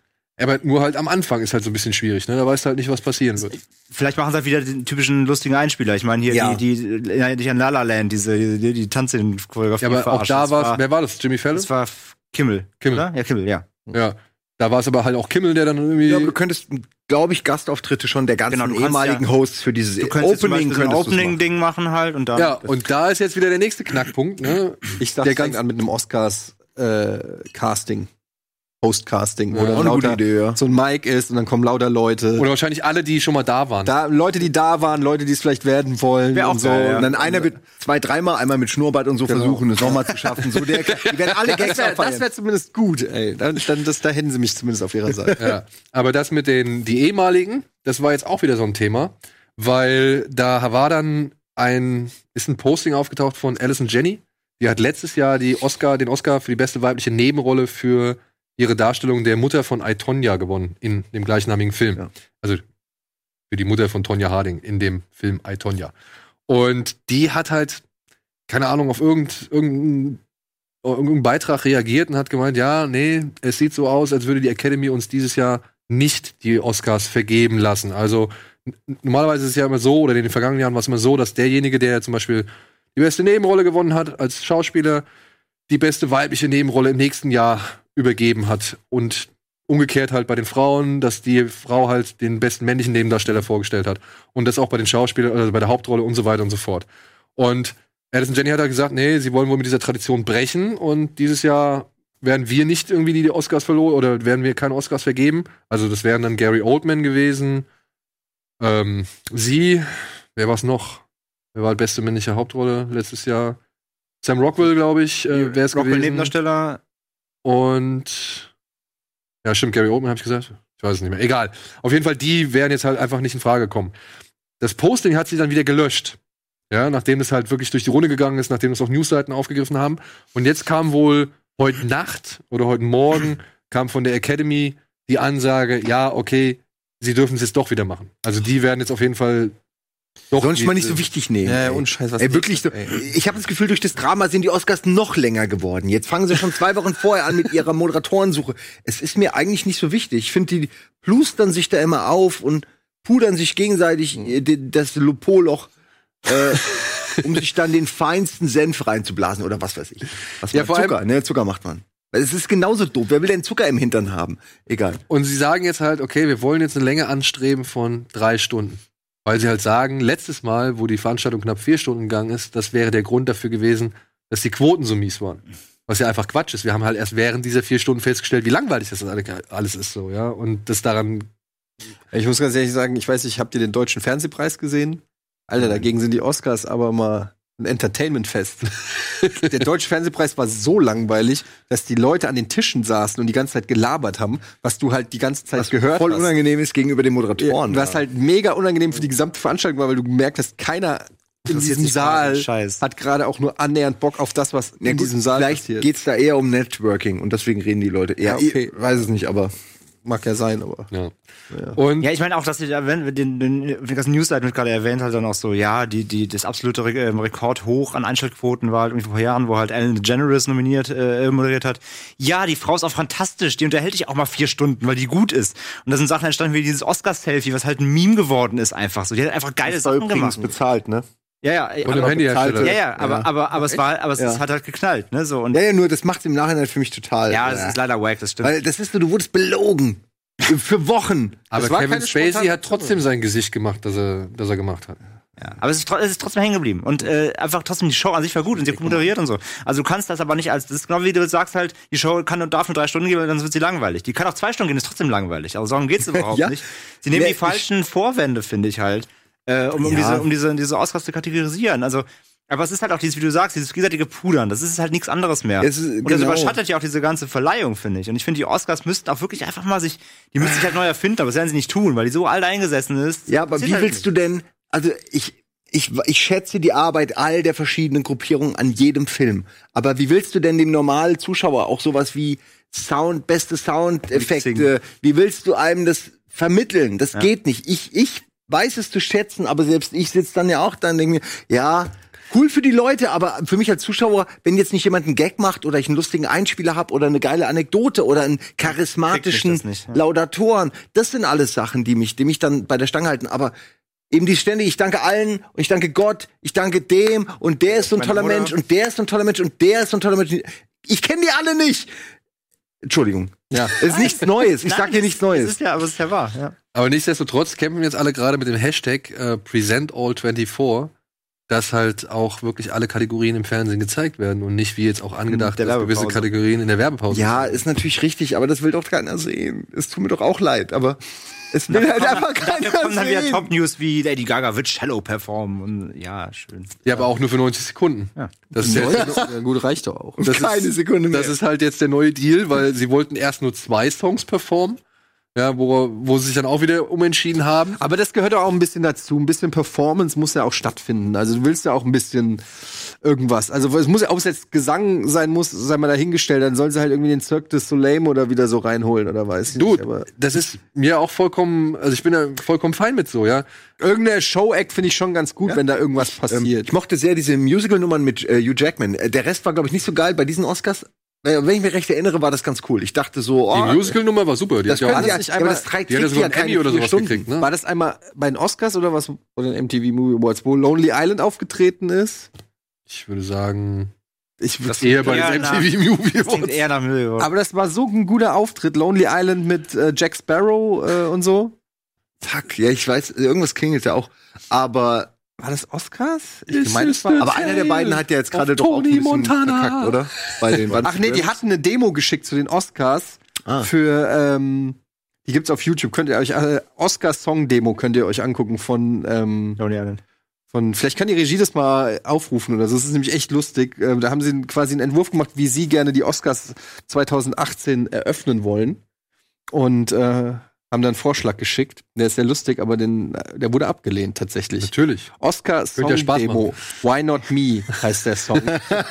aber nur halt am Anfang ist halt so ein bisschen schwierig. Ne? Da weißt du halt nicht, was passieren wird. Vielleicht machen sie halt wieder den typischen lustigen Einspieler. Ich meine, hier Ja. die, die, erinnere dich an La La Land, diese, die, die, die Tanzszenenchoreografie. Ja, aber auch verarscht. da Das war wer war das? Jimmy Fallon? Das war F- Kimmel. Kimmel. Oder? Ja, Kimmel, ja. Ja. Da war es aber halt auch Kimmel, der dann irgendwie. Ja, aber du könntest, glaube ich, Gastauftritte schon der ganzen Genau, du kannst ehemaligen ja- Hosts für dieses Du könntest Opening, so ein könntest du's machen. Opening-Ding machen halt und dann. ja, und da ist jetzt wieder der nächste Knackpunkt. Ne? Ich dachte, Der der fängt ganz- an mit einem Oscars-Casting. Hostcasting, Ja, wo auch dann eine gute lauter Idee, ja. so ein Mike ist und dann kommen lauter Leute. Oder wahrscheinlich alle, die schon mal da waren. da, Leute, die da waren, Leute, die es vielleicht werden wollen Wär auch und so. geil, ja. Und Und dann dann einer wird zwei, dreimal einmal mit Schnurrbart und so versuchen, es nochmal zu schaffen. So der, die werden alle Gags Genau. (laughs) das abfeiern. wäre zumindest gut, ey. Dann, dann, das, da hätten sie mich zumindest auf ihrer Seite. (laughs) Ja. Aber das mit den die ehemaligen, das war jetzt auch wieder so ein Thema, weil da war dann ein ist ein Posting aufgetaucht von Alison Jenny. Die hat letztes Jahr die Oscar, den Oscar für die beste weibliche Nebenrolle für ihre Darstellung der Mutter von Aitonia gewonnen in dem gleichnamigen Film. Ja. Also für die Mutter von Tonja Harding in dem Film Aitonia. Und die hat halt keine Ahnung auf irgend, irgendeinen auf irgendeinen Oh, Beitrag reagiert und hat gemeint, ja, nee, es sieht so aus, als würde die Academy uns dieses Jahr nicht die Oscars vergeben lassen. Also n- normalerweise ist es ja immer so, oder in den vergangenen Jahren war es immer so, dass derjenige, der zum Beispiel die beste Nebenrolle gewonnen hat als Schauspieler, die beste weibliche Nebenrolle im nächsten Jahr übergeben hat. Und umgekehrt halt bei den Frauen, dass die Frau halt den besten männlichen Nebendarsteller vorgestellt hat. Und das auch bei den Schauspielern, also bei der Hauptrolle und so weiter und so fort. Und Addison Jenny hat da gesagt, nee, sie wollen wohl mit dieser Tradition brechen und dieses Jahr werden wir nicht irgendwie die Oscars verloren oder werden wir keine Oscars vergeben. Also das wären dann Gary Oldman gewesen, ähm, sie, wer war's noch? Wer war die beste männliche Hauptrolle letztes Jahr? Sam Rockwell, glaube ich, äh, wäre es Rockwell gewesen. Nebendarsteller. Und ja, stimmt, Gary Oldman habe ich gesagt. Ich weiß es nicht mehr. Egal. Auf jeden Fall, die wären jetzt halt einfach nicht in Frage gekommen. Das Posting hat sie dann wieder gelöscht. Ja, nachdem es halt wirklich durch die Runde gegangen ist, nachdem es auch Newsseiten aufgegriffen haben. Und jetzt kam wohl heute Nacht oder heute Morgen kam von der Academy die Ansage, ja, okay, sie dürfen es jetzt doch wieder machen. Also die werden jetzt auf jeden Fall doch Sonst die- mal nicht so wichtig nehmen. Ja, ey. und scheiß, was ey, die- wirklich so. ey. Ich habe das Gefühl, durch das Drama sind die Oscars noch länger geworden. Jetzt fangen sie schon zwei Wochen vorher an mit ihrer Moderatorensuche. Es ist mir eigentlich nicht so wichtig. Ich finde, die plustern sich da immer auf und pudern sich gegenseitig äh, de- das Lopoloch, äh, um sich dann den feinsten Senf reinzublasen oder was weiß ich. Was Ja, macht vor allem- Zucker, ne? Zucker macht man. Es ist genauso doof. Wer will denn Zucker im Hintern haben? Egal. Und sie sagen jetzt halt, okay, wir wollen jetzt eine Länge anstreben von drei Stunden. Weil sie halt sagen, letztes Mal, wo die Veranstaltung knapp vier Stunden gegangen ist, das wäre der Grund dafür gewesen, dass die Quoten so mies waren. Was ja einfach Quatsch ist. Wir haben halt erst während dieser vier Stunden festgestellt, wie langweilig das alle- alles ist so, ja. Und das daran. Ich muss ganz ehrlich sagen, ich weiß nicht, habt ihr den deutschen Fernsehpreis gesehen? Alter, dagegen sind die Oscars aber mal (laughs) ein Entertainment-Fest. Der Deutsche Fernsehpreis war so langweilig, dass die Leute an den Tischen saßen und die ganze Zeit gelabert haben, was du halt die ganze Zeit Was gehört voll hast. unangenehm ist gegenüber den Moderatoren. Was halt mega unangenehm für die gesamte Veranstaltung war, weil du gemerkt hast, keiner in diesem Saal hat gerade auch nur annähernd Bock auf das, was in diesem Saal Vielleicht passiert. geht's da eher um Networking und deswegen reden die Leute eher. Ja, okay. Ich weiß es nicht, aber. Mag ja sein, aber. Ja. Und ja, ich meine auch, dass ihr da, wenn wir den, den das Newsletter mit gerade erwähnt hat, dann auch so, ja, die, die, das absolute Re ähm, Rekord hoch an Einschaltquoten war halt irgendwie vor ein paar Jahren, wo halt Ellen DeGeneres nominiert, äh, moderiert hat. Ja, die Frau ist auch fantastisch, die unterhält dich auch mal vier Stunden, weil die gut ist. Und da sind Sachen entstanden wie dieses Oscar-Selfie, was halt ein Meme geworden ist einfach so. Die hat einfach geile Sachen gemacht. bezahlt, ne? Ja, ja, ey, Von dem aber- Handyhersteller. Ja, ja, aber, Ja. aber, aber es war, aber es Ja. hat halt geknallt, ne, so. Und Ja, ja, nur das macht's im Nachhinein für mich total. ja, das ist leider wack, das stimmt. Weil das ist so, du wurdest belogen. Für Wochen. Aber Das war Kevin keine Spacey spontane- hat trotzdem sein Gesicht gemacht, das er, das er gemacht hat. Aber es ist, tro- es ist trotzdem hängen geblieben. Und äh, einfach trotzdem, die Show an sich war gut und sie hat gut Genau. moderiert und so. Also du kannst das aber nicht als, das ist genau wie du sagst halt, die Show kann und darf nur drei Stunden gehen, weil sonst wird sie langweilig. Die kann auch zwei Stunden gehen, ist trotzdem langweilig. Also darum (laughs) geht's überhaupt Ja. nicht. Sie nehmen Nee, die falschen Vorwände, finde ich halt, äh, um, um, Ja. diese, um diese, diese Oscars zu kategorisieren. Also, aber es ist halt auch dieses, wie du sagst, dieses gegenseitige Pudern. Das ist halt nichts anderes mehr. Es ist- und das genau. überschattet ja auch diese ganze Verleihung, finde ich. Und ich finde, die Oscars müssten auch wirklich einfach mal sich, die müssen sich halt neu erfinden, aber das werden sie nicht tun, weil die so alt eingesessen ist. Ja, aber Passiert wie halt willst nicht. du denn, also ich, ich, ich schätze die Arbeit all der verschiedenen Gruppierungen an jedem Film. Aber wie willst du denn dem normalen Zuschauer auch sowas wie Sound, beste Soundeffekte, wie willst du einem das vermitteln? Das geht nicht. Ich, ich weiß es zu schätzen, aber selbst ich sitze dann ja auch da und denke mir, ja, cool für die Leute, aber für mich als Zuschauer, wenn jetzt nicht jemand einen Gag macht oder ich einen lustigen Einspieler habe oder eine geile Anekdote oder einen charismatischen das nicht, ja. Laudatoren, das sind alles Sachen, die mich, die mich dann bei der Stange halten. Aber eben die Stände, ich danke allen und ich danke Gott, ich danke dem und der ist so ein Meine toller Mutter. Mensch und der ist so ein toller Mensch und der ist so ein toller Mensch. Ich kenne die alle nicht. Entschuldigung. Ja. Es ist nichts Neues. Ich sag Nein, dir nichts Es Neues. ist ja, aber es ist ja wahr. Ja. Aber nichtsdestotrotz kämpfen jetzt alle gerade mit dem Hashtag äh, PresentAll24, dass halt auch wirklich alle Kategorien im Fernsehen gezeigt werden und nicht wie jetzt auch angedacht, Der dass gewisse Werbepause. Kategorien in der Werbepause. Ja, ist natürlich richtig, aber das will doch keiner sehen. Es tut mir doch auch leid, aber es will halt Dafür einfach keiner kommen dann wieder sehen. Top-News wie Lady Gaga wird Shallow performen. Und, ja, schön. Ja, aber auch nur für 90 Sekunden. Ja. Das ist ja, Ja, gut, reicht doch auch. das Keine ist, Sekunde mehr. Das ist halt jetzt der neue Deal, weil sie wollten erst nur zwei Songs performen, ja, wo, wo sie sich dann auch wieder umentschieden haben. Aber das gehört doch auch ein bisschen dazu. Ein bisschen Performance muss ja auch stattfinden. Also du willst ja auch ein bisschen irgendwas. Also es muss ja, ob es jetzt Gesang sein muss, sei mal dahingestellt, dann sollen sie halt irgendwie den Cirque du Soleil oder wieder so reinholen oder weiß ich Du, nicht. Aber das ist mir auch vollkommen, also ich bin da vollkommen fein mit so, ja. irgendeine Show-Act finde ich schon ganz gut, wenn da irgendwas Ähm, passiert. ich mochte sehr diese Musical-Nummern mit äh, Hugh Jackman. Äh, Der Rest war, glaube ich, nicht so geil bei diesen Oscars. Äh, Wenn ich mich recht erinnere, war das ganz cool. Ich dachte so, oh, Die Musical-Nummer war super. Die das hat ja können auch die ja, alles, nicht nicht einmal, einmal- das die drei hat ja kriegt sogar ja einen keine Emmy oder vier sowas Stunden. gekriegt, ne? war das einmal bei den Oscars oder was oder den MTV Movie Awards, wo Lonely Island aufgetreten ist? Ich würde sagen, Ich das eher bei ja, den na. MTV Movie Das klingt Awards. eher nach Müll. geworden. aber das war so ein guter Auftritt, Lonely Island mit äh, Jack Sparrow äh, und so. Fuck, ja, ich weiß, irgendwas klingelt da auch. Aber, War das Oscars? Ich meine, es war- aber einer der beiden hat ja jetzt gerade Auf doch auch ein Tony bisschen Montana. verkackt, oder? Bei den ne? Ach nee, die hatten eine Demo geschickt zu den Oscars Ah. für ähm, die gibt's auf YouTube. Könnt ihr euch alle Oscar Song Demo könnt ihr euch angucken von ähm, Lonely Island. von vielleicht kann die Regie das mal aufrufen oder so. Das ist nämlich echt lustig. Ähm, da haben sie quasi einen Entwurf gemacht, wie sie gerne die Oscars 2018 eröffnen wollen und äh, haben dann einen Vorschlag geschickt. Der ist sehr lustig, aber den, der wurde abgelehnt tatsächlich. Natürlich. Oscar Song Könnte ja Spaß Demo. Why not me heißt der Song.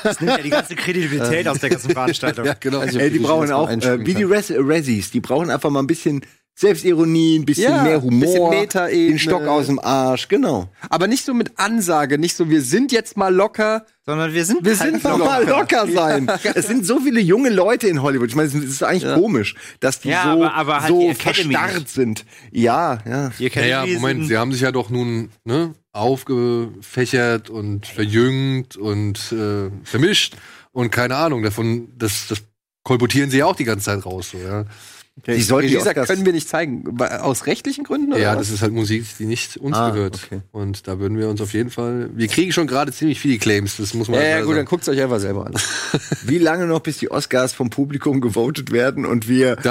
Das nimmt ja die ganze Kredibilität aus der ganzen (laughs) Veranstaltung. genau. Also, Ey, die wie ich brauchen das mal auch, äh, einspielen wie die Res Resis, die brauchen einfach mal ein bisschen Selbstironie, ein bisschen Ja, mehr Humor, bisschen Metaebene. den Stock aus dem Arsch, genau. Aber nicht so mit Ansage, nicht so, wir sind jetzt mal locker. Sondern wir sind, Wir halt sind Doch Locker. mal locker sein. Es sind so viele junge Leute in Hollywood. Ich meine, es ist eigentlich komisch, dass die Ja, so, aber- aber halt die so Academy verstarrt sind. Ja, ja. Ihr kennt Naja, diesen- Moment, sie haben sich ja doch nun ne, aufgefächert und verjüngt und äh, vermischt und keine Ahnung davon, das, das kolportieren sie ja auch die ganze Zeit raus. So, ja. Okay. Die sollten die Oscars können wir nicht zeigen. Aus rechtlichen Gründen? Ja, das ist halt Musik, die nicht uns Ah, gehört. okay. Und da würden wir uns auf jeden Fall. Wir kriegen schon gerade ziemlich viele Claims, das muss man Ja, ja, leider gut, sagen. dann guckt's euch einfach selber an. (laughs) Wie lange noch, bis die Oscars vom Publikum gewotet werden und wir Fast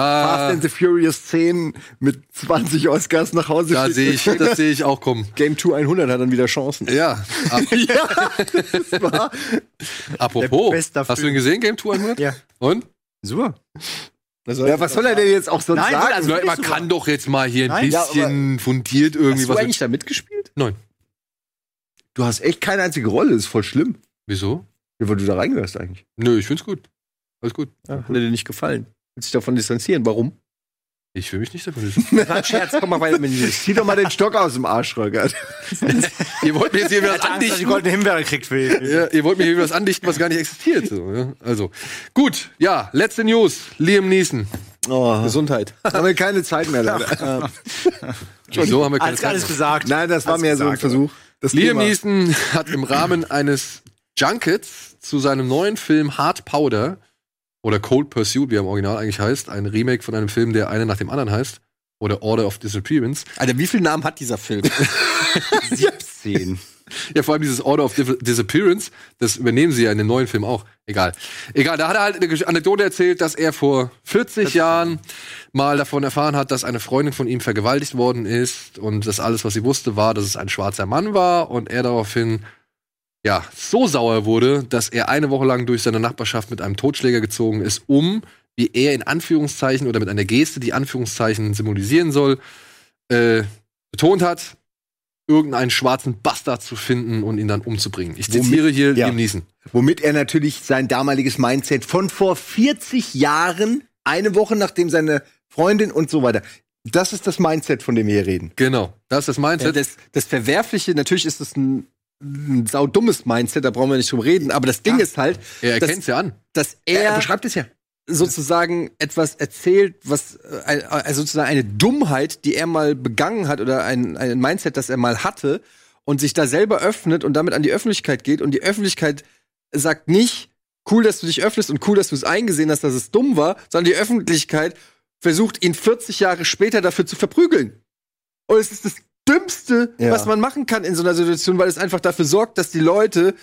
and the Furious 10 mit 20 Oscars nach Hause Da (laughs) schicken? sehe ich, das sehe ich auch kommen. Ah. Game 2 100 hat dann wieder (laughs) Chancen. Ja. Ab, ja, das war. apropos, Der beste hast du ihn gesehen, Game 2 100? Ja. Und? Super. Ja, was soll er denn jetzt auch sonst Nein, sagen? also- Leute, man super. kann doch jetzt mal hier ein Nein, ja, bisschen fundiert irgendwie Hast du was. eigentlich da mitgespielt? Nein. Du hast echt keine einzige Rolle, ist voll schlimm. Wieso? Ja, weil du da reingehörst eigentlich. Nö, ich find's gut. Alles gut. Ja, hat dir nicht gefallen. Willst dich davon distanzieren? Warum? Ich will mich nicht davon lösen. (laughs) Scherz, komm mal weiter mit dir. Zieh doch mal den Stock aus dem Arsch, Röckert. ihr wollt mir jetzt hier was Angst, dass die andichten. goldene Himbeere kriegt für Ja, ihr wollt mir hier was andichten, was gar nicht existiert. So, ja? Also, gut, ja, letzte News. Liam Neeson. (laughs) Oh. Gesundheit. äh, Haben wir keine Zeit mehr, leider. Wieso haben wir keine Alles, Zeit alles mehr? gesagt. Nein, das war Alles mehr so ein gesagt, Versuch. Das Liam Thema- Neeson hat im Rahmen eines Junkets zu seinem neuen Film Hard Powder oder Cold Pursuit, wie er im Original eigentlich heißt, ein Remake von einem Film, der einer nach dem anderen heißt, oder Order of Disappearance. Alter, wie viele Namen hat dieser (laughs) Film? 17. Ja, vor allem dieses Order of Di- Disappearance, das übernehmen sie ja in dem neuen Film auch. Egal. Egal, da hat er halt eine Gesch- Anekdote erzählt, dass er vor 40 Jahren mal davon erfahren hat, dass eine Freundin von ihm vergewaltigt worden ist und das alles, was sie wusste, war, dass es ein schwarzer Mann war und er daraufhin ja, so sauer wurde, dass er eine Woche lang durch seine Nachbarschaft mit einem Totschläger gezogen ist, um, wie er in Anführungszeichen oder mit einer Geste, die Anführungszeichen symbolisieren soll, äh, betont hat, irgendeinen schwarzen Bastard zu finden und ihn dann umzubringen. Ich Womit- zitiere hier Ja. Liam Neeson. Womit er natürlich sein damaliges Mindset von vor 40 Jahren, eine Woche nachdem seine Freundin und so weiter. Das ist das Mindset, von dem wir hier reden. Genau, das ist das Mindset. Ja, Äh, das, das Verwerfliche, natürlich ist es ein, ein saudummes Mindset, da brauchen wir nicht drüber reden, aber das Ding ist halt, er dass- erkennt es ja an. dass er, es ja. sozusagen etwas erzählt, was äh, ein- also sozusagen eine Dummheit, die er mal begangen hat oder ein, ein Mindset, das er mal hatte und sich da selber öffnet und damit an die Öffentlichkeit geht und die Öffentlichkeit sagt nicht, cool, dass du dich öffnest und cool, dass du es eingesehen hast, dass es dumm war, sondern die Öffentlichkeit versucht ihn 40 Jahre später dafür zu verprügeln. Und es ist das Dümmste, Ja. was man machen kann in so einer Situation, weil es einfach dafür sorgt, dass die Leute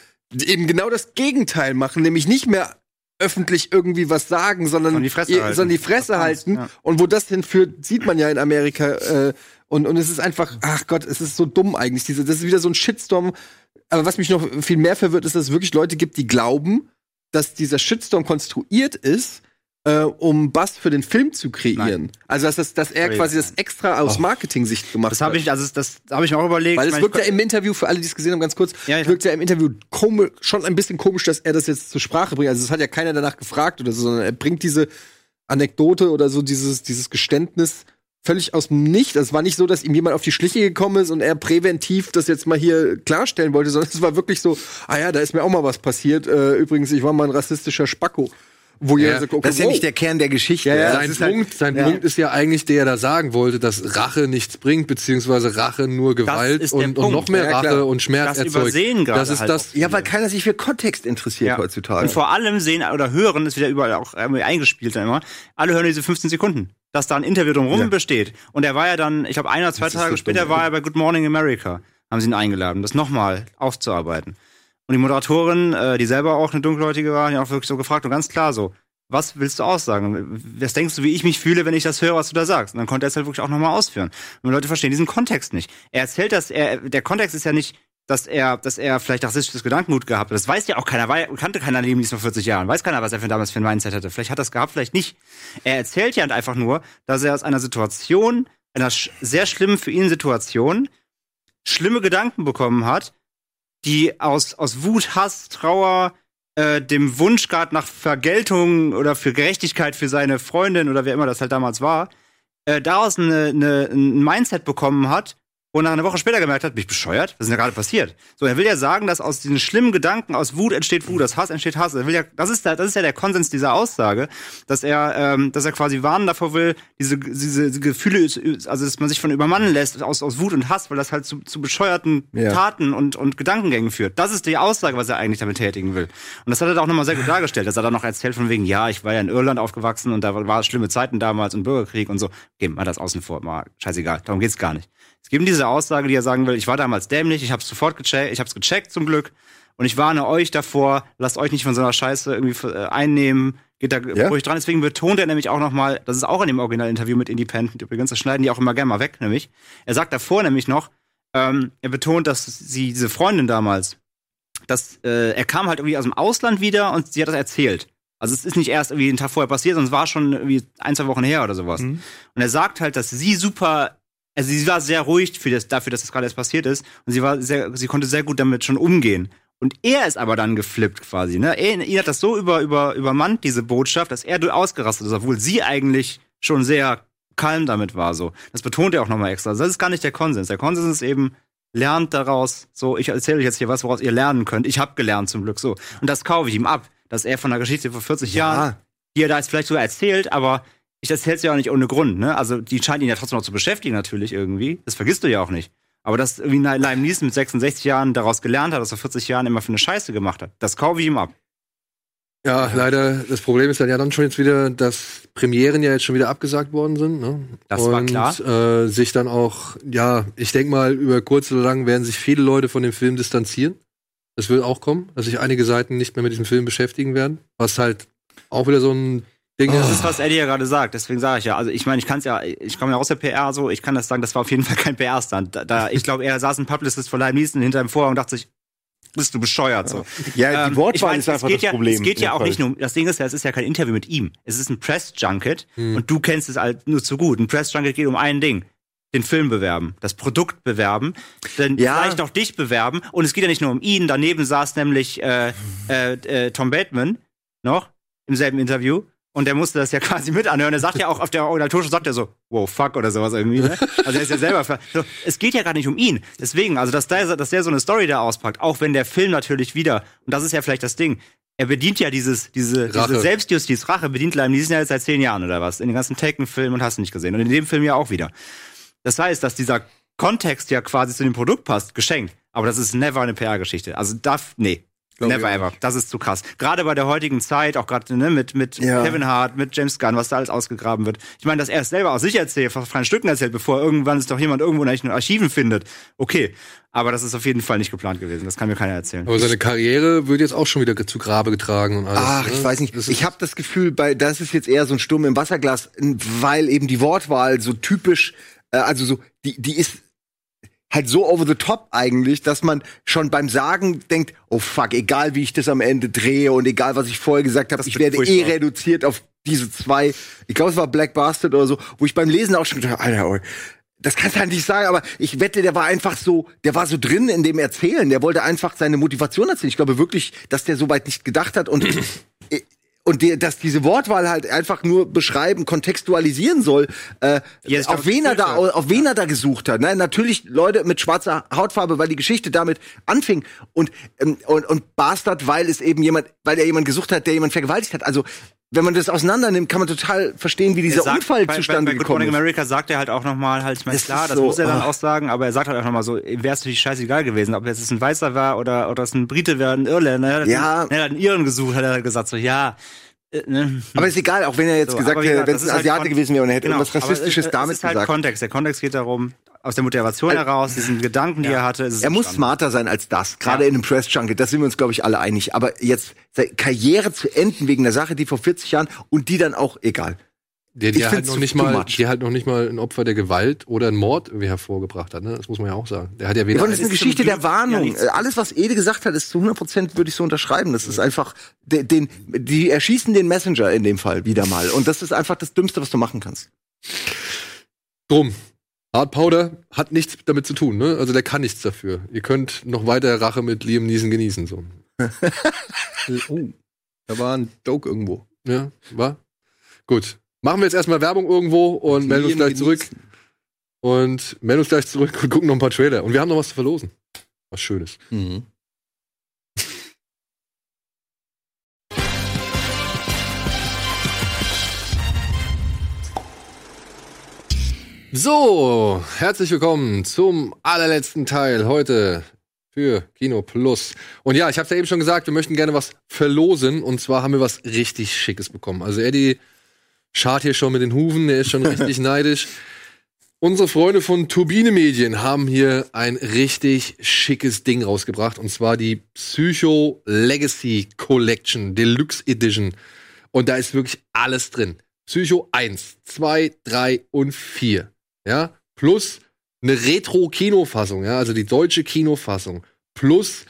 eben genau das Gegenteil machen, nämlich nicht mehr öffentlich irgendwie was sagen, sondern Sondern die Fresse halten. sondern die Fresse Das kann's, halten. ja. Und wo das hinführt, sieht man ja in Amerika. Äh, und, und es ist einfach, ach Gott, es ist so dumm eigentlich. Diese, das ist wieder so ein Shitstorm. Aber was mich noch viel mehr verwirrt, ist, dass es wirklich Leute gibt, die glauben, dass dieser Shitstorm konstruiert ist, äh, um Bass für den Film zu kreieren. Also, dass, das, dass er Sorry, quasi das nein. extra aus Marketing-Sicht gemacht Das hat. habe ich, also das habe ich mir auch überlegt. Weil Ich es meine, wirkt ja im Interview, für alle, die es gesehen haben, ganz kurz, Ja, ja. wirkt ja im Interview komisch, schon ein bisschen komisch, dass er das jetzt zur Sprache bringt. Also es hat ja keiner danach gefragt oder so, sondern er bringt diese Anekdote oder so, dieses, dieses Geständnis völlig aus dem Nicht. Also Es war nicht so, dass ihm jemand auf die Schliche gekommen ist und er präventiv das jetzt mal hier klarstellen wollte, sondern (laughs) es war wirklich so, ah ja, da ist mir auch mal was passiert. Äh, übrigens, ich war mal ein rassistischer Spacko. Wo Ja, jeder so, okay, Das ist ja wow. nicht der Kern der Geschichte. Oh. Ja, ja, Das sein ist halt- Punkt, sein Punkt ist ja eigentlich, der da sagen wollte, dass Rache nichts bringt, beziehungsweise Rache nur Gewalt ist der und, und noch Punkt. mehr Ja, Rache klar. und Schmerz Das erzeugt. übersehen gerade das ist halt auch das. Ja, weil keiner sich für Kontext interessiert Ja. heutzutage. Und vor allem sehen oder hören, ist wieder überall auch äh, irgendwie eingespielt dann immer, alle hören diese 15 Sekunden, dass da ein Interview drumherum besteht. Und er war ja dann, ich glaube, ein oder zwei Das ist Tage so später dumm. war er bei Good Morning America, haben sie ihn eingeladen, das nochmal aufzuarbeiten. Und die Moderatorin, äh, die selber auch eine Dunkelhäutige war, die auch wirklich so gefragt und ganz klar so, was willst du aussagen? Was denkst du, wie ich mich fühle, wenn ich das höre, was du da sagst? Und dann konnte er es halt wirklich auch nochmal ausführen. Und die Leute verstehen diesen Kontext nicht. Er erzählt, dass er, der Kontext ist ja nicht, dass er, dass er vielleicht rassistisches Gedankengut gehabt hat. Das weiß ja auch keiner, weil, kannte keiner Leben dies vor 40 Jahren. Weiß keiner, was er für damals für ein Mindset hatte. Vielleicht hat er es gehabt, vielleicht nicht. Er erzählt ja einfach nur, dass er aus einer Situation, einer sch sehr schlimmen für ihn Situation, schlimme Gedanken bekommen hat, die aus, aus Wut, Hass, Trauer, äh, dem Wunsch gerade nach Vergeltung oder für Gerechtigkeit für seine Freundin oder wer immer das halt damals war, äh, daraus eine, eine, ein Mindset bekommen hat, und nach einer Woche später gemerkt hat, bin ich bescheuert? Was ist denn da gerade passiert? So, er will ja sagen, dass aus diesen schlimmen Gedanken, aus Wut entsteht Wut, aus Hass entsteht Hass. Er will ja, das ist, ja- das ist ja der Konsens dieser Aussage, dass er, ähm, dass er quasi warnen davor will, diese, diese Gefühle, also dass man sich von übermannen lässt aus, aus Wut und Hass, weil das halt zu, zu bescheuerten Ja. Taten und, und Gedankengängen führt. Das ist die Aussage, was er eigentlich damit tätigen will. Und das hat er da auch nochmal sehr gut dargestellt. Das hat er noch erzählt von wegen, ja, ich war ja in Irland aufgewachsen und da waren schlimme Zeiten damals und Bürgerkrieg und so. Gehen wir das außen vor, mal scheißegal, darum geht's gar nicht. Es gibt ihm diese Aussage, die er sagen will, ich war damals dämlich, ich hab's sofort gecheckt, ich hab's gecheckt zum Glück und ich warne euch davor, lasst euch nicht von so einer Scheiße irgendwie äh, einnehmen, geht da Ja. ruhig dran. Deswegen betont er nämlich auch nochmal, das ist auch in dem Originalinterview mit Independent übrigens, das schneiden die auch immer gerne mal weg, nämlich. Er sagt davor nämlich noch, ähm, er betont, dass sie diese Freundin damals, dass äh, er kam halt irgendwie aus dem Ausland wieder und sie hat das erzählt. Also es ist nicht erst irgendwie den Tag vorher passiert, sondern es war schon irgendwie ein, zwei Wochen her oder sowas. Und er sagt halt, dass sie super, also sie war sehr ruhig für das, dafür, dass das gerade erst passiert ist. Und sie war sehr, sie konnte sehr gut damit schon umgehen. Und er ist aber dann geflippt quasi. Ne? Er, ihn hat das so über, über, übermannt, diese Botschaft, dass er ausgerastet ist, obwohl sie eigentlich schon sehr kalm damit war. So. Das betont er auch nochmal extra. Das ist gar nicht der Konsens. Der Konsens ist eben, lernt daraus, so, ich erzähle euch jetzt hier was, woraus ihr lernen könnt. Ich habe gelernt zum Glück so. Und das kaufe ich ihm ab, dass er von einer Geschichte vor 40 Jahren, die er da jetzt vielleicht sogar erzählt, aber ich erzähle es ja auch nicht ohne Grund. Ne? Also die scheint ihn ja trotzdem noch zu beschäftigen natürlich irgendwie. Das vergisst du ja auch nicht. Aber dass irgendwie Lime Neeson mit 66 Jahren daraus gelernt hat, dass er 40 Jahren immer für eine Scheiße gemacht hat, das kaufe ich ihm ab. Ja, leider, das Problem ist dann ja dann schon jetzt wieder, dass Premieren ja jetzt schon wieder abgesagt worden sind. Ne? Das und, war klar. Äh, sich dann auch, ja, ich denke mal, über kurz oder lang werden sich viele Leute von dem Film distanzieren. Das wird auch kommen, dass sich einige Seiten nicht mehr mit diesem Film beschäftigen werden. Was halt auch wieder so ein Ding Das Oh. ist. ist, was Eddie ja gerade sagt. Deswegen sage ich ja, also ich meine, ich kann es ja, ich komme ja aus der PR so, ich kann das sagen, das war auf jeden Fall kein PR-Stand. Da, da, ich glaube, er saß ein Publicist von Lime Neeson hinter ihm vor und dachte sich, bist du bescheuert so. Ja, die Ähm, Wortwahl meine, ist einfach es geht das ja, Problem, Es geht ja auf auch jeden nicht nur, das Ding ist ja, es ist ja kein Interview mit ihm. Es ist ein Press-Junket Hm. und du kennst es halt nur zu gut. Ein Press-Junket geht um ein Ding. Den Film bewerben, das Produkt bewerben, dann Ja. vielleicht auch dich bewerben. Und es geht ja nicht nur um ihn. Daneben saß nämlich äh, äh, äh, Tom Bateman noch im selben Interview. Und der musste das ja (laughs) quasi mit anhören. Er sagt ja auch auf der Originaltour sagt er so, wow, fuck oder sowas irgendwie. Ne? Also er ist ja selber. ver- So, es geht ja gar nicht um ihn. Deswegen, also dass der, dass der so eine Story da auspackt, auch wenn der Film natürlich wieder, und das ist ja vielleicht das Ding, er bedient ja dieses, diese, Rache. diese Selbstjustiz, Rache bedient Lime Neeson ja jetzt seit zehn Jahren oder was. In den ganzen Taken-Filmen und hast du nicht gesehen. Und in dem Film ja auch wieder. Das heißt, dass dieser Kontext ja quasi zu dem Produkt passt, geschenkt. Aber das ist never eine PR-Geschichte. Also darf, nee. never ever. Das ist zu krass. Gerade bei der heutigen Zeit, auch gerade ne, mit, mit Ja. Kevin Hart, mit James Gunn, was da alles ausgegraben wird. Ich meine, dass er es selber aus sich erzählt, von freien Stücken erzählt, bevor irgendwann es doch jemand irgendwo in den Archiven findet. Okay. Aber das ist auf jeden Fall nicht geplant gewesen. Das kann mir keiner erzählen. Aber seine Karriere wird jetzt auch schon wieder zu Grabe getragen und alles. Ach, ne? ich weiß nicht. Das ist- Ich habe das Gefühl, bei das ist jetzt eher so ein Sturm im Wasserglas, weil eben die Wortwahl so typisch, äh, also so, die, die ist halt so over the top eigentlich, dass man schon beim Sagen denkt, oh fuck, egal wie ich das am Ende drehe und egal was ich vorher gesagt habe, ich werde eh reduziert auf diese zwei, ich glaube es war Black Bastard oder so, wo ich beim Lesen auch schon gedacht habe, Alter, oh, das kannst du halt nicht sagen, aber ich wette, der war einfach so, der war so drin in dem Erzählen, der wollte einfach seine Motivation erzählen. Ich glaube wirklich, dass der so weit nicht gedacht (clears throat) hat und und der, dass diese Wortwahl halt einfach nur beschreiben, kontextualisieren soll, äh, Ja, ich glaub, auf wen er da, Filter. auf wen er da gesucht hat. Nein, natürlich Leute mit schwarzer Hautfarbe, weil die Geschichte damit anfing und ähm, und, und Bastard, weil es eben jemand, weil er jemand gesucht hat, der jemand vergewaltigt hat. Also wenn man das auseinander nimmt, kann man total verstehen, wie dieser Er sagt, Unfall bei, bei, zustande bei Good gekommen Morning ist. America sagt er halt auch nochmal, halt, ich meine, Das klar, ist das so, muss er dann ah. auch sagen, aber er sagt halt auch nochmal so, wäre es natürlich scheißegal gewesen, ob jetzt es ein Weißer war oder, oder es ein Brite wäre, ein Irländer. Er hat Ja. einen- Er hat einen Iren gesucht, hat er gesagt, so, ja. äh, ne. Aber ist egal, auch wenn er jetzt So, gesagt aber wie hätte, gesagt, wenn das es ein ist halt Asiate Kon- gewesen wäre und er hätte Genau, irgendwas aber Rassistisches es- damit es ist halt gesagt. Kontext. Der Kontext geht darum, aus der Motivation Also- heraus, diesen Gedanken, die er hatte. Ist es Er muss entstanden. smarter sein als das, gerade Ja. in einem Press Junket, da sind wir uns, glaube ich, alle einig. Aber jetzt seine Karriere zu enden wegen einer Sache, die vor 40 Jahren und die dann auch egal. Der, Ich der, halt find's noch nicht too mal, much. der halt noch nicht mal ein Opfer der Gewalt oder ein Mord irgendwie hervorgebracht hat. Ne? Das muss man ja auch sagen. Der hat ja Ja, weder aber das ist eine ein- Geschichte der Glück ja Warnung. nichts. Äh, Alles, was Ede gesagt hat, ist zu 100 würde ich so unterschreiben. Das ist einfach, de- den, die erschießen den Messenger in dem Fall wieder mal. Und das ist einfach das Dümmste, was du machen kannst. drum. Hard Powder hat nichts damit zu tun. Ne? Also der kann nichts dafür. Ihr könnt noch weiter Rache mit Liam Neeson genießen. So. Oh, da war ein Joke irgendwo. Ja, war? Gut. Machen wir jetzt erstmal Werbung irgendwo und melden uns Liam gleich zurück. Und melden uns gleich zurück und gucken noch ein paar Trailer. Und wir haben noch was zu verlosen. Was Schönes. Mhm. So, herzlich willkommen zum allerletzten Teil heute für Kino Plus. Und ja, ich habe es ja eben schon gesagt, wir möchten gerne was verlosen. Und zwar haben wir was richtig Schickes bekommen. Also Eddie schart hier schon mit den Hufen, der ist schon richtig neidisch. Unsere Freunde von Turbine Medien haben hier ein richtig schickes Ding rausgebracht. Und zwar die Psycho Legacy Collection Deluxe Edition. Und da ist wirklich alles drin. Psycho 1, 2, 3 und 4. Ja, plus eine Retro-Kinofassung, ja, also die deutsche Kinofassung, plus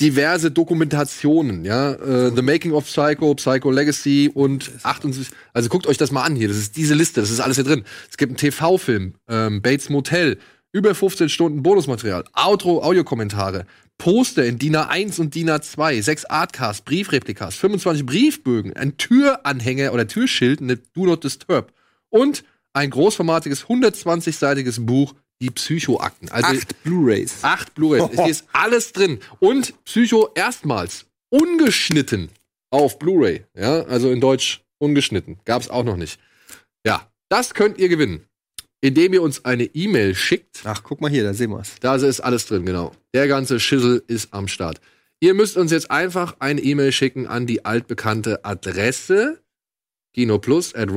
diverse Dokumentationen, ja, äh, The Making of Psycho, Psycho Legacy und 78, also guckt euch das mal an hier, das ist diese Liste, das ist alles hier drin. Es gibt einen TV-Film, ähm, Bates Motel, über 15 Stunden Bonusmaterial, Outro, Audiokommentare, Poster in DIN A1 und DIN A2, sechs Artcasts, Briefreplikas, 25 Briefbögen, ein Türanhänger oder Türschild, eine Do Not Disturb und ein großformatiges 120-seitiges Buch die Psycho-Akten. Also acht Blu-rays. Acht Blu-rays. Hier ist alles drin. Und Psycho erstmals ungeschnitten auf Blu-ray. Ja, also in Deutsch ungeschnitten. Gab es auch noch nicht. Ja, das könnt ihr gewinnen, indem ihr uns eine E-Mail schickt. Ach, guck mal hier, da sehen wir's. Da ist alles drin, genau. Der ganze Schissel ist am Start. Ihr müsst uns jetzt einfach eine E-Mail schicken an die altbekannte Adresse kinoplus at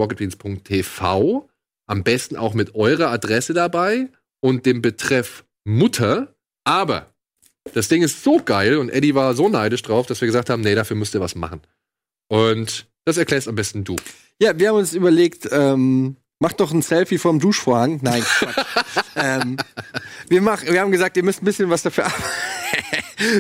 rocketbeans.tv. Am besten auch mit eurer Adresse dabei und dem Betreff Mutter. Aber das Ding ist so geil und Eddie war so neidisch drauf, dass wir gesagt haben, nee, dafür müsst ihr was machen. Und das erklärst am besten du. Ja, wir haben uns überlegt, ähm, macht doch ein Selfie vom Duschvorhang. Nein, Quatsch. ähm, wir, mach, wir haben gesagt, ihr müsst ein bisschen was dafür ab (laughs)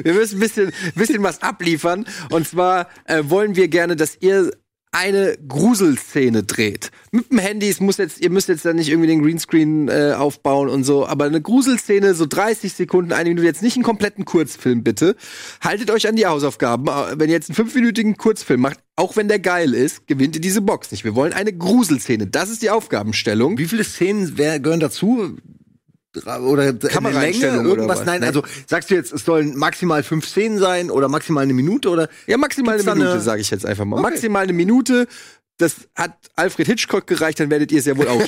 Wir müssen ein bisschen, bisschen was abliefern. Und zwar äh, wollen wir gerne, dass ihr eine Gruselszene dreht. Mit dem Handy, es muss jetzt, ihr müsst jetzt dann nicht irgendwie den Greenscreen äh, aufbauen und so, aber eine Gruselszene, so 30 Sekunden, eine Minute, jetzt nicht einen kompletten Kurzfilm, bitte. Haltet euch an die Hausaufgaben. äh, Wenn ihr jetzt einen fünfminütigen Kurzfilm macht, auch wenn der geil ist, gewinnt ihr diese Box nicht. Wir wollen eine Gruselszene. Das ist die Aufgabenstellung. Wie viele Szenen wär, gehören dazu? Oder Kameraeinstellung oder irgendwas? was? ne? Nein, Nein. also sagst du jetzt, es sollen maximal fünf Szenen sein oder maximal eine Minute oder? Ja, maximal Gibt's eine da Minute, eine- sage ich jetzt einfach mal. Okay. Maximal eine Minute. Das hat Alfred Hitchcock gereicht, dann werdet ihr es ja (laughs) wohl auch.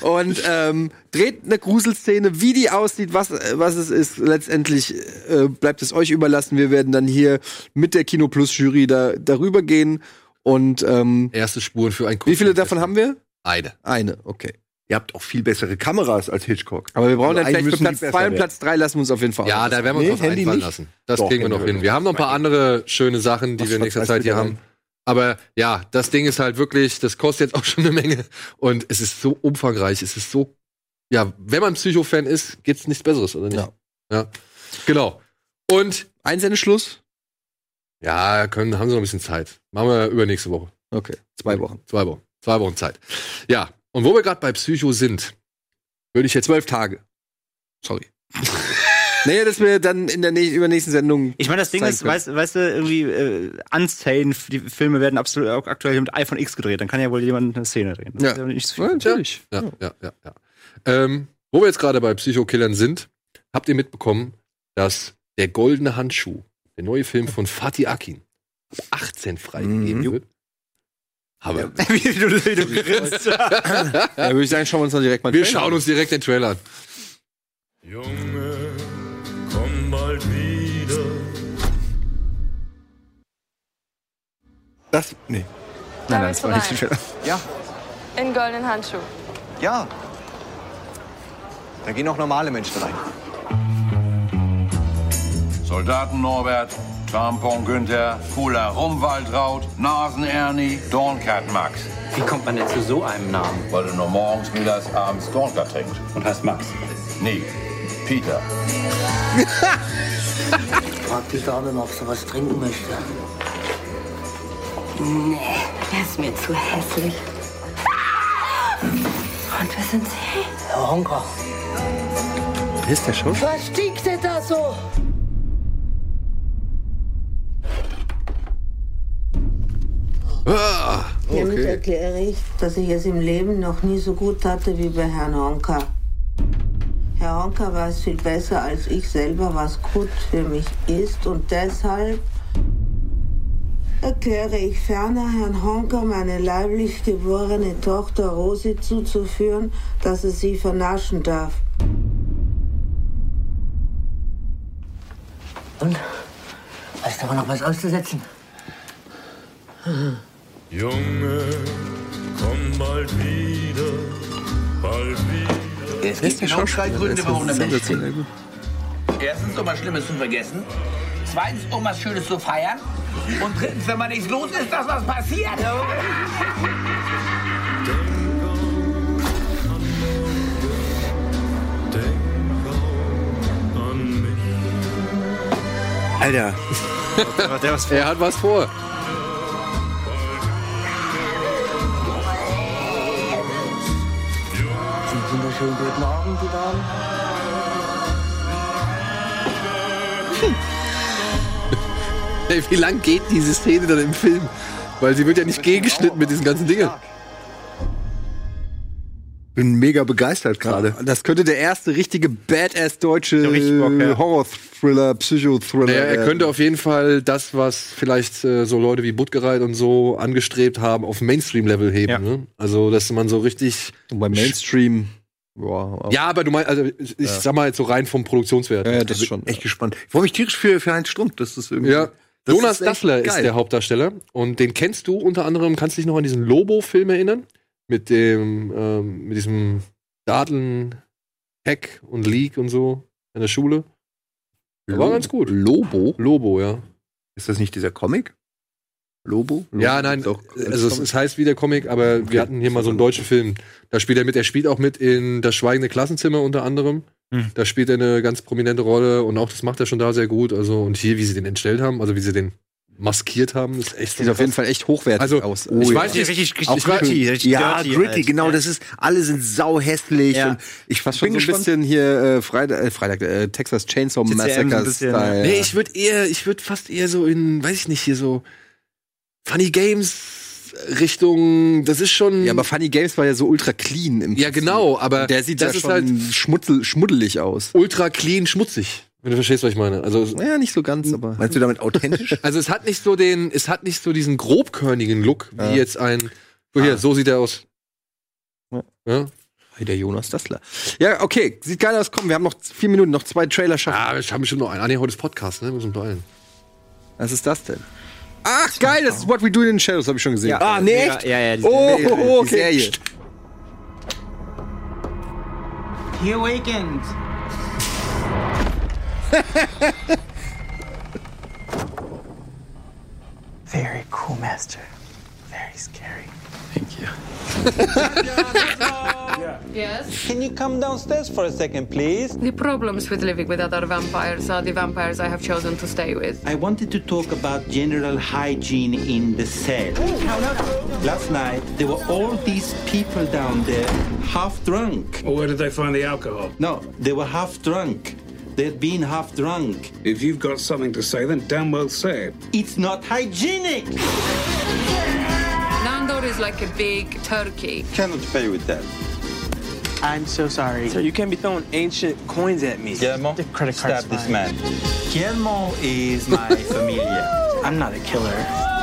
und ähm, dreht eine Gruselszene, wie die aussieht, was, äh, was es ist. Letztendlich äh, bleibt es euch überlassen. Wir werden dann hier mit der Kino Plus Jury da, darüber gehen. Und ähm, Erste Spuren für ein wie viele davon haben wir? Eine. Eine, okay. Ihr habt auch viel bessere Kameras als Hitchcock. Aber wir brauchen Also dann eigentlich vielleicht für müssen die Platz besser 2 und werden. Platz 3 lassen wir uns auf jeden Fall Ja, aus. da werden wir uns Oh, Nee, was Handy einfallen nicht. lassen. Das Doch, kriegen wir Handy noch hin. wird Wir haben noch ein paar andere schöne Sachen, die Was wir in wird nächster alles Zeit hier wieder haben. rein? Aber ja, das Ding ist halt wirklich, das kostet jetzt auch (laughs) schon eine Menge. Und es ist so umfangreich, es ist so, ja, wenn man Psycho-Fan ist, gibt's nichts Besseres, oder nicht? Ja. ja. Genau. Und Eins Ende Schluss? ja, können, haben sie noch ein bisschen Zeit. Machen wir übernächste Woche. Okay, zwei Wochen. Zwei Wochen. Zwei Wochen Zeit. Ja. Und wo wir gerade bei Psycho sind, würde ich jetzt Zwölf Tage. Sorry. naja, dass wir dann in der nä- übernächsten Sendung. Ich meine, das Ding zeigen ist, können. weißt, weißt du, irgendwie äh, Unsane, die Filme werden absolut auch aktuell mit iPhone X gedreht, dann kann ja wohl jemand eine Szene drehen. Das Ja. ist nicht so Ja, viel. natürlich. Ja, ja, ja, ja. Ähm, wo wir jetzt gerade bei Psychokillern sind, habt ihr mitbekommen, dass der goldene Handschuh, der neue Film von Fatih Akin, ab 18 freigegeben Mhm. wird. Aber Wie du, wie du grinst. Ja, würde ich sagen, schauen wir uns dann direkt mal wir schauen uns direkt den Trailer an. Junge, komm bald wieder. Das, nee. Nein, nein, das (laughs) war nicht so schön. In goldenen Handschuh. Ja. Da gehen auch normale Menschen rein. Soldaten Norbert, Tampon Günther, cooler Rumwaldraut, Nasen Ernie, Dorncat Max. Wie kommt man denn zu so einem Namen? Weil du nur morgens, mittags, abends Dorncat trinkst. Und heißt Max. Nee, Peter. (laughs) Frag die Dame mal, ob sie was trinken möchte. Nee, der ist mir zu hässlich. Und wer sind Sie? Herr Honker. Wer ist der Schauspieler? Was stinkt denn da so? Ah, Oh, Hiermit okay. erkläre ich, dass ich es im Leben noch nie so gut hatte wie bei Herrn Honka. Herr Honka weiß viel besser als ich selber, was gut für mich ist und deshalb erkläre ich ferner Herrn Honka meine leiblich geborene Tochter Rosi zuzuführen, dass er sie vernaschen darf. Und? Hast du aber noch was auszusetzen? Junge, komm bald wieder, bald wieder. Es gibt genau drei Gründe, warum der Mensch singt. Erstens, um was Schlimmes zu vergessen. Zweitens, um was Schönes zu feiern. Und drittens, wenn man nichts los ist, dass was passiert. Alter. er hat was vor. Einen wunderschönen guten Abend, die Damen. Hm. (laughs) Ey, wie lang geht diese Szene dann im Film? Weil sie wird ja nicht gegengeschnitten mit diesen ganzen Dingen. Bin mega begeistert gerade. Das könnte der erste richtige Badass deutsche Horror-Thriller, Psycho-Thriller Naja, er werden. könnte auf jeden Fall das, was vielleicht äh, so Leute wie Buttgereit und so angestrebt haben, auf Mainstream-Level heben. Ne? Also, dass man so richtig. Und beim Mainstream. Wow. Ja, aber du meinst, also ich ich Ja. sag mal jetzt so rein vom Produktionswert. Ja, ja, das schon. Echt gespannt. Ich freue mich tierisch für, für Heinz Strunk. Das ist irgendwie. Ja. Das Jonas ist echt Dassler ist geil. der Hauptdarsteller und den kennst du unter anderem, kannst du dich noch an diesen Lobo-Film erinnern? Mit dem, ähm, mit diesem Daten, Hack und Leak und so in der Schule. Der war Lo- ganz gut. Lobo? Lobo, ja. Ist das nicht dieser Comic? Lobo? Ja, nein, Ist auch- also es, es heißt wie der Comic, aber wir hatten hier mal so einen deutschen Film. Da spielt er mit, er spielt auch mit in Das Schweigende Klassenzimmer unter anderem. Hm. Da spielt er eine ganz prominente Rolle und auch das macht er schon da sehr gut. Also, und hier, wie sie den entstellt haben, also wie sie den maskiert haben, ist echt. Sieht auf jeden Fall echt hochwertig Also, aus. Oh, ich weiß nicht, auch ich weiß- gritty, richtig ja, dirty gritty, halt. genau. Das ist, alle sind sau hässlich. Ja. Und ich Fast schon so ein bisschen hier äh, Freitag, äh, Freitag äh, Texas Chainsaw TCM so ein bisschen, Massacre Style. Nee, ich würde eher, ich würde fast eher so in, weiß ich nicht, hier so Funny Games Richtung, das ist schon. ja, aber Funny Games war ja so ultra clean im Ja, genau, aber Und der sieht das ja ist schon halt- schmutzel, schmuddelig aus. ultra clean schmutzig, wenn du verstehst, was ich meine. Also, Ja, nicht so ganz, aber. Hm, Meinst du damit authentisch? Also es hat nicht so den, es hat nicht so diesen grobkörnigen Look, wie Ja. Ah. jetzt ein. So hier, so sieht er aus. Ja. Ja? (laughs) Hey, der Jonas Dassler. Ja, okay, sieht geil aus. Komm, wir haben noch vier Minuten, noch zwei Trailer schaffen. Ah, ich habe bestimmt noch einen. Ah, nee, heute ist Podcast, ne? Muss uns beeilen. Ah. Was ist das denn? Ach, geil, das ist What We Do in the Shadows, habe ich schon gesehen. Ja. ah, nee, echt? Ja, ja, die- oh, oh, oh, die okay. Serie. Psst. He awakens. Very cool, Master. Very scary. Thank you. Yes. Can you come downstairs for a second, please? The problems with living with other vampires are the vampires I have chosen to stay with. I wanted to talk about general hygiene in the cell. Last night, there were all these people down there, half drunk. Well, where did they find the alcohol? No, they were half drunk. They had been half drunk. If you've got something to say, then damn well say it. It's not hygienic! Nandor is like a big turkey. Cannot play with that. I'm so sorry. So you can't be throwing ancient coins at me. Guillermo, The credit card's stab this fine. man. Guillermo is my familia. I'm not a killer.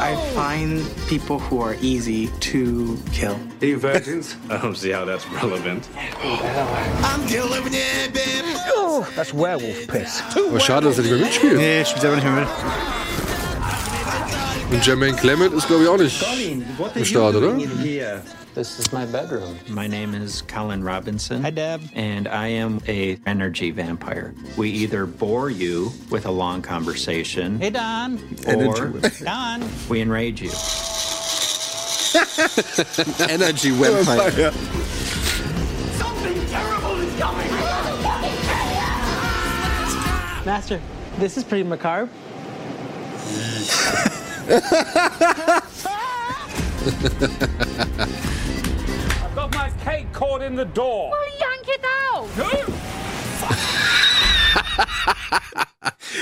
I find people who are easy to kill. Are you virgins? I don't see how that's relevant. I'm Guillermo, babe. Oh, that's werewolf piss. Aber schade, dass er nicht mehr mitspielt. Nee, ich spiele selber nicht mehr mit. Und Jermaine Clement ist, glaube ich, auch nicht Colin, what are am you Start, oder? doing in here? This is my bedroom. My name is Colin Robinson. Hi, Deb. And I am a energy vampire. We either bore you with a long conversation. Hey, Don. Or (laughs) Don. We enrage you. Energy Vampire. Master, this is pretty macabre. I've got my cake caught in the door. Well, yank it out.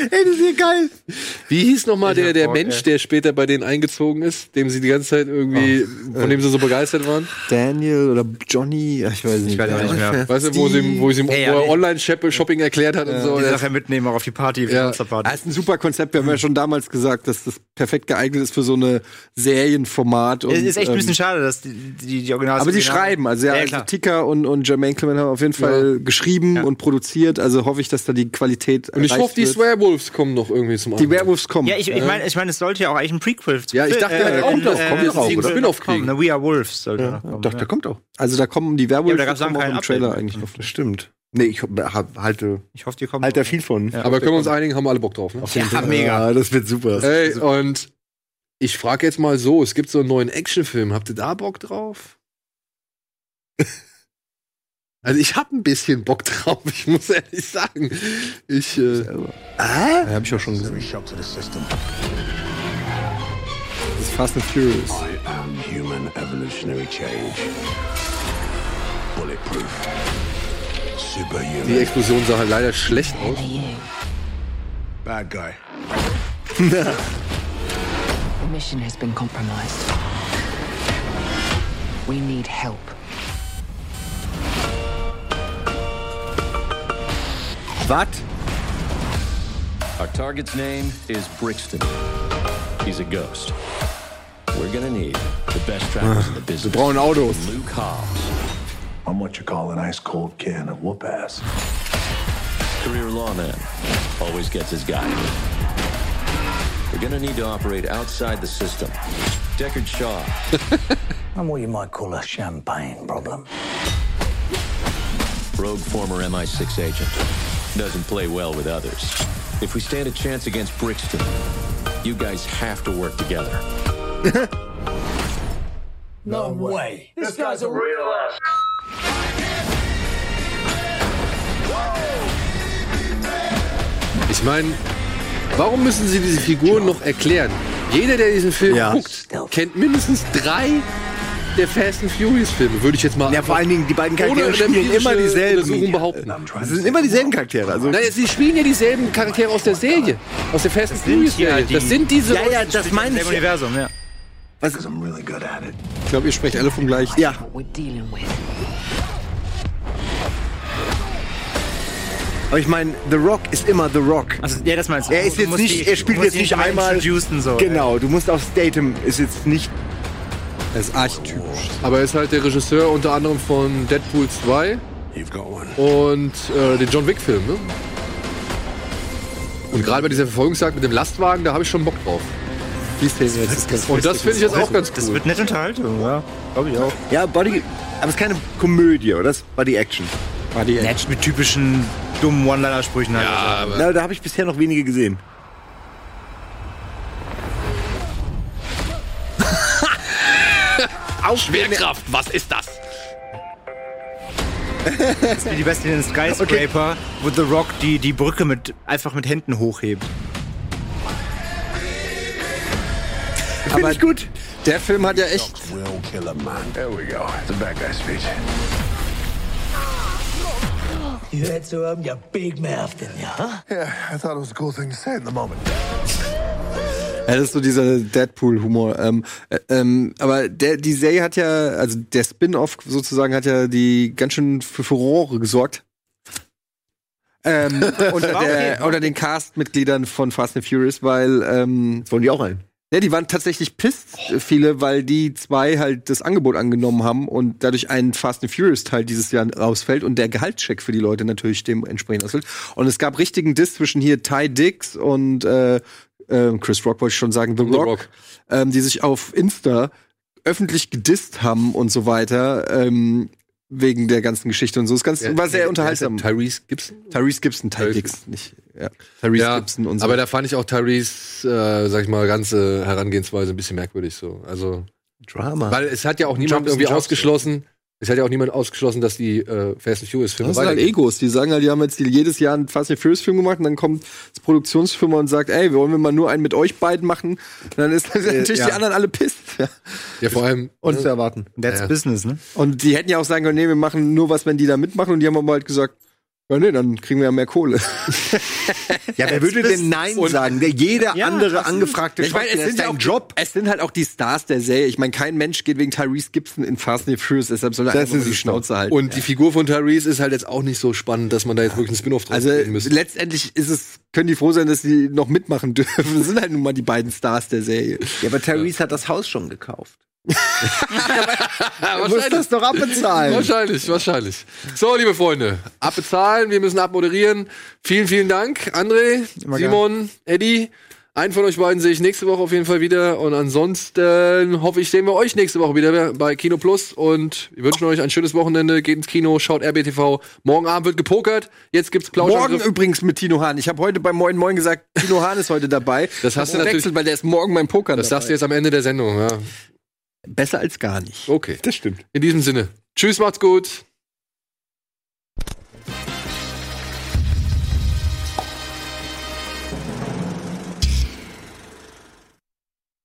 Ey, das ist ja geil. Wie hieß nochmal der, der Mensch, der später bei denen eingezogen ist, dem sie die ganze Zeit irgendwie, Ah. von dem sie so begeistert waren? Daniel oder Johnny, ach, ich weiß nicht. Ich weiß auch nicht mehr. Weißt du, wo sie, wo sie ihm Hey, wo er ja. Online-Shopping erklärt hat und so. die Das- Sache mitnehmen auch auf die Party, Ja. auf die Party. Das ist ein super Konzept. Wir haben ja schon damals gesagt, dass das perfekt geeignet ist für so eine Serienformat. Und, es ist echt ein bisschen ähm, schade, dass die, die, die Original aber sie schreiben, also ja, also klar. Tika und, und Jermaine Clement haben auf jeden Fall geschrieben und produziert, also hoffe ich, dass da die Qualität Und ich erreicht hoffe, die wird. Werewolves kommen noch irgendwie zum die Werewolves kommen. ja, ich, ich meine, ich mein, es sollte ja auch eigentlich ein Prequel zu Ja, ich dachte, da kommt doch, kommt doch auch, äh, Sequel oder? Spin-off noch kommen, kriegen. ne? We Are Wolves sollte Ja, noch kommen. ne? doch, ja. der kommt auch. Also da kommen die Werwolves Ja, aber da gab's die kommen dann auch keinen im Trailer Update. eigentlich noch. Das stimmt. Nee, ich hab, halte, Ich hoffe, die kommen. halte da viel von. Aber können wir uns einigen, haben wir alle Bock drauf. Ne? Ja, mega. Ja, das wird super. Ey, und ich frage jetzt mal so: Es gibt so einen neuen Actionfilm. Habt ihr da Bock drauf? (laughs) also, ich habe ein bisschen Bock drauf, (laughs) ich muss ehrlich sagen. Ich. Äh, Ah? Ja, hab ich auch schon gesehen. Shock to the system. Das ist Fast and Furious. I am human evolutionary change. Bulletproof. die Superhuman. Explosion sah halt leider schlecht aus. Bad guy. The mission has been compromised. We need help. Was? Our target's name is Brixton. He's a ghost. We're gonna need the best trackers in the business. Braun Autos. Luke Hobbs. I'm what you call an ice cold can of whoop ass. Career lawman. Always gets his guy. We're gonna need to operate outside the system. Deckard Shaw. (laughs) I'm what you might call a champagne problem. Rogue former MI6 agent. Doesn't play well with others. If we stand a chance against Brixton, you guys have to work together. No, way. This, guy's, a real ass. Ich meine, warum müssen sie diese Figuren noch erklären? Jeder, der diesen Film guckt, kennt mindestens drei der Fast and Furious Filme, würde ich jetzt mal. Ja, vor allen Dingen, die beiden Charaktere Ohne spielen immer empirische dieselben. Untersuchung behaupten. Es sind immer dieselben Charaktere. Also, Nein, sie spielen ja dieselben Charaktere aus der Serie. Aus der Fast and Furious Serie. Das sind diese. Ja, ja, das meine ich. Universum, ja. Was? Ich glaube, ihr sprecht alle vom gleichen. Ja. We're dealing with. Aber ich meine, The Rock ist immer The Rock. Also, ja, das meinst du. Er ist Du jetzt musst nicht, die- er du spielt musst jetzt die nicht schon mal einmal. introducen, so, genau, du musst aufs Datum, ist jetzt nicht. Das ist archetypisch. Aber er ist halt der Regisseur unter anderem von Deadpool 2 und äh, den John Wick-Film, ne? Und gerade bei dieser Verfolgungsjagd mit dem Lastwagen, da habe ich schon Bock drauf. Die Szene jetzt ist ganz Und das finde ich jetzt auch ganz Das cool. wird nette Unterhaltung, ja. Glaube ich auch. Ja, Body. Aber es ist keine Komödie, oder? Es war die Action. Body Action. Nett mit typischen dummen One-Liner-Sprüchen halt. Ja, aber Na, da habe ich bisher noch wenige gesehen. Schwerkraft, was ist das? Das ist wie die Beste in den Skyscraper, wo The Rock die, die Brücke mit, einfach mit Händen hochhebt. Aber gut. Der Film hat ja echt Will kill a man. There we go. It's a bad guy speech. You had to open your big mouth, didn't you, huh? Yeah, I thought it was a cool thing to say at the moment. Ja, das ist so dieser Deadpool-Humor. Ähm, äh, ähm, aber der, die Serie hat ja, also der Spin-off sozusagen hat ja die ganz schön für Furore gesorgt. Ähm, unter, der, unter den Cast-Mitgliedern von Fast and Furious, weil ähm, Jetzt wollen die auch ein. ja, die waren tatsächlich pisst, äh, viele, weil die zwei halt das Angebot angenommen haben und dadurch ein Fast and Furious Teil dieses Jahr rausfällt und der Gehaltscheck für die Leute natürlich dementsprechend ausfällt. Und es gab richtigen Diss zwischen hier Ty Dix und äh, äh, Chris Rock, wollte ich schon sagen, The Rock, Rock. Ähm, die sich auf Insta öffentlich gedisst haben und so weiter. Ähm, wegen der ganzen Geschichte und so. Das Ganze war sehr unterhaltsam. Tyrese Gibson? Tyrese Gibson, Ty Tyrese Dix, nicht. Ja. Tyrese ja, Gibson und so. aber da fand ich auch Tyrese, äh, sag ich mal, ganze Herangehensweise ein bisschen merkwürdig so. Also, Drama. weil es hat ja auch niemand Job ist ein irgendwie Job, so. ausgeschlossen, es hat ja auch niemand ausgeschlossen, dass die äh, Fast and Furious Filme Das sind halt weitergehen. Egos. Die sagen halt, die haben jetzt die- jedes Jahr einen Fast and Furious Film gemacht und dann kommt das Produktionsfirma und sagt, ey, wollen wir mal nur einen mit euch beiden machen? Und dann ist (laughs) natürlich ja. die anderen alle pisst. Äh, Ja. Ja, vor allem Und zu erwarten. That's Ja. Business, ne? Und die hätten ja auch sagen können, nee, wir machen nur was, wenn die da mitmachen. Und die haben aber halt gesagt, Ja, nee, dann kriegen wir ja mehr Kohle. Ja, wer würde denn Nein sagen? Der jeder andere angefragte (laughs) ich meine, es Schauspieler sind ja auch, Job. Es sind halt auch die Stars der Serie. Ich meine, kein Mensch geht wegen Tyrese Gibson in Fast and the Furious, deshalb soll er Das einfach nur ist die es Schnauze doch. halten. Und die Figur von Tyrese ist halt jetzt auch nicht so spannend, dass man da jetzt wirklich einen Spin-off draus also geben müsste. letztendlich ist es, können die froh sein, dass sie noch mitmachen (laughs) dürfen. Das sind halt nun mal die beiden Stars der Serie. Ja, aber Therese hat das Haus schon gekauft. Ja, Er muss das doch abbezahlen. Wahrscheinlich, wahrscheinlich. So, liebe Freunde, abbezahlen, wir müssen abmoderieren. Vielen, vielen Dank, André, Simon, Eddie. Einen von euch beiden sehe ich nächste Woche auf jeden Fall wieder. Und ansonsten hoffe ich, sehen wir euch nächste Woche wieder bei Kino Plus. Und wir wünschen euch ein schönes Wochenende. Geht ins Kino, schaut RBTV. Morgen Abend wird gepokert. Jetzt gibt's Morgen Plauschangriff. übrigens mit Tino Hahn. Ich habe heute bei Moin Moin gesagt, Tino Hahn ist heute dabei. Das hast du Ich hab natürlich- gewechselt, weil der ist morgen beim Poker. Das sagst du jetzt am Ende der Sendung, ja. Besser als gar nicht. Okay. Das stimmt. In diesem Sinne. Tschüss, macht's gut.